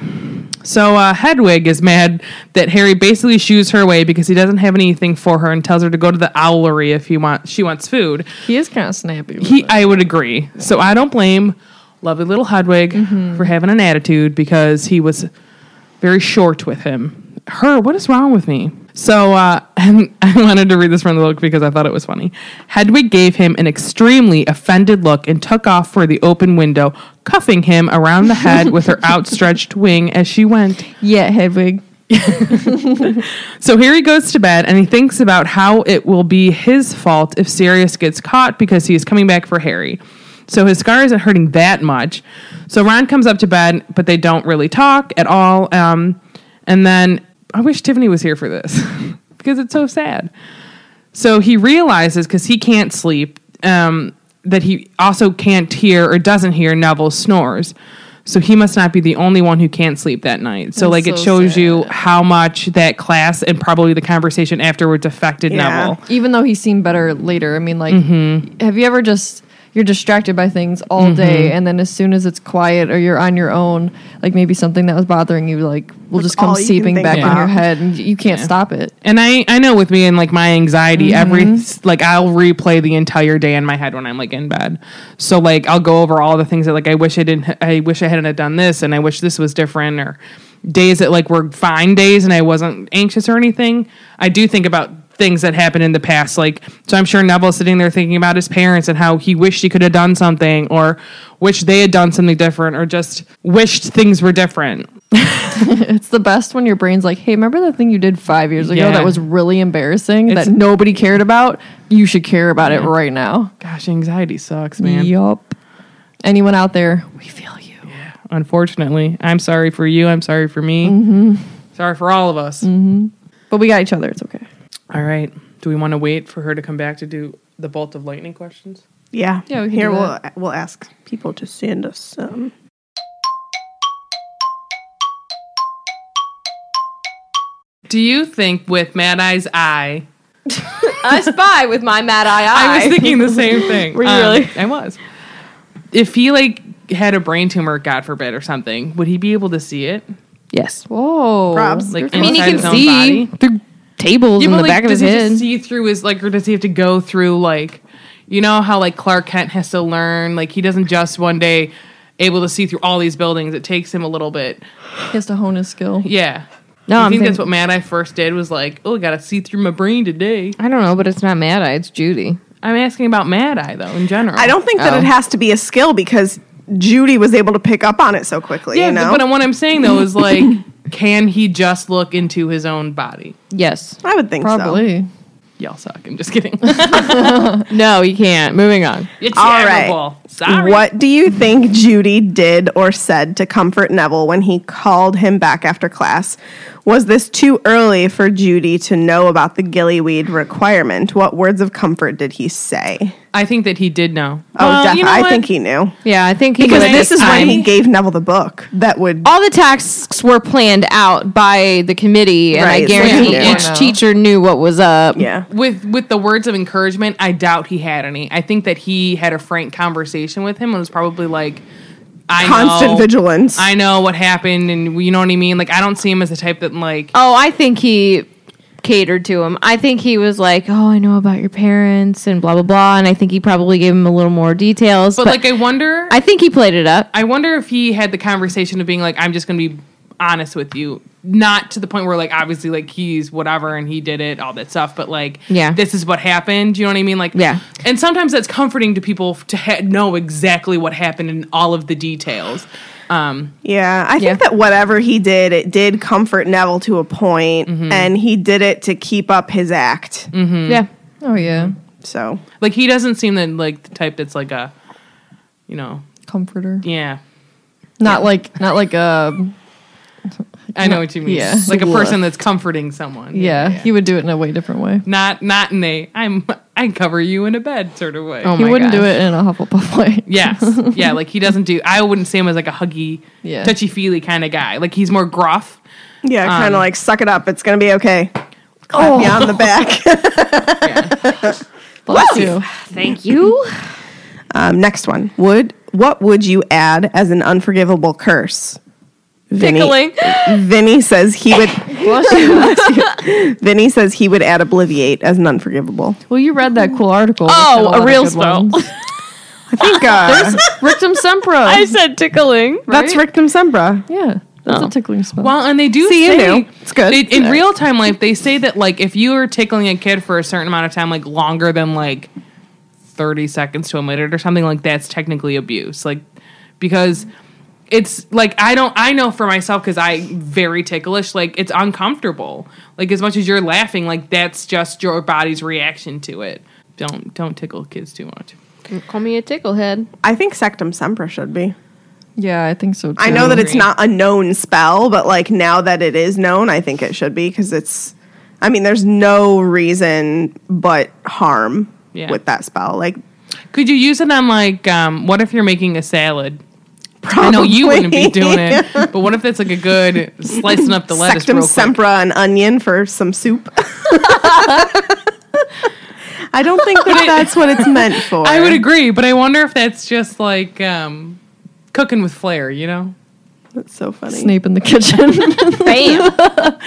A: So uh, Hedwig is mad that Harry basically shoos her away because he doesn't have anything for her and tells her to go to the owlery if he want, she wants food.
F: He is kind of snappy. with
A: He,
F: it.
A: I would agree. So I don't blame lovely little Hedwig for having an attitude because he was very short with him. Her, what is wrong with me? So, uh, and I wanted to read this from the book because I thought it was funny. Hedwig gave him an extremely offended look and took off for the open window, cuffing him around the head with her outstretched wing as she went.
F: yeah, Hedwig.
A: So here he goes to bed and he thinks about how it will be his fault if Sirius gets caught because he is coming back for Harry. So his scar isn't hurting that much. So Ron comes up to bed, but they don't really talk at all. Um, and then I wish Tiffany was here for this because it's so sad. So he realizes because he can't sleep um, that he also can't hear or doesn't hear Neville's snores. So he must not be the only one who can't sleep that night. So like it shows you how much that class and probably the conversation afterwards affected
E: Yeah.
A: Neville.
F: Even though he seemed better later. I mean, like, have you ever just. You're distracted by things all day, and then as soon as it's quiet or you're on your own, like maybe something that was bothering you, like will just come
E: all you can
F: seeping
E: think
F: back in
E: about.
F: your head, and you can't stop it.
A: And I I know with me and like my anxiety every like I'll replay the entire day in my head when I'm like in bed. So like I'll go over all the things that like I wish I didn't I wish I hadn't have done this and I wish this was different or days that like were fine days and I wasn't anxious or anything. I do think about things that happened in the past like so I'm sure Neville's sitting there thinking about his parents and how he wished he could have done something or wish they had done something different or just wished things were different.
F: It's the best when your brain's like, hey, remember that thing you did five years ago
A: Yeah.
F: that was really embarrassing
A: It's-
F: that nobody cared about? You should care about it right now.
A: Gosh, anxiety sucks, man.
F: Yup. Anyone out there, we feel you.
A: unfortunately. I'm sorry for you. I'm sorry for me.
C: Mm-hmm.
A: Sorry for all of us.
F: But we got each other. It's okay.
A: All right. Do we want to wait for her to come back to do the bolt of lightning questions?
E: Yeah.
F: Yeah, we can
E: Here
F: do
E: we'll we'll ask people to send us some.
A: Do you think with Mad Eye's eye?
C: I spy with my mad eye
A: I
C: eye.
A: was thinking the same thing. Um,
C: Were you really?
A: I was. If he like had a brain tumor, God forbid, or something, would he be able to see it?
C: yes.
F: Whoa.
E: Probs.
A: Like,
C: I mean, he
A: inside
C: can
A: his own body?
C: see through tables in the
A: like,
C: back of
A: does
C: his
A: he
C: head.
A: just see through his like, or does he have to go through like, you know how like Clark Kent has to learn? Like he doesn't just one day able to see through all these buildings. It takes him a little bit.
F: He has to hone his skill.
A: Yeah.
C: No,
A: I
C: I'm
A: think that's
C: thinking-
A: what Mad Eye first did was like, oh, I gotta see through my brain today.
C: I don't know, but it's not mad eye. It's Judy.
A: I'm asking about Mad Eye though, in general.
E: I don't think that it has to be a skill because Judy was able to pick up on it so quickly.
A: Yeah,
E: you know?
A: but what I'm saying though is like, can he just look into his own body?
C: Yes.
E: I would think so.
F: Probably.
A: Y'all suck. I'm just kidding.
C: No, you can't. Moving on.
A: It's
E: All right.
A: terrible. Sorry.
E: What do you think Judy did or said to comfort Neville when he called him back after class? Was this too early for Judy to know about the gillyweed requirement? What words of comfort did he say?
A: I think that he did know.
E: Oh,
A: Well,
E: def-
A: you know
E: I
A: what?
E: think he knew.
C: Yeah, I think he
E: Because
C: was-
E: this is when
C: I'm-
E: he gave Neville the book that would.
F: Oh,
C: all the tasks were planned out by the committee, and
E: Right,
C: I
E: so he
C: guarantee
E: knew.
C: each teacher knew what was up.
E: Yeah.
A: with with the words of encouragement, I doubt he had any. I think that he had a frank conversation with him and was probably like, "I
E: Constant
A: know,
E: vigilance.
A: I know what happened, and you know what I mean. Like, I don't see him as the type that like
C: Oh, I think he catered to him. I think he was like, "Oh, I know about your parents and blah blah blah," and I think he probably gave him a little more details.
A: But, like, I wonder.
C: I think he played it up.
A: I wonder if he had the conversation of being like, "I'm just going to be honest with you," not to the point where like obviously like he's whatever and he did it, all that stuff. But like,
C: Yeah.
A: this is what happened. You know what I mean? Like,
C: Yeah.
A: And sometimes that's comforting to people f- to ha- know exactly what happened and all of the details. Um,
E: Yeah, I think that whatever he did, it did comfort Neville to a point, and he did it to keep up his act.
C: Yeah,
F: Oh yeah,
E: So
A: like he doesn't seem the like the type that's like a, you know,
F: comforter.
A: yeah.
F: Not like not like uh, a
A: I know what you mean.
F: Yeah.
A: Like a person that's comforting someone.
F: yeah. He would do it in a way different way.
A: Not not in a I'm I cover you in a bed sort of way.
C: Oh
F: he
C: my
F: wouldn't do
C: gosh.
F: it in a Hufflepuff way.
A: Yes. Yeah. Like he doesn't do. I wouldn't see him as like a huggy,
F: Yeah.
A: touchy feely kind of guy. Like he's more gruff.
E: yeah, kind of like suck it up. It's gonna be okay. Clap me on the back.
F: Bless you.
C: thank you.
E: um, next one. Would what would you add as an unforgivable curse? Vinny,
C: Tickling.
E: Vinny says he would. Vinny says he would add obliviate as an unforgivable.
F: Well, you read that cool article. which had
C: Oh,
F: lot
C: a
F: of
C: real
F: good
C: spell.
F: ones.
E: I think uh,
F: Rictum sempra.
C: I said tickling. Oh.
E: that's Rictum Sembra.
F: yeah, that's a tickling spell.
A: Well, and they do
E: See, you
A: say
E: knew. It's good.
A: in- in real time life, they say that like if you are tickling a kid for a certain amount of time, like longer than like thirty seconds to a minute or something, like that's technically abuse. Like because it's like I don't I know for myself because I very ticklish. Like it's uncomfortable. Like as much as you're laughing, like that's just your body's reaction to it. Don't don't tickle kids too much.
C: Call me a ticklehead.
E: I think Sectum Sempra should be.
F: yeah, I think so. Too.
E: I know that it's not a known spell, but like now that it is known, I think it should be because it's. I mean, there's no reason but harm
A: Yeah.
E: with that spell. Like,
A: Could you use it on like um, what if you're making a salad?
E: probably
A: I know you wouldn't be doing it, but what if that's like a good slicing up the lettuce
E: Sectum
A: real quick?
E: sempra and onion for some soup. I don't think that that's what it's meant for.
A: I would agree, but I wonder if that's just like um, cooking with flair. You know,
E: That's so funny.
F: Snape in the kitchen.
C: Bam.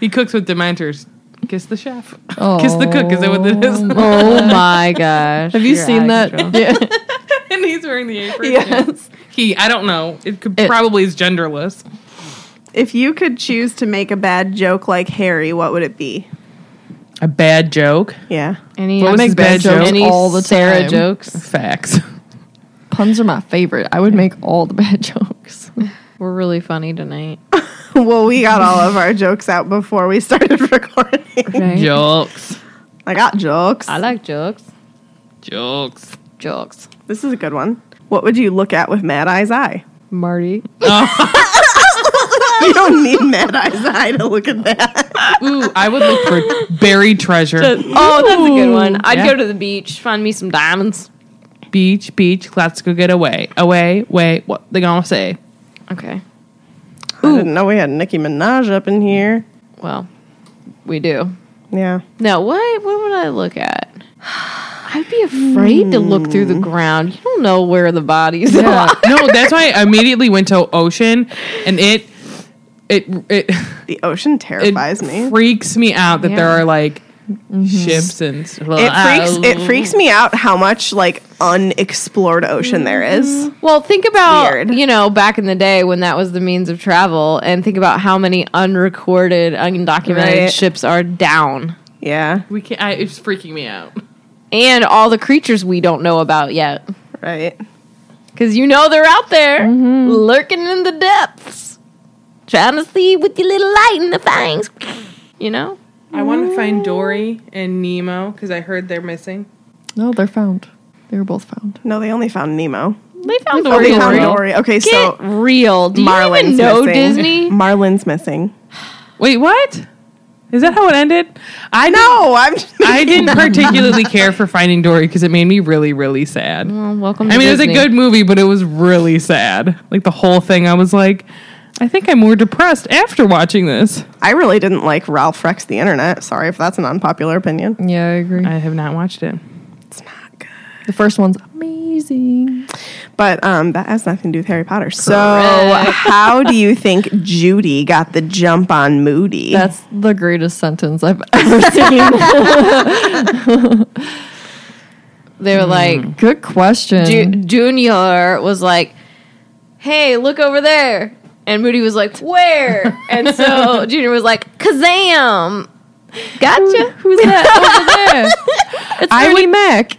A: he cooks with dementors. Kiss the chef. Kiss the cook. Is that what it is?
C: oh my gosh.
F: Have you
C: You're
F: seen
C: out
F: that?
C: of control.
F: Yeah.
A: and he's wearing the apron.
F: yes.
A: He. I don't know. It could probably is genderless.
E: If you could choose to make a bad joke like Harry, what would it be?
A: A bad joke.
E: Yeah.
C: Any,
A: What was his bad joke?
C: Any
F: all the
C: Sarah
F: time.
C: jokes.
A: Facts.
F: Puns are my favorite. I would make all the bad jokes.
C: We're really funny tonight.
E: Well, we got all of our jokes out before we started recording.
A: Jokes.
E: I got jokes.
C: I like jokes.
A: Jokes.
C: Jokes.
E: This is a good one. What would you look at with Mad Eye's eye?
F: Marty.
E: You don't need Mad Eye's eye to look at that.
A: Ooh, I would look for buried treasure.
C: Oh, that's a good one. I'd
A: Yeah.
C: go to the beach, find me some diamonds.
A: Beach, beach, let's go get away. Away, wait, what they gonna say?
C: Okay.
E: I didn't know we had Nicki Minaj up in here.
C: Well, we do.
E: Yeah.
C: No, what what would I look at? Hmm. I'd be afraid to look through the ground. You don't know where the bodies are.
A: no, that's why I immediately went to ocean, and it, it, it,
E: The ocean terrifies
A: it
E: me.
A: freaks me out that there
C: Yeah.
A: are like ships and stuff.
E: It freaks it freaks me out how much like unexplored ocean there is.
C: Well, think about
E: Weird.
C: you know back in the day when that was the means of travel, and think about how many unrecorded, undocumented
E: Right.
C: ships are down,
E: Yeah,
A: We can. I, it's freaking me out.
C: and all the creatures we don't know about yet,
E: right.
C: because you know they're out there lurking in the depths, trying to see with your little light in the fangs. You know,
A: I want to find Dory and Nemo because I heard they're missing.
F: No, they're found. They were both found.
E: No, they only found Nemo.
C: They found
E: Oh,
C: Dory.
E: they found
C: Dory.
E: Dory. Okay,
C: Get
E: so
C: real. Do you
E: Marlin's
C: even know
E: missing.
C: Disney?
E: Marlin's missing.
A: Wait, what? Is that how it ended? I know.
E: No, I'm. Just
A: I didn't particularly care for Finding Dory because it made me really, really sad.
C: Well, welcome.
A: I
C: to
A: mean, it was a
C: Disney.
A: good movie, but it was really sad. Like the whole thing, I was like, I think I'm more depressed after watching this.
E: I really didn't like Ralph Rex the Internet. Sorry if that's an unpopular opinion.
F: Yeah, I agree.
A: I have not watched it.
F: the first one's amazing.
E: But um, that has nothing to do with Harry Potter. So, how do you think Judy got the jump on Moody?
F: That's the greatest sentence I've ever seen.
C: They were like,
F: Good question.
C: Ju- Junior was like, "Hey, look over there," and Moody was like, "Where?" and so Junior was like, "Kazam!" Gotcha. Who's that over there?
F: I would Mac.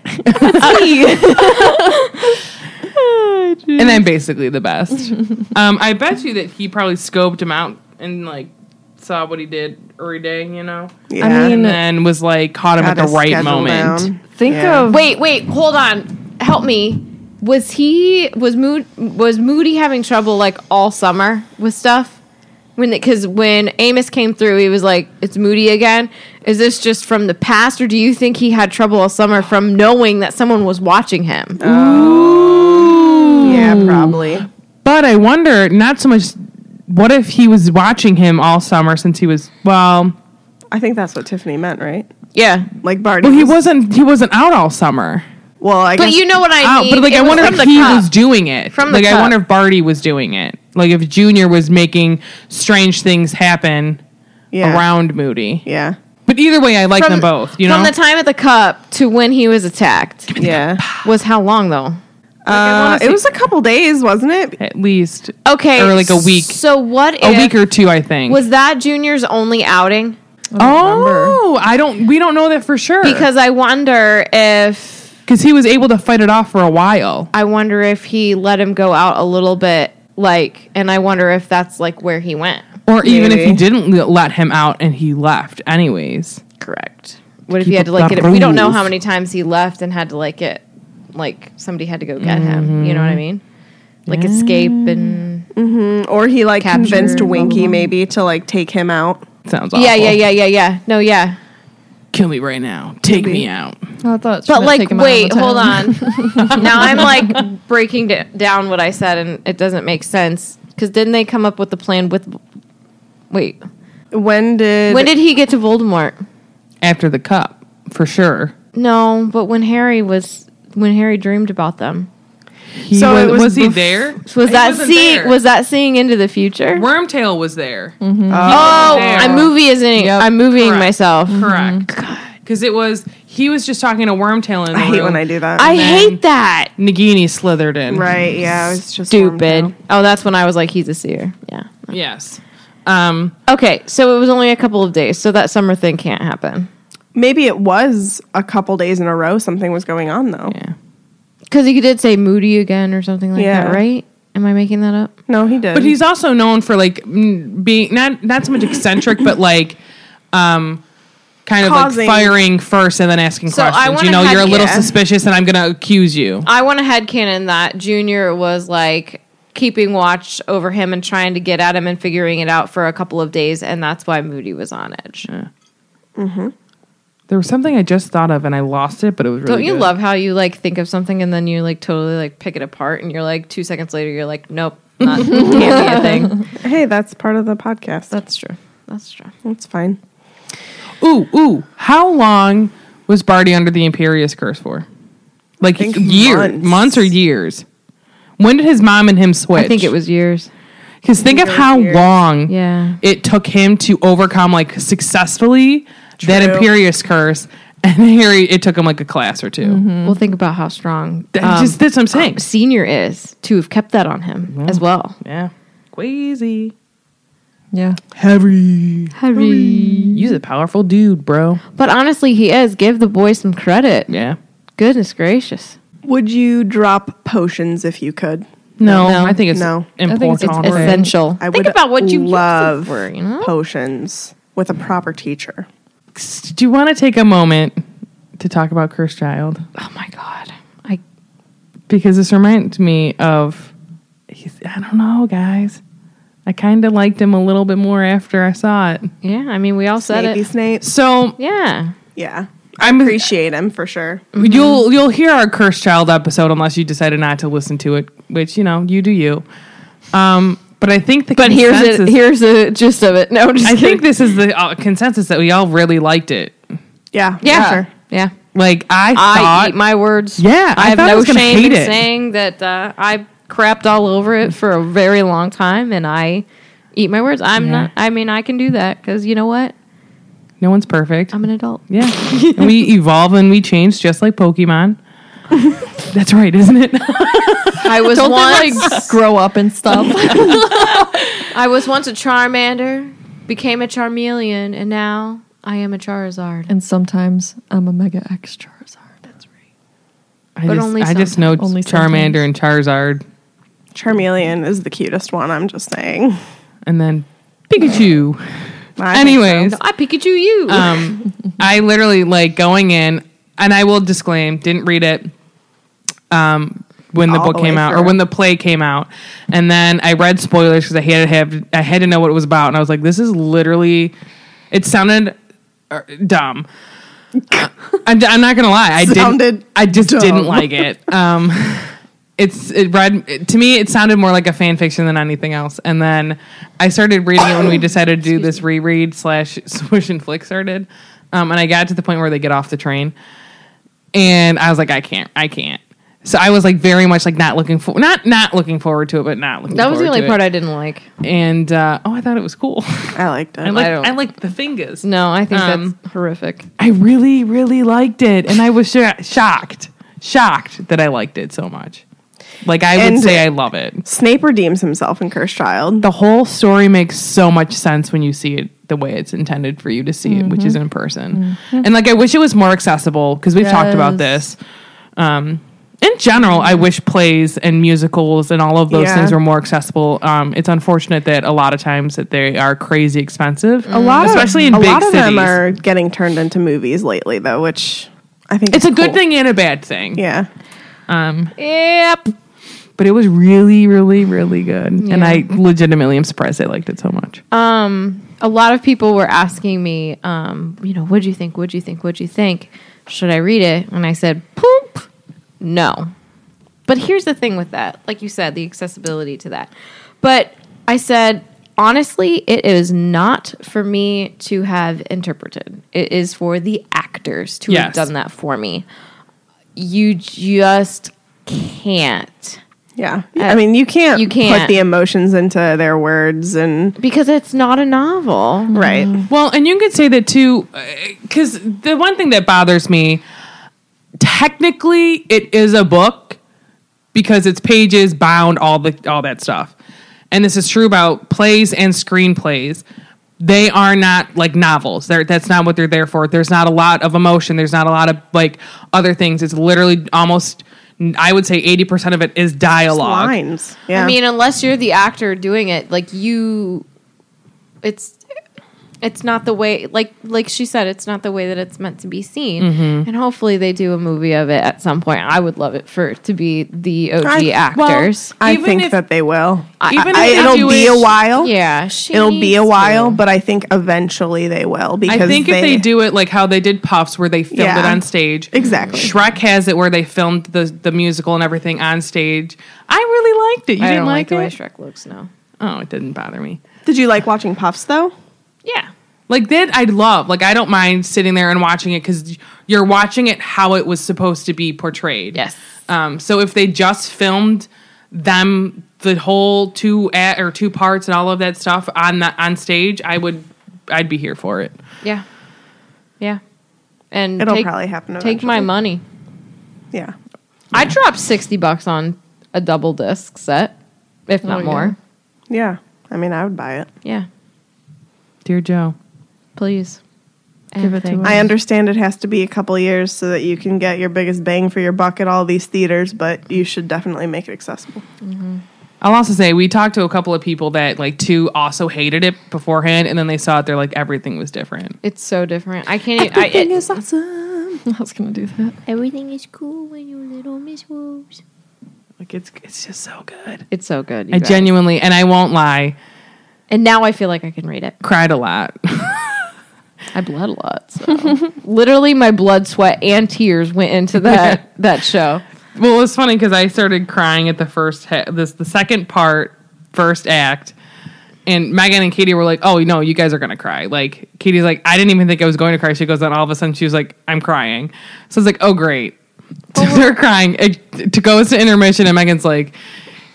A: And I'm basically the best. um, I bet you that he probably scoped him out and like saw what he did every day, you know,
E: yeah.
F: I mean,
A: and then was like caught him
E: Got
A: at the
E: his
A: right
E: schedule
A: moment.
E: down.
F: Think
E: Yeah.
F: of
C: Oh, Wait, wait, hold on. Help me. Was he was Mood was Moody having trouble like all summer with stuff? When because when Amos came through, he was like, "It's Moody again." Is this just from the past, or do you think he had trouble all summer from knowing that someone was watching him?
E: Yeah, probably.
A: But I wonder not so much. What if he was watching him all summer since he was well?
E: I think that's what Tiffany meant, right?
C: yeah,
E: Like Barty.
A: Well, he wasn't. He wasn't out all summer.
E: Well, I
C: but
E: guess
C: you know what I
A: Out,
C: mean.
A: but like,
C: It
A: I
C: was
A: wonder
C: from
A: if
C: the
A: he
C: cup.
A: was doing it.
C: From the
A: like,
C: cup.
A: I wonder if Barty was doing it. Like, if Junior was making strange things happen
E: yeah,
A: around Moody.
E: Yeah,
A: But either way, I like
C: from
A: them both. You know,
C: from the time at the cup to when he was attacked
E: yeah.
C: was how long though?
E: Uh, it was a couple days, wasn't it?
A: at least
C: Okay,
A: Or, like, a week.
C: So what?
A: a
C: if-
A: week or two, I think.
C: Was that Junior's only outing?
A: oh, I don't. We don't know that for sure
C: Because I wonder if
A: because he was able to fight it off for a while.
C: I wonder if he let him go out a little bit, like, and I wonder if that's like where he went.
A: Or even if he
E: Maybe.
A: didn't le- let him out and he left anyways.
C: Correct. What if he had to
A: up
C: like
A: the
C: get? It, we don't know
A: rules.
C: how many times he left and had to like get, like somebody had to go get him. You know what
A: Mm-hmm.
C: I mean? Like escape and
E: Or he like
C: Captured,
E: convinced
C: blah, blah,
E: Winky maybe to like take him out.
A: Sounds awful.
C: yeah, yeah, yeah, yeah, yeah. No, yeah.
A: Kill me right now. Take me out.
F: I thought,
C: But like, wait, hold on. now I'm like breaking d- down what I said, and it doesn't make sense because didn't they come up with the plan with? Wait,
E: When did?
C: when did he get to Voldemort?
A: After the cup, for sure.
C: No, but when Harry was when Harry dreamed about them.
A: He
E: So it was
A: he
E: bef-
A: there?
C: Was
A: He
C: that
A: wasn't
C: see
A: there.
C: was that seeing into the future?
A: Wormtail was there?
C: Oh,
A: there.
C: I'm movieing. I'm movieing
A: Correct.
C: myself.
A: Correct. Because it was he was just talking to Wormtail in the
E: I hate
A: room.
E: when I do that.
C: I hate that.
A: Nagini slithered in.
E: right? Yeah, it's just
C: Stupid. Oh, that's when I was like, he's a seer. Yeah.
A: Yes. Um,
C: Okay, so it was only a couple of days, so that summer thing can't happen
E: Maybe it was a couple days in a row. Something was going on though.
C: because he did say Moody again or something like
E: Yeah.
C: that, right? Am I making that up?
E: No, he did.
A: but he's also known for like mm, being not not so much eccentric, but like um, kind of
E: Causing-
A: like firing first and then asking
C: So I
A: questions.
C: wanna
A: You know,
C: have- Uh,
A: you're a little
C: yeah.
A: suspicious, and I'm going to accuse you.
C: I want to headcanon that Junior was like keeping watch over him and trying to get at him and figuring it out for a couple of days, and that's why Moody was on edge.
A: There was something I just thought of and I lost it, but it was really
C: Don't you
A: good.
C: love how you like think of something and then you like totally like pick it apart and you're like two seconds later you're like nope not can't be a thing.
E: hey, that's part of the podcast. That's,
C: That's true. That's true.
E: fine.
A: Ooh, ooh. How long was Barty under the Imperious curse for? Like
E: think
A: years, months.
E: months.
A: or years? When did his mom and him switch?
C: I think it was years.
A: because think of how long
C: Yeah.
A: it took him to overcome like successfully that
E: True.
A: Imperious curse, and Harry it took him like a class or 2
C: Well, think about how strong
A: That-
C: um,
A: just that's what I'm saying.
C: Senior is to have kept that on him as well.
A: yeah, crazy,
F: Yeah.
A: heavy, heavy. He's a powerful dude, bro.
C: But honestly, he is. Give the boy some credit.
A: Yeah.
C: Goodness gracious.
E: Would you drop potions if you could?
A: No, I think it's
E: No.
A: important.
C: It's essential. Oh
E: I
C: Think
E: would
C: about what you use it
E: love
C: for, you know?
E: potions with a proper teacher.
A: Do you want to take a moment to talk about Cursed Child?
C: Oh my god. I
A: because this reminds me of he's, I don't know, guys. I kind of liked him a little bit more after I saw it.
C: Yeah, I mean, we all said
E: Snapey
C: it.
E: Snape.
A: So
C: Yeah.
E: Yeah.
A: I
E: Appreciate him for sure.
C: Mm-hmm.
A: You'll you'll hear our cursed child episode unless you decided not to listen to it, which you know you do you. Um, but I think the
C: But here's it.
A: consensus-
C: Here's the gist of it. No, just
A: I think
C: kidding.
A: this is the uh, consensus that we all really liked it.
E: Yeah.
C: yeah,
E: for sure.
C: yeah.
A: Like I,
C: I
A: thought,
C: eat my words.
A: yeah,
C: I have
A: thought I
C: no
A: was gonna
C: shame
A: hate
C: in
A: it.
C: saying that uh, I crapped all over it for a very long time, and I eat my words. I'm not. I mean, I can do that because you know what?
A: No one's perfect.
C: I'm an adult.
A: yeah, And we evolve and we change just like Pokemon. That's right, isn't it?
C: I was
F: Don't
C: once.
F: they like grow up and stuff?
C: I was once a Charmander, became a Charmeleon, and now I am a Charizard.
F: and sometimes I'm a mega X Charizard. That's right.
A: I
C: But
A: just,
C: only
A: I just know
F: Only
A: Charmander and Charizard,
E: Charmeleon is the cutest one. I'm just saying.
A: and then Pikachu.
E: I think
A: Anyways,
C: I Pikachu you.
A: um, I literally like going in, and I will disclaim, didn't read it. Um, when the
E: All
A: book
E: the
A: came
E: way
A: out, or
E: through.
A: when the play came out, and then I read spoilers because I had to have I had to know what it was about, and I was like, "This is literally," it sounded uh, dumb. I'm, I'm not gonna lie, I
E: Sounded
A: didn't. I just
E: dumb.
A: didn't like it. Um, it's it read it- to me. It sounded more like a fan fiction than anything else. And then I started reading it when we decided to do this reread slash swoosh and flick started. Um, and I got to the point where they get off the train, and I was like, I can't, I can't. So I was like very much like not looking for not not looking forward to it, but not looking.
C: that was the only part
A: I
C: I didn't like.
A: and uh, oh, I thought it was cool.
E: I liked it.
A: I like
C: don't-
A: I like the fingers.
C: No, I think
A: Um,
C: that's horrific.
A: I really, really liked it, and I was sh- shocked, shocked that I liked it so much. Like I would
E: And-
A: say, I love it.
E: Snape redeems himself in Cursed Child.
A: The whole story makes so much sense when you see it the way it's intended for you to see it, which is in person. And like, I wish it was more accessible because we've talked about this. Um, in general, I wish plays and musicals and all of those
E: Yeah.
A: things were more accessible. Um, it's unfortunate that a lot of times that they are crazy expensive, Mm.
E: A lot,
A: especially in
E: of,
A: big
E: a lot
A: cities.
E: of them are getting turned into movies lately, though, which I think
A: it's
E: is
A: a good
E: cool.
A: thing and a bad thing.
E: Yeah,
C: Yep.
A: but it was really, really, really good. And I legitimately am surprised I liked it so much.
C: a lot of people were asking me, um, you know, what'd you think? What'd you think? What'd you think? Should I read it? And I said, poop, no. But here's the thing with that, like you said, the accessibility to that. But I said, honestly, it is not for me to have interpreted. It is for the actors to have
A: Yes.
C: done that for me. You just can't.
E: yeah. I mean, you can't
C: you
E: put
C: can't.
E: the emotions into their words and
C: Because it's not a novel.
E: right.
A: well, and you could say that too, because the one thing that bothers me, technically, it is a book because it's pages bound, all the all that stuff. And this is true about plays and screenplays. They are not like novels. They're, that's not what they're there for. There's not a lot of emotion. There's not a lot of like other things. It's literally almost, I would say, eighty percent of it is dialogue.
E: Lines. Yeah.
C: I mean, unless you're the actor doing it, like you, it's it's not the way. Like like she said, it's not the way that it's meant to be seen. And hopefully, they do a movie of it at some point. I would love it for it to be the OG
E: I- well,
C: actors.
E: I
A: even
E: think
A: if-
E: that they will.
A: even if
E: I,
A: they
E: it'll
A: do
E: be
A: it-
E: a while.
C: yeah, she
E: It'll be a
C: needs
E: while,
C: to.
E: but I think eventually they will because
A: I think if they do it like how they did Puffs, where they filmed
E: Yeah.
A: it on stage.
E: Exactly.
A: Shrek has it where they filmed the the musical and everything on stage. I really liked it. You
C: I
A: didn't
C: don't like
A: like,
C: the way
A: it?
C: Shrek looks now.
A: oh, it didn't bother me.
E: Did you like watching Puffs though?
C: Yeah,
A: Like that, I'd love. Like I don't mind sitting there and watching it because you're watching it how it was supposed to be portrayed.
C: Yes.
A: Um. So if they just filmed them the whole two at, or two parts and all of that stuff on the, on stage, I would I'd be here for it.
C: yeah, yeah. And
E: It'll
C: take-
E: probably happen
C: Take my
E: eventually.
C: money.
E: Yeah.
C: I dropped sixty bucks on a double disc set, if not more.
E: Yeah. I mean, I would buy it.
C: Yeah,
A: Dear Joe.
C: please.
F: Give it to
C: Anything.
F: us.
E: I understand it has to be a couple years so that you can get your biggest bang for your buck at all these theaters, but you should definitely make it accessible.
A: I'll also say we talked to a couple of people that like too also hated it beforehand, and then they saw it. They're like everything was different.
C: It's so different. I can't.
F: e,
C: Even, I, it,
E: awesome.
F: I was gonna do that.
G: Everything is cool when you're little Miss Wolves.
A: Like it's it's just so good.
C: It's so good. you
A: e I
C: guys.
A: genuinely, and I won't lie,
C: and now I feel like I can read it.
A: cried a lot.
C: I bled a lot. so. Literally, my blood, sweat, and tears went into that that show.
A: Well, it's funny because I started crying at the first ha- this the second part, first act, and Megan and Katie were like, "Oh no, you guys are gonna cry." Like Katie's like, "I didn't even think I was going to cry." She goes, and all of a sudden she was like, "I'm crying." So it's like, "Oh great," they're crying. It to goes to intermission, and Megan's like.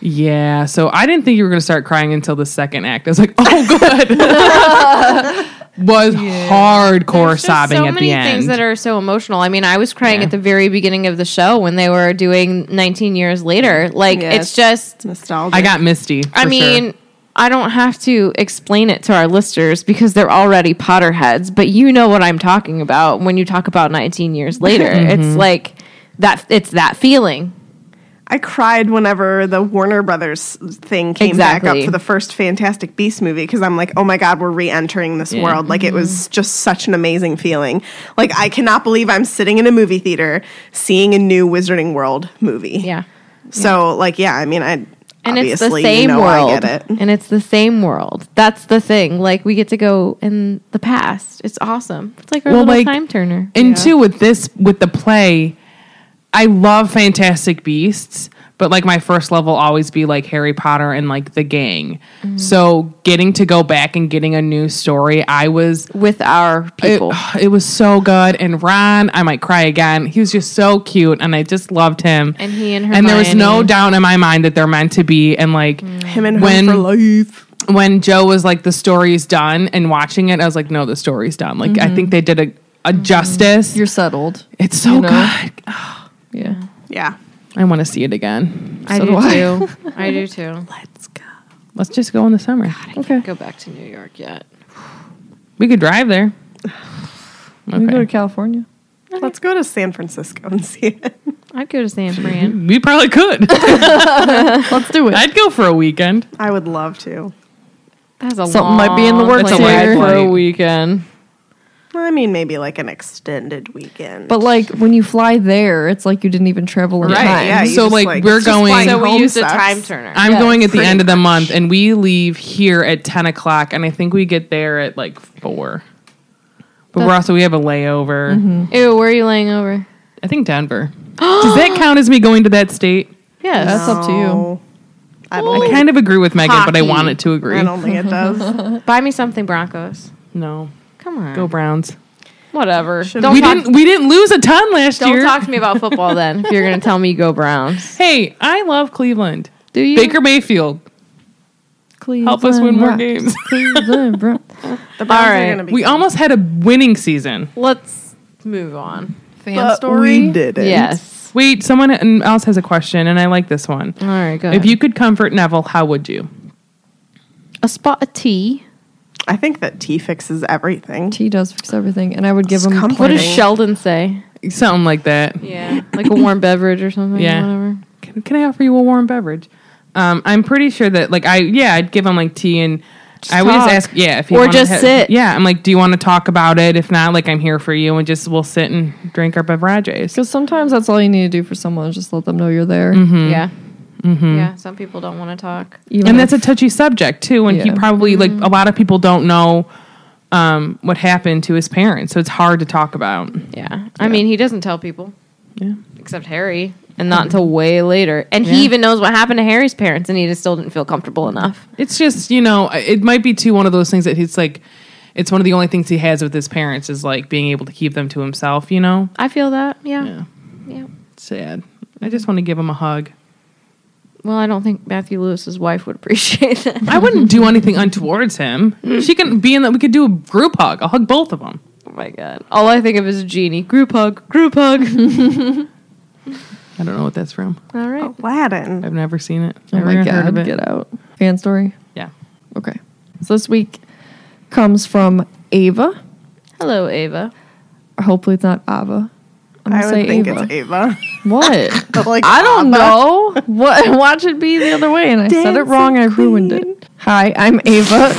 A: Yeah, so I didn't think you were going to start crying until the second act. I was like, "Oh, good." was hardcore
C: There's just
A: sobbing
C: so
A: at
C: many
A: the end.
C: things that are so emotional. I mean, I was crying
A: Yeah.
C: at the very beginning of the show when they were doing 19 years later. Like
E: Yeah,
C: it's
E: it's-
C: just
E: Nostalgia.
A: I got misty.
C: I
A: for sure.
C: mean, I don't have to explain it to our listeners because they're already Potter heads, but you know what I'm talking about when you talk about 19 years later. It's like that it's that feeling.
E: I cried whenever the Warner Brothers thing came back
C: Exactly.
E: up for the first Fantastic Beast movie because I'm like, oh my God, we're re entering this world. Like, it was
C: Mm-hmm.
E: just such an amazing feeling. Like, I cannot believe I'm sitting in a movie theater seeing a new Wizarding World movie.
C: Yeah.
E: So, like, yeah, I mean, I.
C: And it's the
E: obviously,
C: same
E: you know
C: world.
E: I get it.
C: And it's the same world. That's the thing. Like we get to go in the past. It's awesome. It's like our
A: Well,
C: little
A: like-
C: time turner.
A: And two, with this, with the play, I love Fantastic Beasts, but like my first love will always be like Harry Potter and like the gang.
C: Mm-hmm.
A: So getting to go back and getting a new story, I was.
C: With our
A: It,
C: people.
A: it was so good, and Ron, I might cry again. He was just so cute, and I just loved him.
C: And he and
A: and there was no
C: Hermione. Mm-hmm.
A: doubt in my mind that they're meant to be. And like
E: Him and her
A: When-
E: for life.
A: when Joe was like, the story's done, and watching it, I was like, no, the story's done. Like, I think they did a, a justice.
F: Mm-hmm. You're settled.
A: it's so
F: you know?
A: good.
F: Yeah.
E: Yeah.
A: I want to see it again.
C: I do too. I do too.
A: Let's just go in the summer.
F: Okay.
C: Go back to New York yet.
A: We could drive there.
F: We go to
A: Okay.
F: California.
E: Let's go to San Francisco and see it.
C: I'd go to San Fran.
A: We probably could.
F: Let's do it.
A: I'd go for a weekend.
E: I would love to.
C: That's a
F: Something might be in the
C: long
F: works
C: plane
A: here.
C: for a
A: Flight.
C: weekend.
E: I mean, maybe like an extended weekend.
F: But like when you fly there, it's like you didn't even travel around.
E: right, yeah. you
A: So,
E: just,
A: like, we're
E: just
A: going-
E: flying
A: So
C: We
E: home
C: used a
E: sucks.
C: time turner.
A: I'm going at the end of the month, and we leave here at 10 o'clock, and I think we get there at like 4. But we're also, we have a layover.
C: Ew, where are you laying over?
A: I think Denver. Does that count as me going to that state?
C: Yes.
F: That's up to you.
E: No. I don't,
A: I
E: think,
A: kind of agree with Megan, but I
C: Hockey.
A: wanted to agree.
E: I don't think it does.
C: Buy me something, Broncos.
A: No.
C: Come on.
A: Go Browns.
C: Whatever.
E: Should
C: Don't
A: we
C: talk,
A: didn't we didn't lose a ton last
C: don't
A: year.
C: talk to me about football then if you're going to tell me go Browns.
A: Hey, I love Cleveland.
C: Do you?
A: Baker Mayfield, help us win more games.
F: games.
E: The Browns
C: right.
E: are going to be
A: we almost had a winning season.
C: Let's move on.
D: Fan
E: But
D: story.
E: We did it.
C: Yes.
A: Wait, someone else has a question, and I like this one.
C: All right, go.
A: If you could comfort Neville, how would you?
C: a spot of tea.
E: I think that tea fixes everything.
F: Tea does fix everything, and I would give
E: It's
F: him.
E: comforting.
F: plenty-
C: What does Sheldon say?
A: Something like that.
C: Yeah. Like a warm beverage or something.
A: Yeah.
C: Whatever.
A: Can, can I offer you a warm beverage? Um, I'm pretty sure that like I yeah I'd give him like tea and I would just
C: talk.
A: ask yeah if you
C: Or
A: wanna
C: just
A: ha-
C: sit.
A: yeah I'm like do you want to talk about it if not like I'm here for you and just we'll sit and drink our beverages
F: Because sometimes that's all you need to do for someone is just let them know you're there.
E: Mm-hmm.
C: Yeah. Yeah. Some people don't want to talk.
F: Even
A: and
F: if-
A: that's a touchy subject too and he
F: Yeah.
A: probably
C: Mm-hmm.
A: like a lot of people don't know um, what happened to his parents so it's hard to talk about
C: Yeah. I mean, he doesn't tell people.
A: Yeah.
C: Except Harry. And not until way later. And he even knows what happened to Harry's parents, and he just still didn't feel comfortable enough.
A: It's just you know, it might be too one of those things that he's like. It's one of the only things he has with his parents is like being able to keep them to himself. You know,
C: I feel that. Yeah.
A: Yeah.
C: Yeah.
A: sad. I just want to give him a hug.
C: Well, I don't think Matthew Lewis's wife would appreciate that.
A: I wouldn't do anything untowards him. She can be in that. We could do a group hug. I'll hug both of them.
C: oh my god. All I think of is Genie. Group hug. Group hug.
A: I don't know what that's from.
C: All right.
E: Aladdin.
A: I've never seen it.
F: Oh my
A: Never heard of
F: god!
A: it.
F: Get out. Fan story.
A: Yeah.
F: Okay. So this week comes from Ava.
C: Hello, Ava.
F: Or hopefully it's not Ava. I'm gonna
E: I
F: say
E: would think
F: Ava. Ah,
E: it's Ava.
F: What?
E: But like,
F: I don't know. What? Watch it be the other way, and I said it
E: Dancing
F: wrong. and I ruined it. Hi, I'm Ava.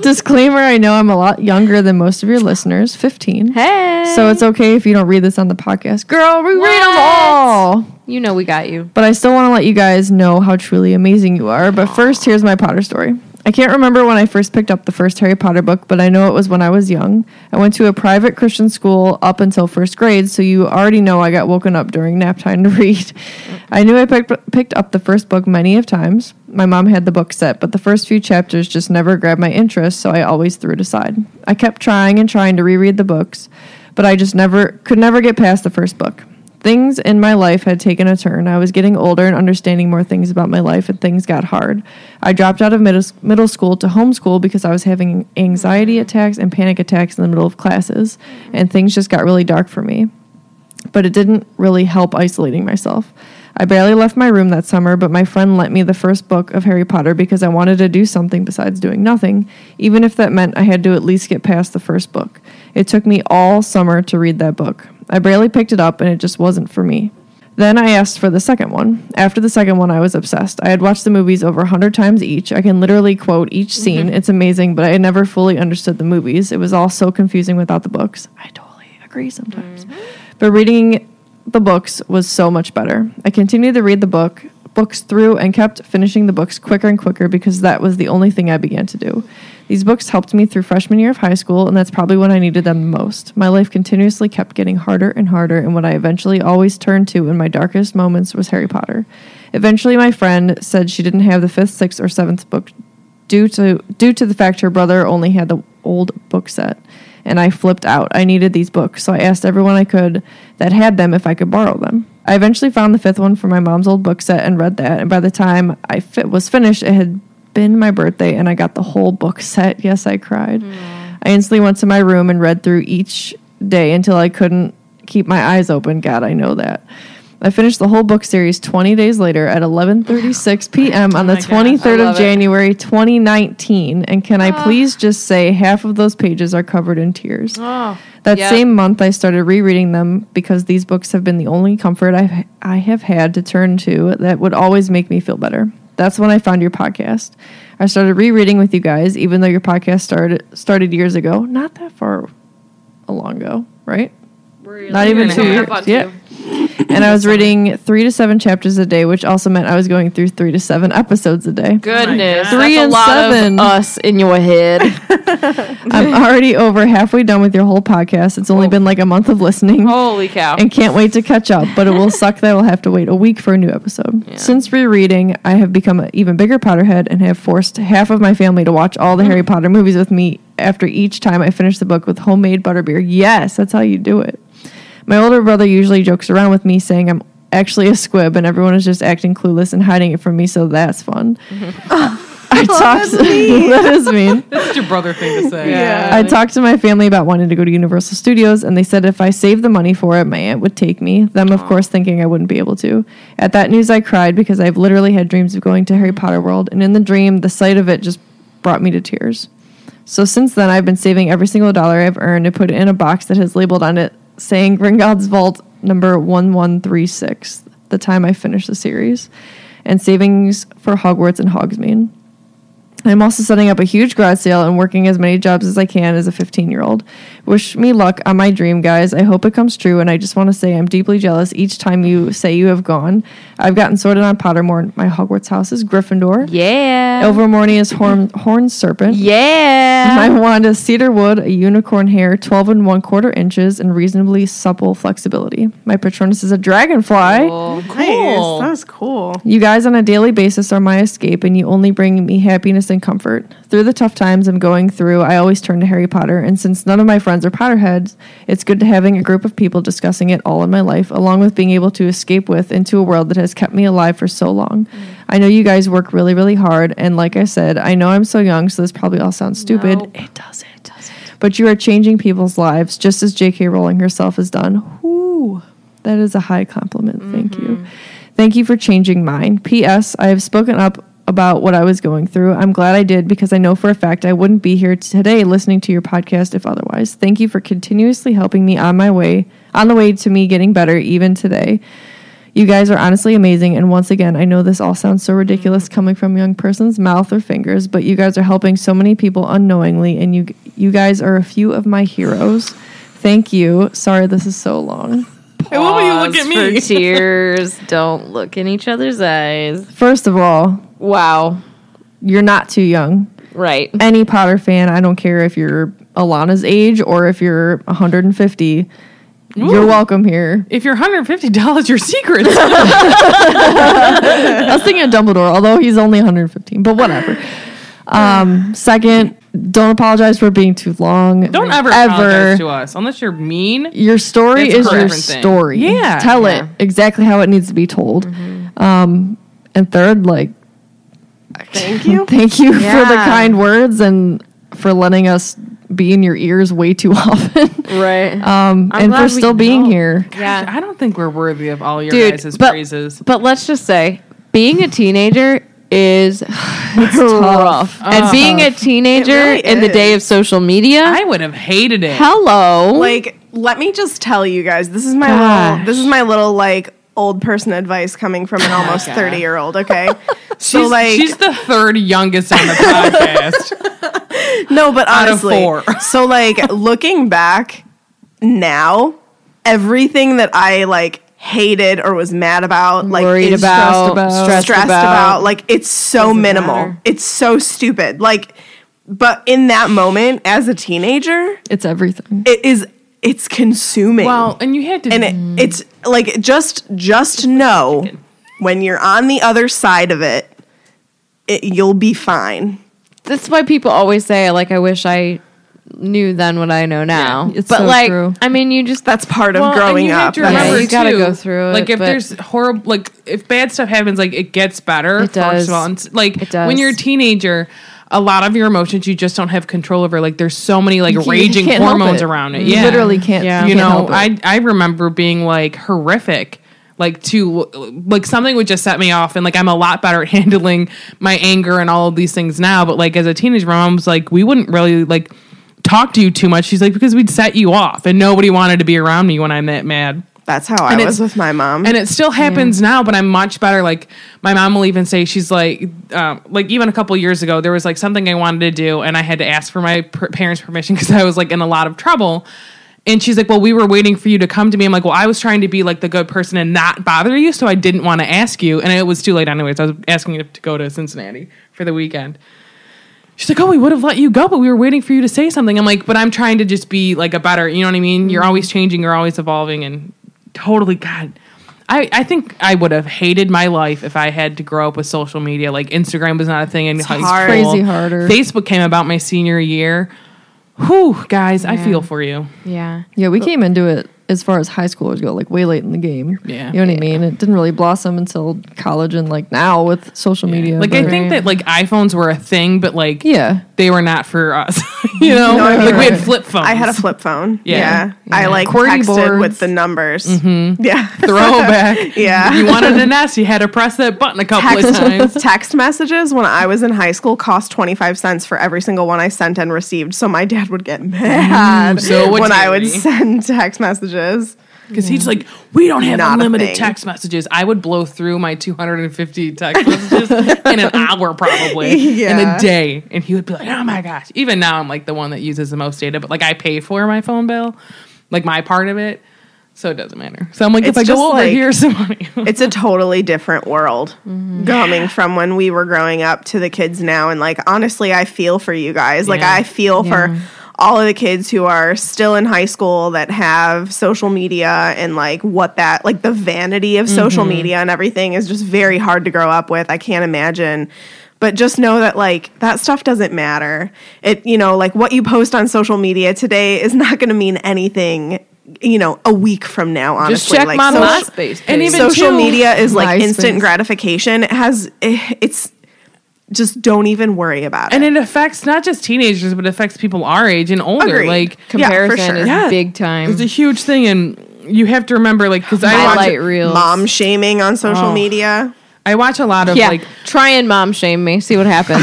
F: Disclaimer: I know I'm a lot younger than most of your listeners, 15.
C: Hey.
F: So it's okay if you don't read this on the podcast, girl. We read them all.
C: You know we got you.
F: But I still want to let you guys know how truly amazing you are. But first, here's my Potter story. I can't remember when I first picked up the first Harry Potter book, but I know it was when I was young. I went to a private Christian school up until first grade, so you already know I got woken up during nap time to read. I knew I picked, picked up the first book many of times. My mom had the book set, but the first few chapters just never grabbed my interest, so I always threw it aside. I kept trying and trying to reread the books, but I just never could never get past the first book. Things in my life had taken a turn. I was getting older and understanding more things about my life, and things got hard. I dropped out of middle, middle school to homeschool because I was having anxiety attacks and panic attacks in the middle of classes, and things just got really dark for me. But it didn't really help isolating myself. I barely left my room that summer, but my friend lent me the first book of Harry Potter because I wanted to do something besides doing nothing, even if that meant I had to at least get past the first book. It took me all summer to read that book. I barely picked it up, and it just wasn't for me. Then I asked for the second one. After the second one, I was obsessed. I had watched the movies over 100 times each. I can literally quote each scene. It's amazing, but I had never fully understood the movies. It was all so confusing without the books. I totally agree sometimes. But reading the books was so much better. I continued to read the book books through and kept finishing the books quicker and quicker because that was the only thing I began to do. These books helped me through freshman year of high school, and that's probably when I needed them the most. My life continuously kept getting harder and harder, and what I eventually always turned to in my darkest moments was Harry Potter. Eventually, my friend said she didn't have the fifth, sixth, or seventh book due to due to the fact her brother only had the old book set and I flipped out. I needed these books, so I asked everyone I could that had them if I could borrow them. I eventually found the fifth one from my mom's old book set and read that, and by the time I fit was finished, it had been my birthday and I got the whole book set. Yes, I cried. I instantly went to my room and read through each day until I couldn't keep my eyes open. God, I know that. I finished the whole book series 20 days later at 11:36 p.m. on the 23rd of January 2019, and can I please just say half of those pages are covered in tears. That same month, I started rereading them because these books have been the only comfort I've, I have had to turn to that would always make me feel better. That's when I found your podcast. I started rereading with you guys, even though your podcast started started years ago, not that far, a long ago, right? Not even two years. Yeah. And I was reading three to seven chapters a day, which also meant I was going through three to seven episodes a day.
C: Goodness,
F: Three
C: that's
F: and
C: a lot
F: seven.
C: of us in your head.
F: I'm already over halfway done with your whole podcast. It's only been like a month of listening.
C: Holy cow!
F: and can't wait to catch up, but it will suck that I'll have to wait a week for a new episode. Since rereading, I have become an even bigger Potterhead and have forced half of my family to watch all the Harry Potter movies with me after each time I finish the book with homemade butterbeer. Yes, that's how you do it. My older brother usually jokes around with me saying I'm actually a squib and everyone is just acting clueless and hiding it from me, so that's fun. I talked that is mean.
A: That's your brother thing to say.
F: I talked to my family about wanting to go to Universal Studios, and they said if I saved the money for it, my aunt would take me. Them, of course, thinking I wouldn't be able to. At that news, I cried because I've literally had dreams of going to Harry Potter World, and in the dream, the sight of it just brought me to tears. So since then, I've been saving every single dollar I've earned and put it in a box that has labeled on it saying Gringotts Vault number 1136, the time I finish the series, and savings for Hogwarts and Hogsmeade. I'm also setting up a huge garage sale and working as many jobs as I can as a 15 year old. Wish me luck on my dream, guys. I hope it comes true, and I just want to say I'm deeply jealous each time you say you have gone. I've gotten sorted on Pottermore. My Hogwarts house is Gryffindor.
C: yeah,
F: Overmorny is Horn, Horn Serpent.
C: yeah.
F: My wand is cedar wood, a unicorn hair, 12 and one quarter inches, and reasonably supple flexibility. My Patronus is a dragonfly.
E: Nice. That was cool.
F: You guys on a daily basis are my escape, and you only bring me happiness and comfort. Through the tough times I'm going through, I always turn to Harry Potter, and since none of my friends are Potterheads, it's good to having a group of people discussing it all in my life, along with being able to escape with into a world that has kept me alive for so long. I know you guys work really, really hard, and like I said, I know I'm so young, so this probably all sounds stupid. It doesn't. It doesn't. But you are changing people's lives, just as J.K. Rowling herself has done. Whoo. That is a high compliment. Thank you. Thank you for changing mine. P.S. I have spoken up about what I was going through. I'm glad I did because I know for a fact I wouldn't be here today listening to your podcast if otherwise. Thank you for continuously helping me on my way, on the way to me getting better even today. You guys are honestly amazing. And once again, I know this all sounds so ridiculous coming from a young person's mouth or fingers, but you guys are helping so many people unknowingly, and you you guys are a few of my heroes. Thank you. Sorry, this is so long.
A: Hey, what will you look at me?
C: for tears. Don't look in each other's eyes.
F: First of all,
C: Wow.
F: you're not too young.
C: Right.
F: Any Potter fan, I don't care if you're Alana's age or if you're 150. You're welcome here.
A: If you're $150, your secrets.
F: I was thinking of Dumbledore, although he's only 115, but whatever. Um, second, don't apologize for being too long.
A: Don't ever, apologize to us unless you're mean.
F: Your story
A: It's
F: is
A: a
F: your
A: different thing.
F: story.
A: Yeah. Mm-hmm.
F: Tell it exactly how it needs to be told. Um, and third, like,
E: Thank you.
F: thank you for the
C: Yeah.
F: kind words and for letting us be in your ears way too often.
C: Right.
F: Um,
C: I'm
F: and
C: glad
F: for
C: we
F: still
C: can
F: being
C: help.
F: here.
C: yeah.
A: I don't think we're worthy of all your guys'
C: but,
A: praises.
C: But let's just say being a teenager is rough. And being a teenager
E: really
C: in the day of social media,
A: I would have hated it.
C: hello.
E: Like, let me just tell you guys, this is my little, this is my little like old person advice coming from an almost thirty year old. Okay, so
A: she's,
E: like
A: she's the third youngest on the podcast.
E: No, but
A: of
E: honestly,
A: four.
E: so like looking back now, everything that I like hated or was mad about, like
C: Worried
E: is
C: about,
E: stressed about,
C: stressed
E: stressed
C: about.
E: about, like it's so minimal. It's so stupid. Like, but in that moment, as a teenager,
F: It's everything.
E: it is it's consuming.
A: well, and you had to.
E: and it, it's like just just know when you're on the other side of it, it you'll be fine.
C: That's why people always say, like, I wish I knew then what I know now.
F: it's
C: but
F: so
C: like,
F: true.
C: I mean, you just
E: That's part of
A: Well, and
E: growing
A: you have
E: up.
A: to
E: That's-
C: Yeah,
A: remember,
C: you gotta
A: too,
C: go through
A: Like
C: it,
A: if
C: but-
A: there's horrible, like if bad stuff happens, like it gets better.
C: It
A: First
C: does.
A: of all, and, s- like
C: It does.
A: when you're a teenager, a lot of your emotions you just don't have control over. Like there's so many like
F: you
A: raging
F: can't help
A: hormones
F: it.
A: around it.
F: You
A: Yeah,
F: literally can't- Yeah.
A: You
F: you can't
A: know,
F: help
A: I I remember being like horrific. Like to like something would just set me off, and like I'm a lot better at handling my anger and all of these things now. But like as a teenager, my mom was like, we wouldn't really like talk to you too much. She's like because we'd set you off, and nobody wanted to be around me when I'm that mad.
E: That's how I
A: And
E: was
A: it's-
E: with my mom.
A: And it still happens now, but I'm much better. Like my mom will even say she's like, um, like even a couple years ago, there was like something I wanted to do, and I had to ask for my per- parents' permission because I was like in a lot of trouble. And she's like, "Well, we were waiting for you to come to me." I'm like, "Well, I was trying to be like the good person and not bother you, so I didn't want to ask you." And it was too late, anyways. I was asking you to go to Cincinnati for the weekend. She's like, "Oh, we would have let you go, but we were waiting for you to say something." I'm like, "But I'm trying to just be like a better, you know what I mean?
E: Mm-hmm.
A: You're always changing, you're always evolving, and totally, God, I I think I would have hated my life if I had to grow up with social media. Like Instagram was not a thing in high
F: hard.
A: school.
F: Crazy harder.
A: Facebook came about my senior year. Whew, guys, I feel for you.
C: yeah.
F: Yeah, we came into it as far as high schoolers go, like way late in the game.
A: Yeah.
F: You know what I mean? It didn't really blossom until college and like now with social media.
A: Like I
F: but-
A: think that like iPhones were a thing, but like
F: Yeah.
A: they were not for us. you know,
E: No, I mean,
A: like we had
E: right.
A: flip phones.
E: I had a flip phone.
A: Yeah. Mm-hmm.
E: Yeah. I like
F: QWERTY
E: texted
F: boards.
E: with the numbers. Yeah.
A: throwback.
E: Yeah.
A: you wanted a nest, you had to press that button a couple of times.
E: Text, text messages when I was in high school cost 25 cents for every single one I sent and received. So my dad would get
A: Mm-hmm.
E: mad
A: so would
E: when I would
A: Terry.
E: send text messages.
A: Because he's like, we don't have
E: Not a
A: unlimited
E: thing.
A: text messages. I would blow through my 250 text messages in an hour, probably in a
E: Yeah.
A: day. And he would be like, oh my gosh. Even now, I'm like the one that uses the most data, but like I pay for my phone bill, like my part of it. So it doesn't matter. So I'm like,
E: It's
A: if I
E: just
A: go over
E: like-
A: here, some money.
E: It's a totally different world
A: Mm-hmm.
E: coming from when we were growing up to the kids now. And like, honestly, I feel for you guys. Like,
A: Yeah.
E: I feel for all of the kids who are still in high school that have social media and like what that, like the vanity of social
A: Mm-hmm.
E: media and everything is just very hard to grow up with. I can't imagine. But just know that like that stuff doesn't matter. It, you know, like what you post on social media today is not going to mean anything. You know, a week from now, honestly,
A: Just check
E: like,
A: my
E: social-
A: MySpace And page. even
E: social
A: too-
E: media is like
F: MySpace.
E: instant gratification. It has it's just don't even worry about
A: And
E: it.
A: it affects not just teenagers, but it affects people our age and older.
E: Agreed.
A: Like,
E: Yeah, for
C: Comparison
E: sure.
C: is
A: Yeah.
C: big time.
A: it's a huge thing. And you have to remember, like, because I watch,
C: Highlight reels.
E: Mom shaming on social
A: Oh.
E: media.
A: I watch a lot of
C: yeah.
A: like
C: Try and mom shame me. See what happens.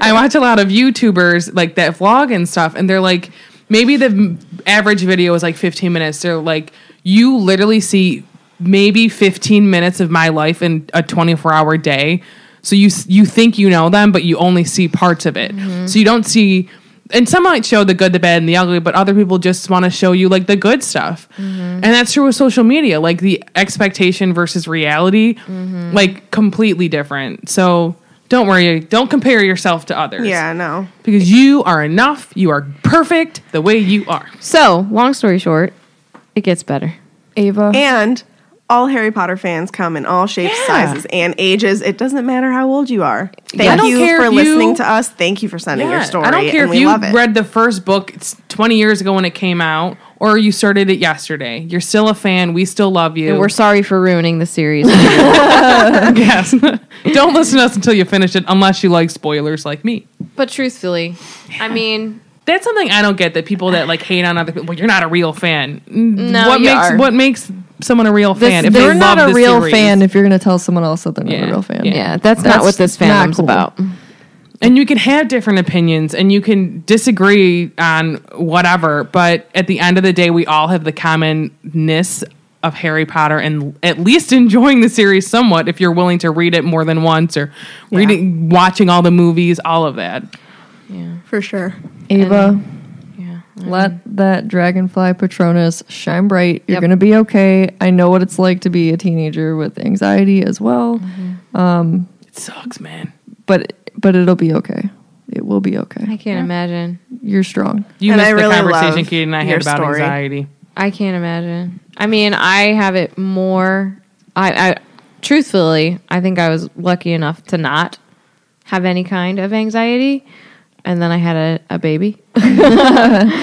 A: I watch a lot of YouTubers like that vlog and stuff, and they're like, maybe the m- average video is like 15 minutes. They're like, you literally see maybe 15 minutes of my life in a 24 hour day. So you s- you think you know them, but you only see parts of it. So you don't see and some might show the good, the bad, and the ugly, but other people just want to show you like the good stuff.
E: Mm-hmm.
A: And that's true with social media, like the expectation versus reality,
E: Mm-hmm.
A: like completely different. So don't worry, don't compare yourself to others.
E: Yeah, no.
A: Because you are enough, you are perfect the way you are.
H: So, long story short, it gets better.
F: Ava.
E: And all Harry Potter fans come in all shapes, sizes, and ages. It doesn't matter how old you are.
A: I
E: Thank
A: don't
E: you
A: care
E: for
A: if
E: listening
A: you-
E: to us. Thank you for sending your
A: Yeah,
E: story.
A: I don't care
E: and
A: if
E: we
A: you
E: love it.
A: read the first book it's 20 years ago when it came out or you started it yesterday. You're still a fan. We still love you.
H: And we're sorry for ruining the series.
A: yes. don't listen to us until you finish it unless you like spoilers like me.
C: But truthfully, I mean,
A: That's something I don't get that people that like hate on other people. Well, you're not a real fan. No, what
C: you
A: makes
C: are.
A: what makes someone a real
F: This-
A: fan if
F: they're
A: they
F: not
A: love
F: a
A: the
F: real
A: series?
F: fan if you're going to tell someone else that they're
A: Yeah,
F: not a real fan.
A: yeah.
H: yeah, that's, not what this
F: That's not
H: fandom's
F: cool.
H: about.
A: and you can have different opinions and you can disagree on whatever but at the end of the day we all have the commonness of harry potter and at least enjoying the series somewhat if you're willing to read it more than once or reading watching all the movies all of that
E: for sure.
F: Ava. Let that dragonfly Patronus shine bright. You're going to be okay. I know what it's like to be a teenager with anxiety as well,
A: it sucks man
F: but but it'll be okay. It will be
C: I
F: okay.
C: can't imagine.
F: You're strong.
A: you
E: And
A: missed
E: I
A: the
E: really
A: conversation
E: love
A: katie and i
E: your
A: had about
E: story.
A: anxiety
C: I can't imagine. I mean, I have it more. I, I truthfully, I think I was lucky enough to not have any kind of anxiety, and then I had a, a baby, and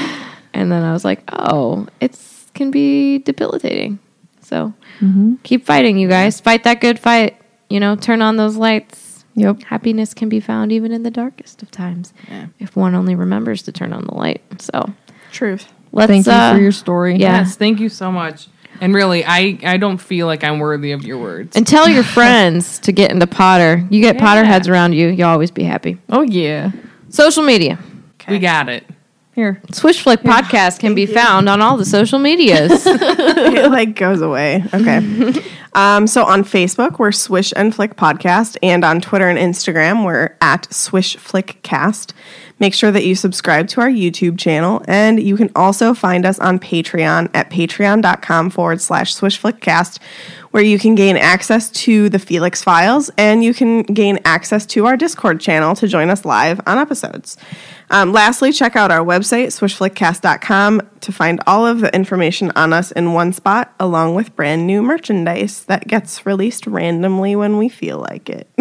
C: then I was like, oh, it's can be debilitating. So
F: Mm-hmm.
C: keep fighting, you guys. Fight that good fight. You know, turn on those lights.
F: Yep.
C: Happiness can be found even in the darkest of times, if one only remembers to turn on the light. So
E: Truth.
C: let's
F: Thank
C: uh,
F: you for your story.
C: yeah.
A: yes thank you so much and really i i don't feel like i'm worthy of your words
C: And tell your friends to get into Potter. You get Potter heads around you, you'll always be happy.
F: Oh yeah.
C: Social media.
A: we got it
F: Here.
C: Swish Flick podcast can be found on all the social medias.
E: it like goes away. Okay. Um, so on Facebook, we're Swish and Flick Podcast, and on Twitter and Instagram, we're at Swish Flick Cast. Make sure that you subscribe to our YouTube channel, and you can also find us on Patreon at patreon.com forward slash Swish Flick Cast, where you can gain access to the Felix files and you can gain access to our Discord channel to join us live on episodes. Um, lastly, check out our website, swishflickcast.com, to find all of the information on us in one spot, along with brand new merchandise that gets released randomly when we feel like it.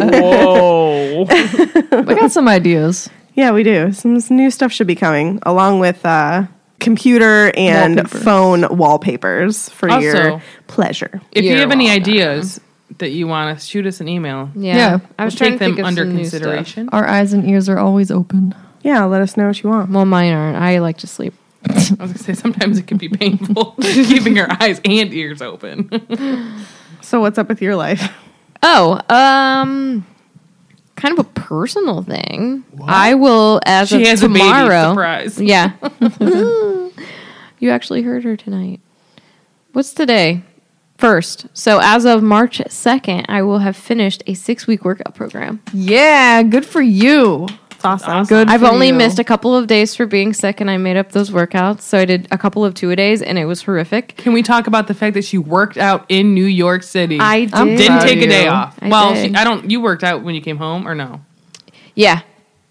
A: whoa
F: I got some ideas.
E: yeah, we do. Some s- new stuff should be coming, along with uh, computer and
F: Wallpapers.
E: phone wallpapers for
A: Also-
E: your pleasure.
A: if you
C: You're
A: have any
C: welcome.
A: ideas that you want us shoot us an email
C: Yeah.
F: Yeah.
C: I was
A: We'll
C: trying
A: take
C: to think
A: them
C: of
A: under
C: some new stuff.
A: consideration
F: Our eyes and ears are always open.
E: Yeah, let us know what you want.
C: Well, mine aren't. I like to sleep.
A: i was gonna say sometimes it can be painful keeping our eyes and ears open
E: So, what's up with your life?
C: Oh, um kind of a personal thing. I will as
A: She
C: of
A: has a baby,
C: tomorrow.
A: surprise.
C: Yeah. you actually heard her tonight. What's today? First. So as of March 2nd, I will have finished a 6-week workout program.
F: Yeah, good for you.
E: It's awesome.
F: Good.
C: I've
F: for
C: only
F: you.
C: missed a couple of days for being sick and I made up those workouts. So I did a couple of two-a-days and it was horrific.
A: can we talk about the fact that she worked out in new york city
C: I did.
F: I'm
A: didn't
F: proud
A: take
F: of
A: a day
F: you.
A: off
C: Um, I
A: well
C: did.
A: she, i don't you worked out when you came home or no
C: Yeah.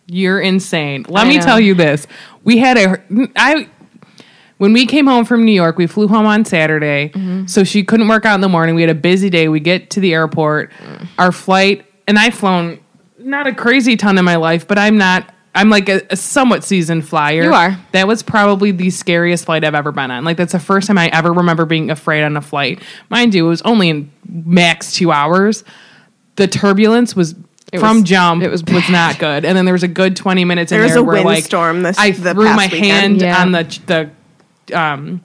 A: you're insane let
C: I
A: me
C: know.
A: tell you this we had a i when we came home from New York, we flew home on Saturday.
C: Mm-hmm.
A: So she couldn't work out in the morning. We had a busy day. We get to the airport.
C: Mm.
A: Our flight, and I've flown not a crazy ton in my life, but I'm not, I'm like a, a somewhat seasoned flyer.
C: You are.
A: That was probably the scariest flight I've ever been on. Like, that's the first time I ever remember being afraid on a flight. Mind you, it was only in max two hours. The turbulence was. from
C: was-
A: jump, it was, was not good, and then there was a good twenty minutes.
E: There
A: in
E: was
A: there
E: a
A: where, like,
E: windstorm this-
A: I
E: the
A: threw
E: past
A: my
E: weekend.
A: hand
C: Yeah.
A: on the the um,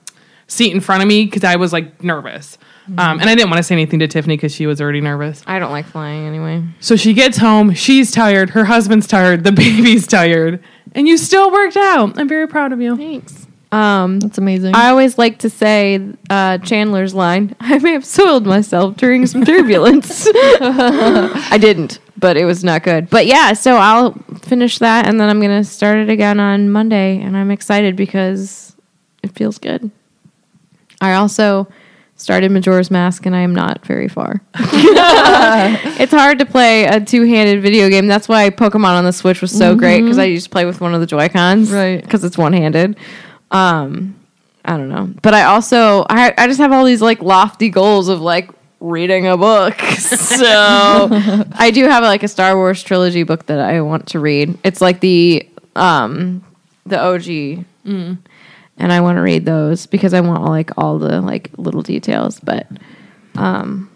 A: seat in front of me because I was like nervous. Um, and I didn't want to say anything to Tiffany because she was already nervous.
C: I don't like flying anyway.
A: So she gets home, she's tired, her husband's tired, the baby's tired, and you still worked out. I'm very proud of you.
C: Thanks. Um,
F: That's amazing.
C: I always like to say uh, Chandler's line, I may have soiled myself during some turbulence. I didn't, but it was not good. But yeah, so I'll finish that and then I'm going to start it again on Monday. And I'm excited because it feels good. I also started Majora's Mask and I am not very far. it's hard to play a two handed video game. That's why Pokemon on the Switch was so great because I used to play with one of the Joy Cons.
F: Right.
C: Because it's one handed. Um, I don't know. But I also, I, I just have all these like lofty goals of like, reading a book so i do have like a star wars trilogy book that i want to read it's like the um the og and I want to read those because I want like all the like little details. But um,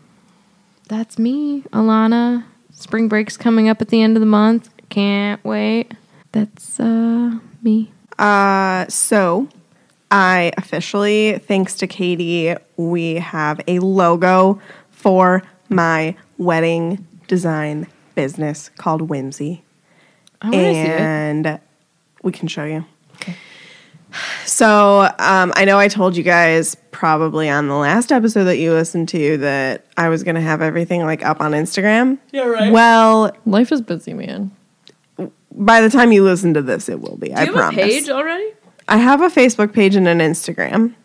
C: that's me, Alana. Spring break's coming up at the end of the month. Can't wait. That's uh me.
E: Uh, so I officially, thanks to Katie, we have a logo for my wedding design business called Whimsy. and we can show you. So um, I know I told you guys probably on the last episode that you listened to that I was gonna have everything like up on Instagram. Yeah, right. Well,
F: Life is busy, man.
E: by the time you listen to this, it will be. I promise.
H: already?
E: I have a Facebook page and an Instagram.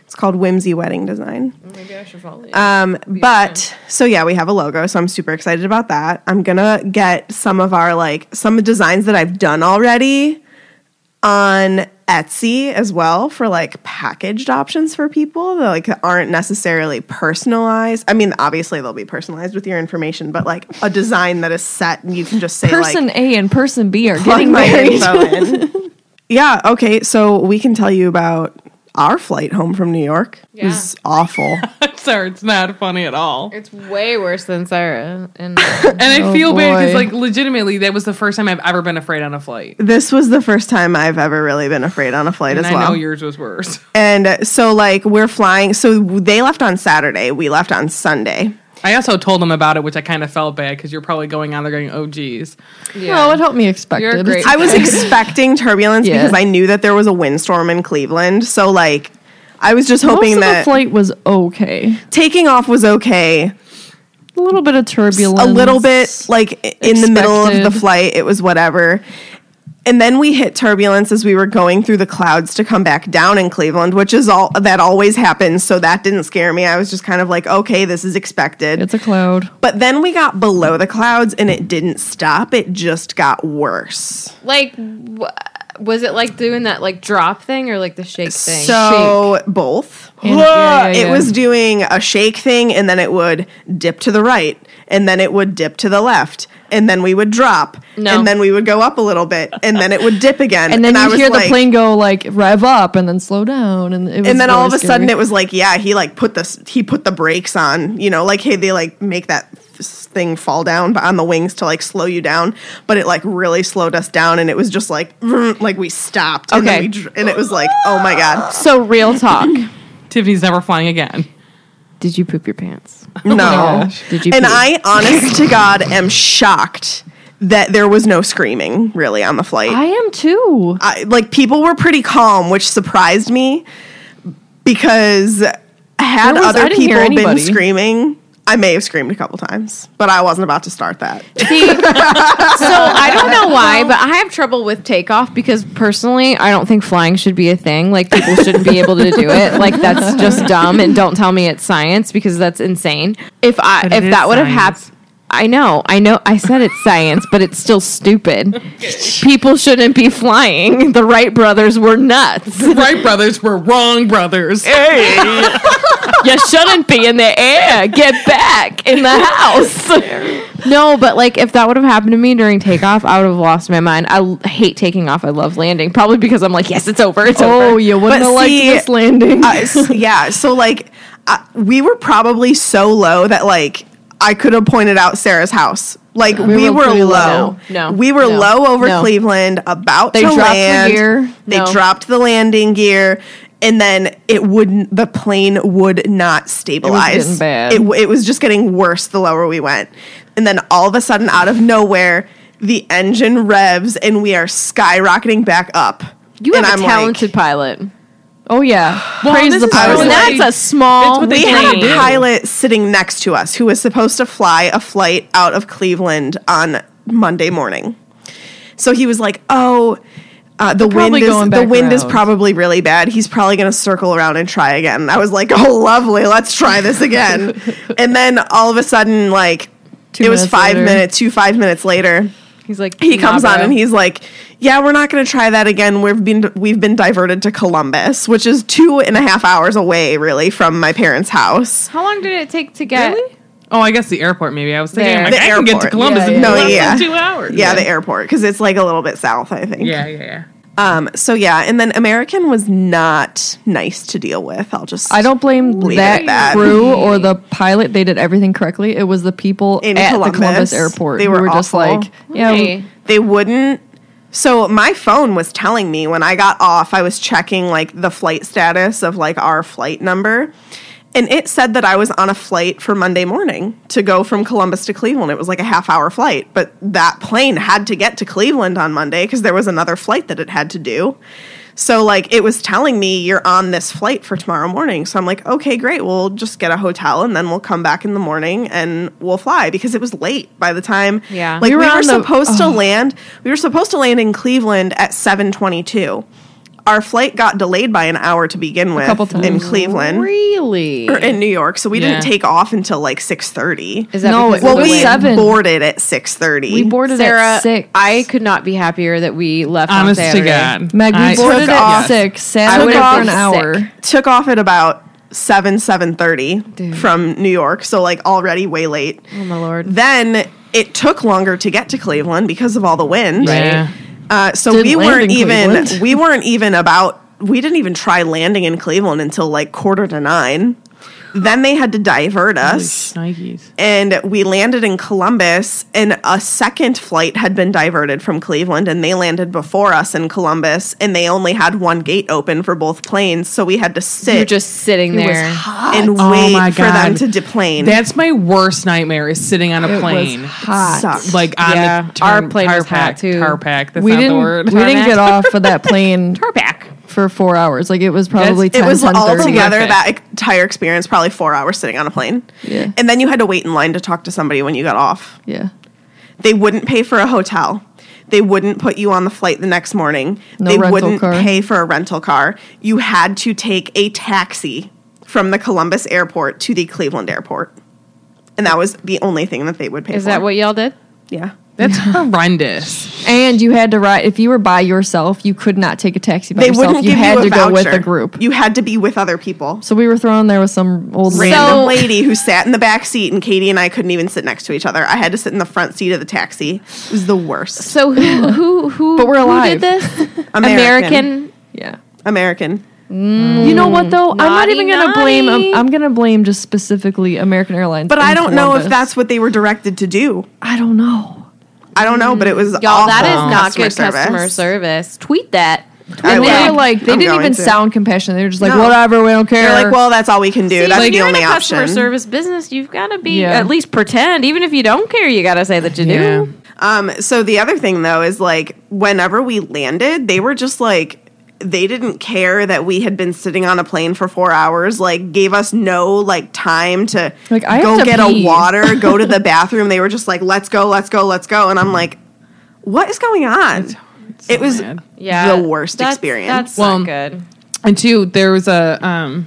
E: It's called Whimsy Wedding Design.
H: Maybe I should follow you.
E: Um, but so yeah, we have a logo, so I'm super excited about that. I'm gonna get some of our like some designs that I've done already on Etsy as well for like packaged options for people that like aren't necessarily personalized. I mean, obviously they'll be personalized with your information, but like a design that is set and you can just say
F: Person
E: like
F: A and person B are
E: plug
F: getting
E: my
F: married.
E: info in. Yeah, okay, so we can tell you about our flight home from New York. It was awful.
A: I'm sorry, it's not funny at all.
H: It's way worse than Sarah. And
A: And I feel bad because,
F: boy.
A: like, legitimately, that was the first time I've ever been afraid on a flight.
E: this was the first time I've ever really been afraid on a flight
A: And
E: as
A: I
E: well.
A: know yours was worse.
E: and so, like, we're flying. So they left on Saturday. We left on Sunday.
A: I also told them about it, which I kind of felt bad because you're probably going on there going, oh, geez.
F: No, it helped me expect
H: You're
F: it.
H: great.
E: I was expecting turbulence
F: Yeah.
E: because I knew that there was a windstorm in Cleveland. So, like, I was just
F: Most
E: hoping
F: of the
E: that
F: flight was okay.
E: taking off was okay.
F: A little bit of turbulence.
E: A little bit, like, i- in the middle of the
F: expected.
E: flight, it was whatever. And then we hit turbulence as we were going through the clouds to come back down in Cleveland, which is all that always happens. So that didn't scare me. I was just kind of like, okay, this is expected.
F: It's a cloud.
E: But then we got below the clouds and it didn't stop. It just got worse.
H: like, wh- was it like doing that like drop thing or like the shake thing?
E: So both.
F: And- yeah, yeah,
E: It
F: yeah.
E: was doing a shake thing and then it would dip to the right and then it would dip to the left and then we would drop
H: No.
E: and then we would go up a little bit and then it would dip again.
F: And then
E: I
F: you
E: was
F: hear
E: like-
F: the plane go like rev up and then slow down, and it was
E: and then all of
F: really
E: a
F: scary.
E: sudden it was like yeah he like put this he put the brakes on you know like hey they like make that f- thing fall down but on the wings to like slow you down but it like really slowed us down and it was just like vroom, like we stopped and, then
H: Okay.
E: we dr- and it was like oh my god
H: so real talk.
A: Tiffany's never flying again.
H: Did you poop your pants?
E: no
H: Did you?
E: and
H: poop?
E: i honest to god am shocked that there was no screaming really on the flight
F: I am too.
E: I, like people were pretty calm, which surprised me because had
F: There was- I
E: other
F: didn't hear
E: people been
F: anybody.
E: screaming, I may have screamed a couple times, but I wasn't about to start that.
H: See, so I don't know why, but I have trouble with takeoff because personally, I don't think flying should be a thing. Like people shouldn't be able to do it. Like that's just dumb. And don't tell me it's science because that's insane. If I
A: But it
H: if
A: is
H: that would have
A: science.
H: happened. I know, I know. I said it's science, but it's still stupid. People shouldn't be flying. The Wright brothers were nuts.
A: right, brothers, we're wrong, brothers.
E: Eh.
H: you shouldn't be in the air. Get back in the house. No, but like if that would have happened to me during takeoff, I would have lost my mind. I l- hate taking off. I love landing. Probably because I'm like, yes, it's over. It's
F: Oh,
H: over.
F: you wouldn't
E: But
F: have liked
E: see-
F: this landing.
E: I Uh, s yeah, so like uh, we were probably so low that like I could have pointed out Sarah's house. Like we,
F: were
E: were,
F: pretty
E: low.
F: low.
H: No, no,
E: we were
H: no,
E: low over
H: no.
E: Cleveland, about to
F: dropped the
E: land.
F: gear.
E: They
H: No.
E: dropped the landing gear, and then it wouldn't. The plane would not stabilize.
F: getting bad.
E: It, w- it was just getting worse the lower we went, and then all of a sudden, out of nowhere, the engine revs and we are skyrocketing back up.
C: You
E: And
C: have a
E: I'm like-
C: talented pilot.
F: Oh yeah,
A: Well,
F: praise
A: this
F: the
A: is
F: pilot.
A: what
C: that's
A: they-
C: a small.
A: that's what
E: we
A: they
E: had a
A: do.
E: pilot sitting next to us who was supposed to fly a flight out of Cleveland on Monday morning. So he was like, "Oh, uh, the wind
F: probably
E: is
F: going
E: the
F: back
E: wind is
F: around.
E: probably really bad. He's probably going to circle around and try again." I was like, "Oh, lovely. Let's try this again." and then all of a sudden, like it was
F: minutes
E: five
F: later.
E: minutes, two five minutes later.
C: He's like
E: He comes on
C: bro.
E: and he's like, "Yeah, we're not going to try that again. We've been we've been diverted to Columbus, which is two and a half hours away, really, from my parents' house.
C: How long did it take to get?
A: Oh, I guess the airport. Maybe I was thinking
C: There.
A: like,
E: The
A: I can get to
E: airport.
A: Columbus
E: Yeah,
A: in
E: yeah. No,
A: less
E: yeah.
A: than two hours.
E: Yeah, the airport because it's like a little bit south, I think.
A: yeah, yeah, yeah.
E: Um. So yeah, and then American was not nice to deal with. I'll just
F: I don't blame
E: Leave it at
F: that
E: that.
F: crew or the pilot. They did everything correctly. It was the people
E: In
F: at
E: Columbus.
F: the Columbus airport.
E: They
F: who
E: were
F: just
E: awful.
F: like, yeah,
C: Hey.
E: They wouldn't. So my phone was telling me when I got off, I was checking like the flight status of like our flight number. And it said that I was on a flight for Monday morning to go from Columbus to Cleveland. It was like a half hour flight, but that plane had to get to Cleveland on Monday because there was another flight that it had to do. So like it was telling me you're on this flight for tomorrow morning. So I'm like, okay, great. We'll just get a hotel and then we'll come back in the morning and we'll fly because it was late by the time.
C: Yeah.
E: like we
F: We
E: were,
F: were on the-
E: supposed to land. We were supposed to land in Cleveland at 7:22. Our flight got delayed by an hour to begin with
F: couple
E: in
F: times.
E: Cleveland
C: Really?
E: or in New York, so we
A: Yeah.
E: didn't take off until like 6:30.
C: Is that
F: No,
C: because
F: it
E: well,
C: of the
E: we
C: wind?
F: seven.
E: boarded at 6:30.
F: we boarded
C: Sarah,
F: at six.
C: I could not be happier that we left. on
A: Honest to
C: Saturday.
A: God,
F: Meg, we
A: I-
F: boarded
E: took
F: at
E: off-
F: six.
E: I
F: Sat
E: would
F: there
E: have
F: for an
E: been
F: hour.
C: sick.
E: took off at about 7 7:30 from New York, so like already way late.
C: Oh my lord!
E: Then it took longer to get to Cleveland because of all the wind.
A: Yeah.
E: Uh, so
F: Didn't
E: we
F: land
E: weren't
F: in
E: even
F: Cleveland.
E: we weren't even about we didn't even try landing in Cleveland until like quarter to 9. Then they had to divert us.
A: Nikes.
E: and we landed in Columbus, and a second flight had been diverted from Cleveland, and they landed before us in Columbus, and they only had one gate open for both planes, so we had to
C: You're
E: sit
C: just sitting there.
E: and
A: Oh
E: wait
A: my
E: for them
A: God.
E: to deplane.
A: That's my worst nightmare is sitting on a plane.
E: sucks.
A: Like on
C: Yeah,
A: the tar-
C: our plane
A: tar
C: was hot,
A: pack,
C: too.
A: Tar pack. That's
F: we
A: not the
F: didn't.
A: word.
F: We didn't get off of that plane
A: pack.
F: for four hours. Like it was probably
E: it
F: 10,
E: was
F: 10,
E: all
F: 30.
E: together that entire experience, probably four hours sitting on a plane,
F: Yeah.
E: and then you had to wait in line to talk to somebody when you got off.
F: Yeah.
E: They wouldn't pay for a hotel. They wouldn't put you on the flight the next morning.
F: No
E: they
F: rental
E: wouldn't
F: car.
E: pay for a rental car. You had to take a taxi from the Columbus airport to the Cleveland airport. And that was the only thing that they would pay
C: Is
E: for.
C: that what y'all did?
E: Yeah.
A: That's horrendous.
F: And you had to ride if you were by yourself, you could not take a taxi by
E: They
F: yourself.
E: wouldn't
F: you
E: give
F: had
E: you a
F: to
E: voucher.
F: go with a group.
E: You had to be with other people.
F: so we were thrown there with some old lady.
E: Random lady who sat in the back seat, and Katie and I couldn't even sit next to each other. I had to sit in the front seat of the taxi. It was the worst.
C: So who who who?
F: But we're
C: Who
F: alive.
C: did this?
E: American.
C: American.
F: Yeah.
E: American.
F: You know what though? I'm not
C: Naughty,
F: even gonna blame um,
C: naughty.
F: I'm, I'm gonna blame just specifically American Airlines.
E: But I
F: and
E: don't know if
F: Columbus.
E: that's what they were directed to do.
F: I don't know.
E: I don't know, but it was
C: Y'all,
E: awful
C: that is not
E: customer
C: good customer service. Tweet that.
E: I
F: And they
E: will.
F: were like they
E: I'm
F: didn't
E: going
F: even
E: to.
F: sound compassionate. They were just like,
E: No.
F: whatever, we don't care.
E: They're like, well, that's all we can do. that's
C: if
E: the
C: you're
E: only
C: in a customer
E: option.
C: service business, you've got to be
F: Yeah.
C: at least pretend. Even if you don't care, you got to say that you
A: Yeah.
C: do.
E: Um, so the other thing though is like whenever we landed, they were just like they didn't care that we had been sitting on a plane for four hours. Like, gave us no like time to
F: Like, I have
E: go
F: to
E: get
F: pee.
E: a water, go to the bathroom. They were just like, "Let's go, let's go, let's go," and I'm like, "What is going on?" it was
A: bad.
C: Yeah,
E: the worst
C: that's,
E: experience.
C: That's
A: Well, um,
C: not good.
A: And two, there was a um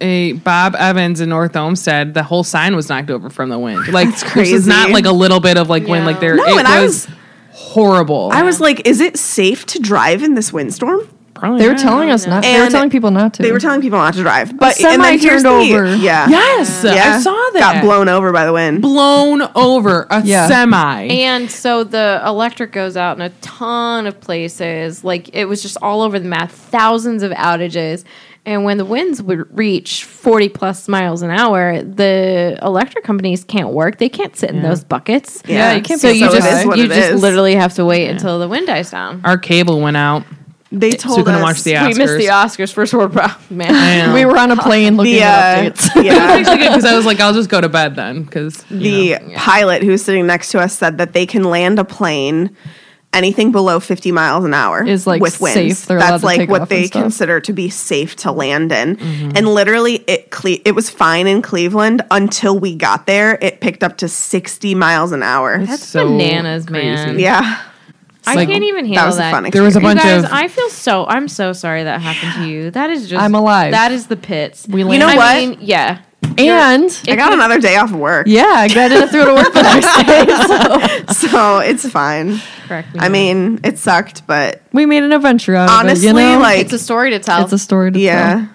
A: a Bob Evans in North Olmsted. The whole sign was knocked over from the wind. Like This is
E: crazy.
A: not like a little bit of like wind. Like there,
E: No,
A: it
E: and I
A: was, horrible.
E: I was like, "Is it safe to drive in this windstorm?"
A: Probably
F: they were
A: not.
F: telling us not they were
E: And
F: telling people not to.
E: They were telling people not to drive, but and
F: semi
E: then here's
F: turned
E: the-
F: over.
E: Yeah,
A: Yes,
E: yeah,
A: I saw that.
E: Got blown over by the wind.
A: blown over a
F: Yeah.
A: semi.
C: And so the electric goes out in a ton of places. Like it was just all over the map, thousands of outages. And when the winds would reach 40 plus miles an hour, the electric companies can't work. They can't sit in those buckets.
E: Yeah, you can't
C: So
E: be
C: you
E: so it
C: just
E: is what
C: you
E: it
C: just
E: is.
C: literally have to wait until the wind dies down.
A: Our cable went out.
E: They
A: So
E: told
A: we couldn't
E: us
A: watch the
C: We
A: Oscars.
C: missed the Oscars for sore problem, man.
A: Damn.
F: we were on a plane looking
E: the
F: at
E: uh,
F: updates.
E: yeah.
A: actually good because I was like, I'll just go to bed then because
E: the pilot who was sitting next to us said that they can land a plane anything below 50 miles an hour
F: Is, like,
E: with winds.
F: safe. They're allowed
E: That's
F: to
E: like
F: take off
E: what
F: and
E: they
F: stuff.
E: consider to be safe to land in. And literally, it cle- it was fine in Cleveland until we got there. It picked up to 60 miles an hour.
H: That's
A: So
H: bananas, man.
A: crazy.
E: yeah,
H: I
A: like-
H: can't even handle
E: that
H: that.
E: was a fun.
A: There was a
H: You
A: bunch
H: guys,
A: of
H: I feel so. I'm so sorry that happened to you. That is just.
F: I'm alive.
H: That is the pits. We
F: You know landed.
H: I
E: what?
H: mean, yeah.
F: And
E: I got another day off work,
F: yeah, I didn't have to go to work the next day.
E: so it's fine.
H: Correct me.
E: I mean, it sucked, but
F: We made an adventure out of it.
E: honestly,
F: you know?
E: like
H: it's a story to tell.
F: it's a story to
E: yeah.
F: tell.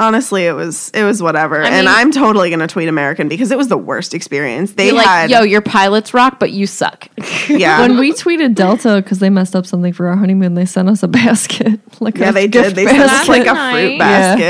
E: Honestly, it was it was whatever,
H: mean-
E: and I'm totally gonna tweet American because it was the worst experience they
H: You're like,
E: had.
H: yo, your pilots rock, but you suck.
E: yeah,
F: When we tweeted Delta because they messed up something for our honeymoon, they sent us a basket. Like
E: yeah,
F: a
E: they did.
F: gift
E: They
F: basket.
E: sent us like a
H: Nice.
E: fruit
F: Yeah.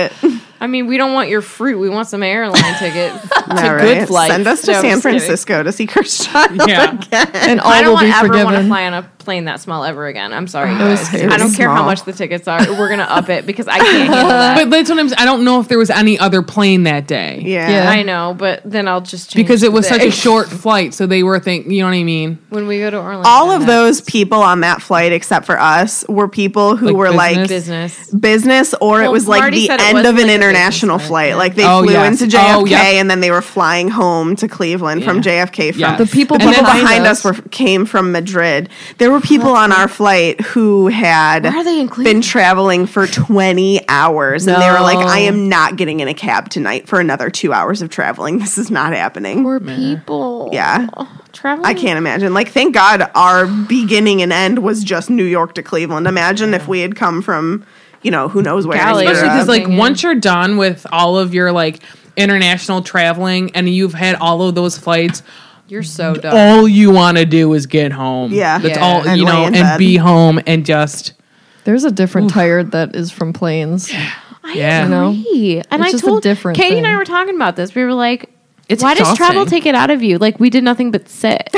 E: basket.
H: I mean, we don't want your fruit. We want some airline ticket.
E: All
H: good
E: right.
H: flight.
E: Send us to
H: No,
E: San
H: just kidding.
E: Francisco to see Christian.
A: yeah.
F: and all
H: I don't
F: will
H: want
F: be
H: ever want to
F: forgiven.
H: fly on a plane that small ever again. I'm sorry, you
F: was
H: guys. I don't
E: really
H: care how
E: small.
H: much the tickets are. We're gonna up it because I can't handle that.
A: But that's what I'm. I don't know if there was any other plane that day.
E: Yeah.
F: Yeah.
H: I know, but then I'll just change
A: Because it was
H: the
A: such a
H: day.
A: short flight, so they were thinking. You know what I mean?
H: when we go to Orlando.
E: All of those people on that flight, except for us, were people who
A: Like
E: were like
A: business?
H: business.
E: business, or it
H: Well,
E: was like
H: Marty
E: the
H: said it
E: end
H: was
E: of
H: like
E: an
H: a
E: international
H: business
E: flight.
H: flight,
E: Like they
A: Oh,
E: flew
A: yes.
E: into JFK
A: Oh, yep.
E: and then they were flying home to Cleveland from JFK. From
A: Yes.
F: The people
E: the people
F: behind
E: behind
F: us.
E: us were came from Madrid. There were people on our flight who had
H: Why are they in Cleveland?
E: been traveling for twenty hours, and they were like,
F: No.
E: "I am not getting in a cab tonight for another two hours of traveling. This is not happening."
H: Poor people.
E: yeah.
H: traveling.
E: I can't imagine. Like, thank God our beginning and end was just New York to Cleveland. Imagine if we had come from, you know, who knows where. in
H: Cali or
A: Especially
E: Europe.
A: because, like,
H: Yeah.
A: once you're done with all of your like international traveling and you've had all of those flights,
H: You're so dumb.
A: all you want to do is get home.
E: Yeah.
A: that's
H: Yeah.
A: all
E: And
A: you
E: lay
A: know,
E: in
A: and
E: bed.
A: be home and just
F: There's a different tired that is from planes.
A: yeah.
F: You know?
H: agree. And
F: It's
H: I
F: just a
H: told
F: different
H: Katie and I
F: thing.
H: were talking about this. We were like,
A: It's
H: why does travel
A: exhausting.
H: take it out of you? Like we did nothing but sit.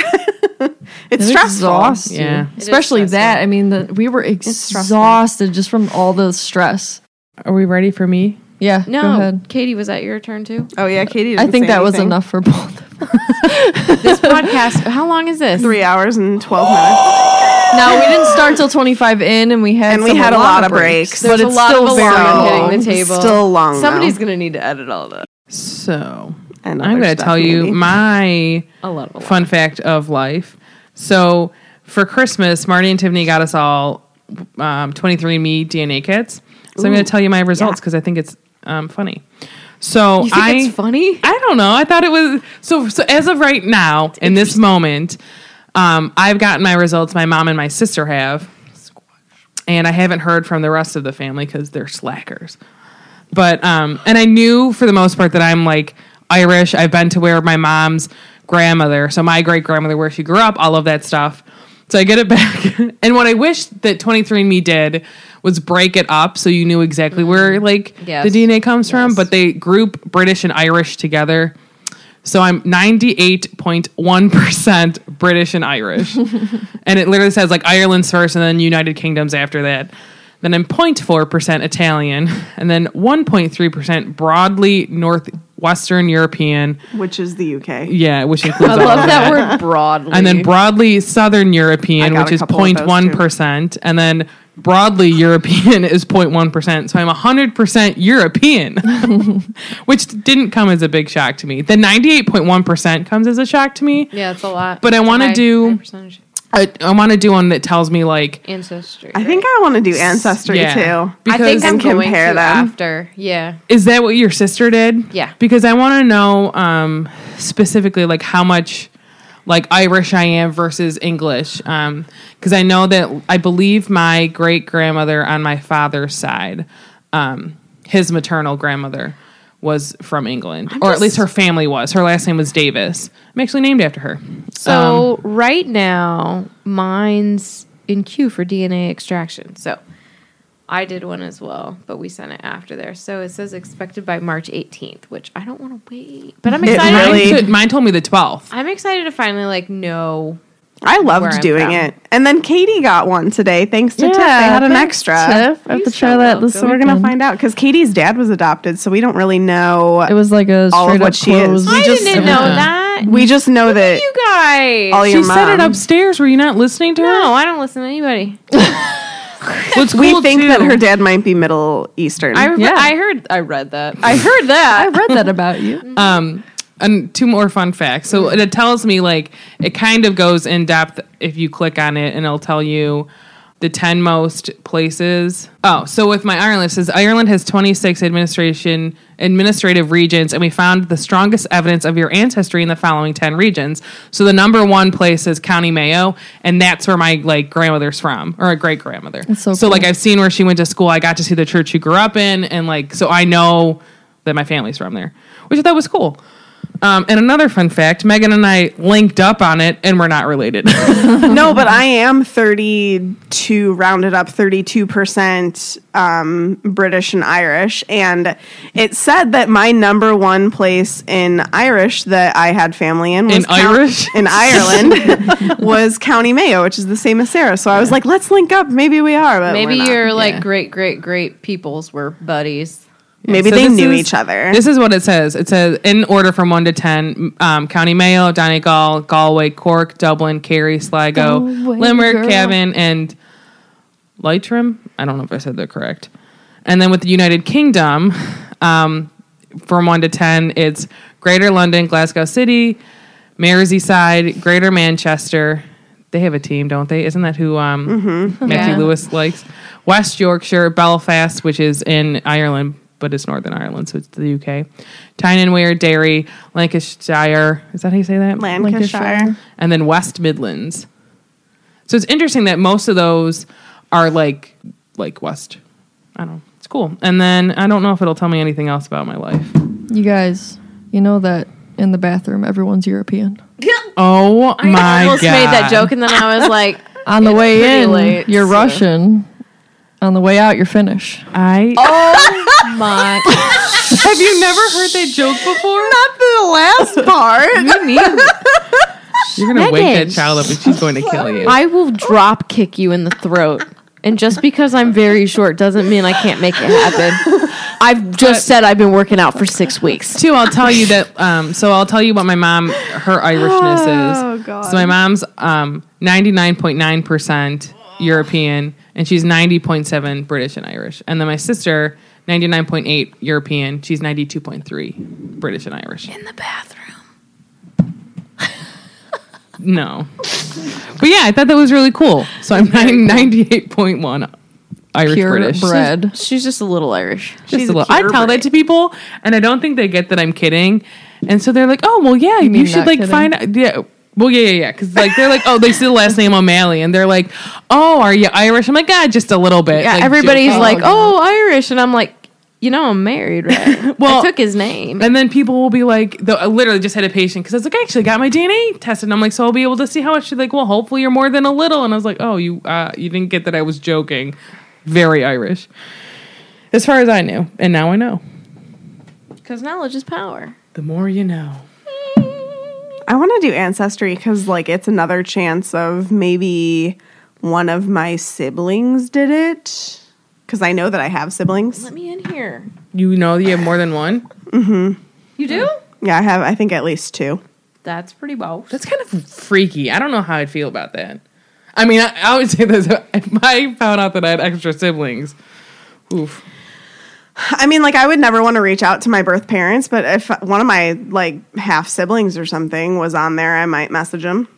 E: it's
F: It
E: stressful.
F: exhausts you.
A: Yeah. It
H: is
F: Especially
H: stressful.
F: that. I mean, the, we were exhausted just from all the stress.
A: Are we ready for me?
F: Yeah. Go
H: No,
F: ahead.
H: Katie, was that your turn too?
E: Oh yeah, Katie. Didn't
F: I think
E: say
F: that was
E: anything.
F: enough for both.
H: This podcast. How long is this?
E: Three hours and twelve minutes,
F: No, we didn't start till 25 in, and we had
E: and we
F: some-
E: had a lot of breaks.
F: but it's
H: lot of
F: still
H: alarm
F: very
H: I'm
F: long.
H: hitting the table.
E: Still long. though.
H: Somebody's gonna need to edit all that.
A: So
E: And
A: I'm
E: other
A: going to
E: stuff,
A: tell you
E: maybe.
A: my
H: A lot of
A: fun fact of life. So for Christmas, Marty and Tiffany got us all um, 23andMe DNA kits. So I'm going to tell you my results because I think it's um, funny. So
H: You think
A: I
H: it's funny?
A: I don't know. I thought it was so. So as of right now, in this moment, um, I've gotten my results. My mom and my sister have, and I haven't heard from the rest of the family because they're slackers. But um, and I knew for the most part that I'm like Irish. I've been to where my mom's grandmother, so my great grandmother, where she grew up, all of that stuff. So I get it back, and what I wish that 23andMe did was break it up so you knew exactly where like
H: Mm-hmm. Yes.
A: the DNA comes from. But they group British and Irish together. So I'm 98.1% British and Irish. and it literally says like Ireland's first and then United Kingdom's after that. Then I'm 0.4% Italian and then 1.3% broadly Northwestern European.
E: which is the UK.
A: Yeah, which includes all of
H: love
A: that.
H: that word broadly.
A: And then broadly Southern
E: I
A: European,
E: got
A: which
E: a
A: is
E: couple of those,
A: 0.1%. And then broadly European is 0.1%. So I'm 100% European, which didn't come as a big shock to me. The 98.1% comes as a shock to me.
H: yeah, it's a lot.
A: But I wanna
H: High-
A: do-
H: high percentage.
A: I, I want to do one that tells me, like,
H: ancestry.
E: I think I want to do ancestry
A: yeah.
E: too.
H: I
A: Because
H: think I'm
E: Compare
H: going to
E: them.
H: after. Yeah,
A: is that what your sister did?
H: Yeah.
A: Because I want to know um, specifically, like, how much like Irish I am versus English. Because I know that I believe my great grandmother on my father's side, um, his maternal grandmother, was from England, or at least her family was. Her last name was Davis. I'm actually named after her.
H: So right now, mine's in queue for DNA extraction. So I did one as well, but we sent it after there. So it says expected by March 18th, which I don't want to wait. But I'm
E: It
H: excited.
E: really-
A: Mine, mine told me the 12th.
H: I'm excited to finally like know.
E: I
H: Where
E: loved
H: I'm
E: doing
H: from.
E: it. And then Katie got one today, thanks to Tiff. They had an extra.
F: Tiff. I have to try that this
E: So we're gonna find out because Katie's dad was adopted, so we don't really know.
F: It was like a
E: All of
F: straight up
E: what she is.
F: closed.
E: I
H: I
E: just-
H: didn't know that. not.
E: We just know that
H: you guys.
E: all your
A: She said it
E: mom-
A: upstairs. Were you not listening to her?
H: no, I don't listen to anybody.
A: What's
E: We
A: cool,
E: think that
A: too-
E: her dad might be Middle Eastern.
H: I, re-
A: Yeah.
H: I heard. I read that. I heard that.
F: I read that about you.
A: Um, and two more fun facts. So it tells me like it kind of goes in depth if you click on it, and it'll tell you the ten most places. Oh, so with my Ireland it says Ireland has twenty six administration administrative regions, and we found the strongest evidence of your ancestry in the following ten regions. So the number one place is County Mayo, and that's where my like grandmother's from, or a great grandmother. So,
F: so
A: like I've seen where she went to school. I got to see the church she grew up in, and like so I know that my family's from there, which I thought was cool. Um, and another fun fact: Megan and I linked up on it, and we're not related.
E: no, but I am 32, rounded up 32% um, British and Irish. And it said that my number one place in Irish that I had family in was
A: In Irish?
E: in Ireland was County Mayo, which is the same as Sarah. So I was like, let's link up. Maybe we are. But
H: Maybe
E: we're not.
H: your like great great great peoples were buddies.
E: Maybe
A: So
E: they
A: this
E: knew
A: is-
E: each other.
A: This is what it says. It says in order from one to ten: um, County Mayo, Donegal, Galway, Cork, Dublin, Kerry, Sligo,
F: Galway,
A: Limerick,
F: girl.
A: Cavan, and Leitrim. I don't know if I said that correct. And then with the United Kingdom, um, from one to ten, it's Greater London, Glasgow City, Merseyside, Greater Manchester. They have a team, don't they? Isn't that who um, Matthew
H: Yeah.
A: Lewis likes? West Yorkshire, Belfast, which is in Ireland, but it's Northern Ireland, so it's the UK. Tyne and Wear, Derry, Lancashire. Is that how you say that?
E: Lancashire.
A: and then West Midlands. So it's interesting that most of those are like like West. I don't know. It's cool. And then I don't know if it'll tell me anything else about my life.
F: You guys, you know that in the bathroom, everyone's European.
A: Oh my
H: I almost
A: god.
H: made that joke, and then I was like,
F: On the way
H: pretty
F: in,
H: late,
F: you're
H: so-
F: Russian. On the way out, you're Finnish.
A: I
H: "My
A: Oh, have you never heard that joke before?
E: Not the last part.
A: You're gonna wake
H: Megan.
A: that child up and she's going to kill you.
H: I will drop kick you in the throat. And just because I'm very short doesn't mean I can't make it happen. I've just said I've been working out for six weeks.
A: too, I'll tell you that. Um, so I'll tell you what my mom, her Irishness is. Oh God! So my mom's um ninety nine point nine percent European, and she's ninety point seven British and Irish. And then my sister, ninety nine point eight European. She's ninety two point three British and Irish. In the bathroom. no, but yeah, I thought that was really cool. So I'm ninety eight point one Irish
F: Pure
A: British.
F: bread.
H: She's just a little Irish.
A: Just a little. I tell that to people, and I don't think they get that I'm kidding. And so they're like, "Oh, well, yeah, you,
F: mean
A: should
F: not
A: like
F: kidding?
A: find out." Yeah, well, yeah, yeah, yeah. Because like they're like, "Oh, they see the last name O'Malley," and they're like, "Oh, are you Irish?" I'm like, "Ah, just a little bit."
H: Yeah,
A: Like,
H: everybody's
A: joking.
H: like, oh, Irish. And I'm like, you know, I'm married, right?
A: Well-
H: I took his name.
A: And then people will be like, though, I literally just had a patient because I was like, I actually got my DNA tested. And I'm like, so I'll be able to see how much. She's like, well, hopefully you're more than a little. And I was like, oh, you uh, you didn't get that I was joking. Very Irish. As far as I knew. And now I know.
H: Because knowledge is power.
A: The more you know.
E: I want to do ancestry because like it's another chance of maybe one of my siblings did it because I know that I have siblings.
H: Let me in here.
A: You know that you have more than one?
H: You do?
E: Yeah, I have. I think at least two.
H: That's pretty bold.
A: That's kind of freaky. I don't know how I'd feel about that. I mean, I, I would say this if I found out that I had extra siblings. Oof.
E: I mean, like I would never want to reach out to my birth parents, but if one of my like half siblings or something was on there, I might message them.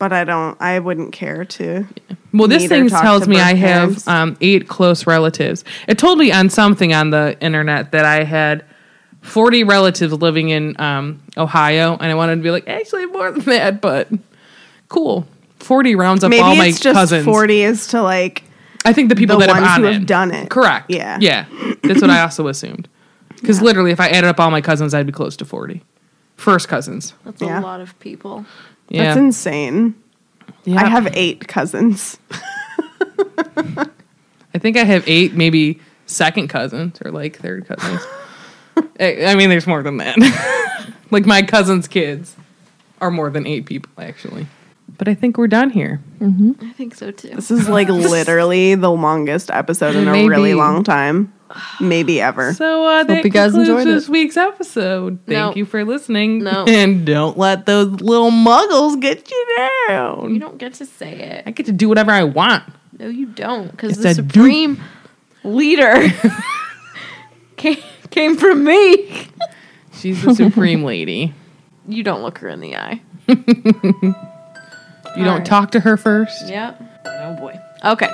E: But I don't. I wouldn't care to.
A: Well, this
E: Neither
A: thing
E: talk
A: tells
E: to
A: me
E: birth
A: I have
E: parents.
A: um, eight close relatives. It told me on something on the internet that I had 40 relatives living in um, Ohio, and I wanted to be like, actually, more than that, but cool. 40 rounds up
E: Maybe
A: all my
E: it's just
A: cousins.
E: forty is to like.
A: I think the people
E: the
A: that
E: ones
A: have, on
E: who have
A: it.
E: done it.
A: Correct.
E: Yeah.
A: Yeah. That's what I also assumed. Because literally, if I added up all my cousins, I'd be close to 40. First cousins.
H: That's
E: Yeah.
H: a lot of people.
A: Yeah.
E: That's insane.
A: Yeah.
E: I have eight cousins.
A: I think I have eight, maybe second cousins or like third cousins. I I mean, there's more than that. like my cousin's kids are more than eight people, actually. But I think we're done here.
H: I think so too.
E: This is like literally the longest episode in a
F: Maybe.
E: really long time. maybe ever.
A: So uh, that
F: you guys
A: concludes
F: enjoyed
A: this week's episode. Thank
H: No.
A: you for listening.
H: No.
A: And don't let those little muggles get you down.
H: You don't get to say it.
A: I get to do whatever I want.
H: No, you don't, because
A: It's
H: the
A: a
H: supreme leader came, came from me.
A: She's the supreme lady.
H: You don't look her in the eye.
A: You don't
H: right.
A: talk to her first.
H: Yep. Oh boy. Okay.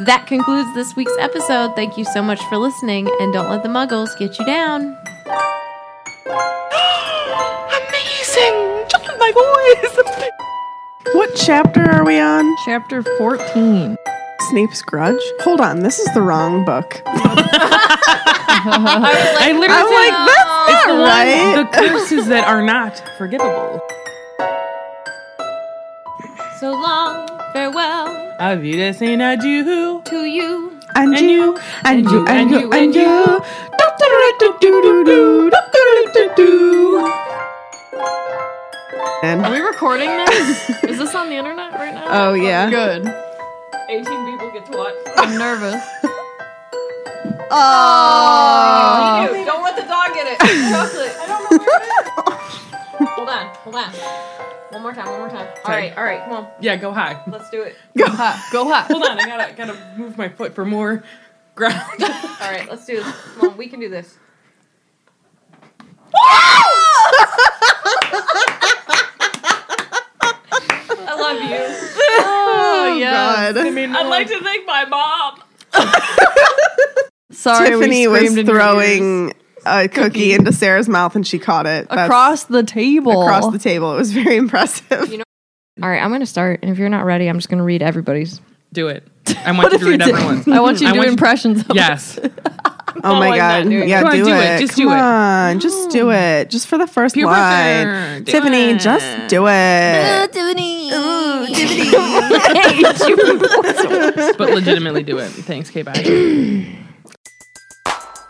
H: That concludes this week's episode. Thank you so much for listening, and don't let the muggles get you down.
E: What chapter are we on?
F: Chapter 14.
E: Snape's Grudge? Hold on, this is the wrong book.
A: I literally
E: I'm
A: said
E: like, that's not right.
A: the curses that are not forgivable.
H: So long, farewell
A: Have you just seen a Jew?
H: to you.
E: And,
A: And you,
E: you, and you, and you, and you.
D: Are
E: And
D: we recording this? Is this on the internet right now?
E: oh yeah.
D: Good.
H: 18 people get to watch.
D: I'm nervous.
E: Oh,
H: Don't let the dog get it. Chocolate. I don't know where it is. Hold on. Hold on. One more time. One more time. All right. All right. Come on.
A: Yeah, go high.
H: Let's do it.
D: Go hot. Go hot.
A: Hold on, I gotta gotta move my foot for more ground.
H: All right. Let's do this. Come on. We can do this. I love you.
E: oh god.
H: I'd like to thank my mom.
F: Sorry,
E: Tiffany
F: we
E: was
F: screamed in your ears.
E: throwing a cookie into Sarah's mouth and she caught it. That's-
F: across the table.
E: across the table. It was very impressive.
H: All right. I'm going to start. And if you're not ready, I'm just going to read everybody's.
A: Do it. I want you to read everyone's.
F: I want you
A: I
F: to do
A: want you-
F: impressions. Of
A: Yes.
E: Oh my
A: I'm not
E: god!
A: doing it.
E: Yeah,
A: Come on,
E: do,
A: do it.
E: it.
A: Just
E: Come
A: do it.
E: on, just do it. Just for the first
A: Peer
E: line,
A: pressure. Do
E: Tiffany.
A: it.
E: Just do it.
A: but legitimately do it. Thanks, K. Bye.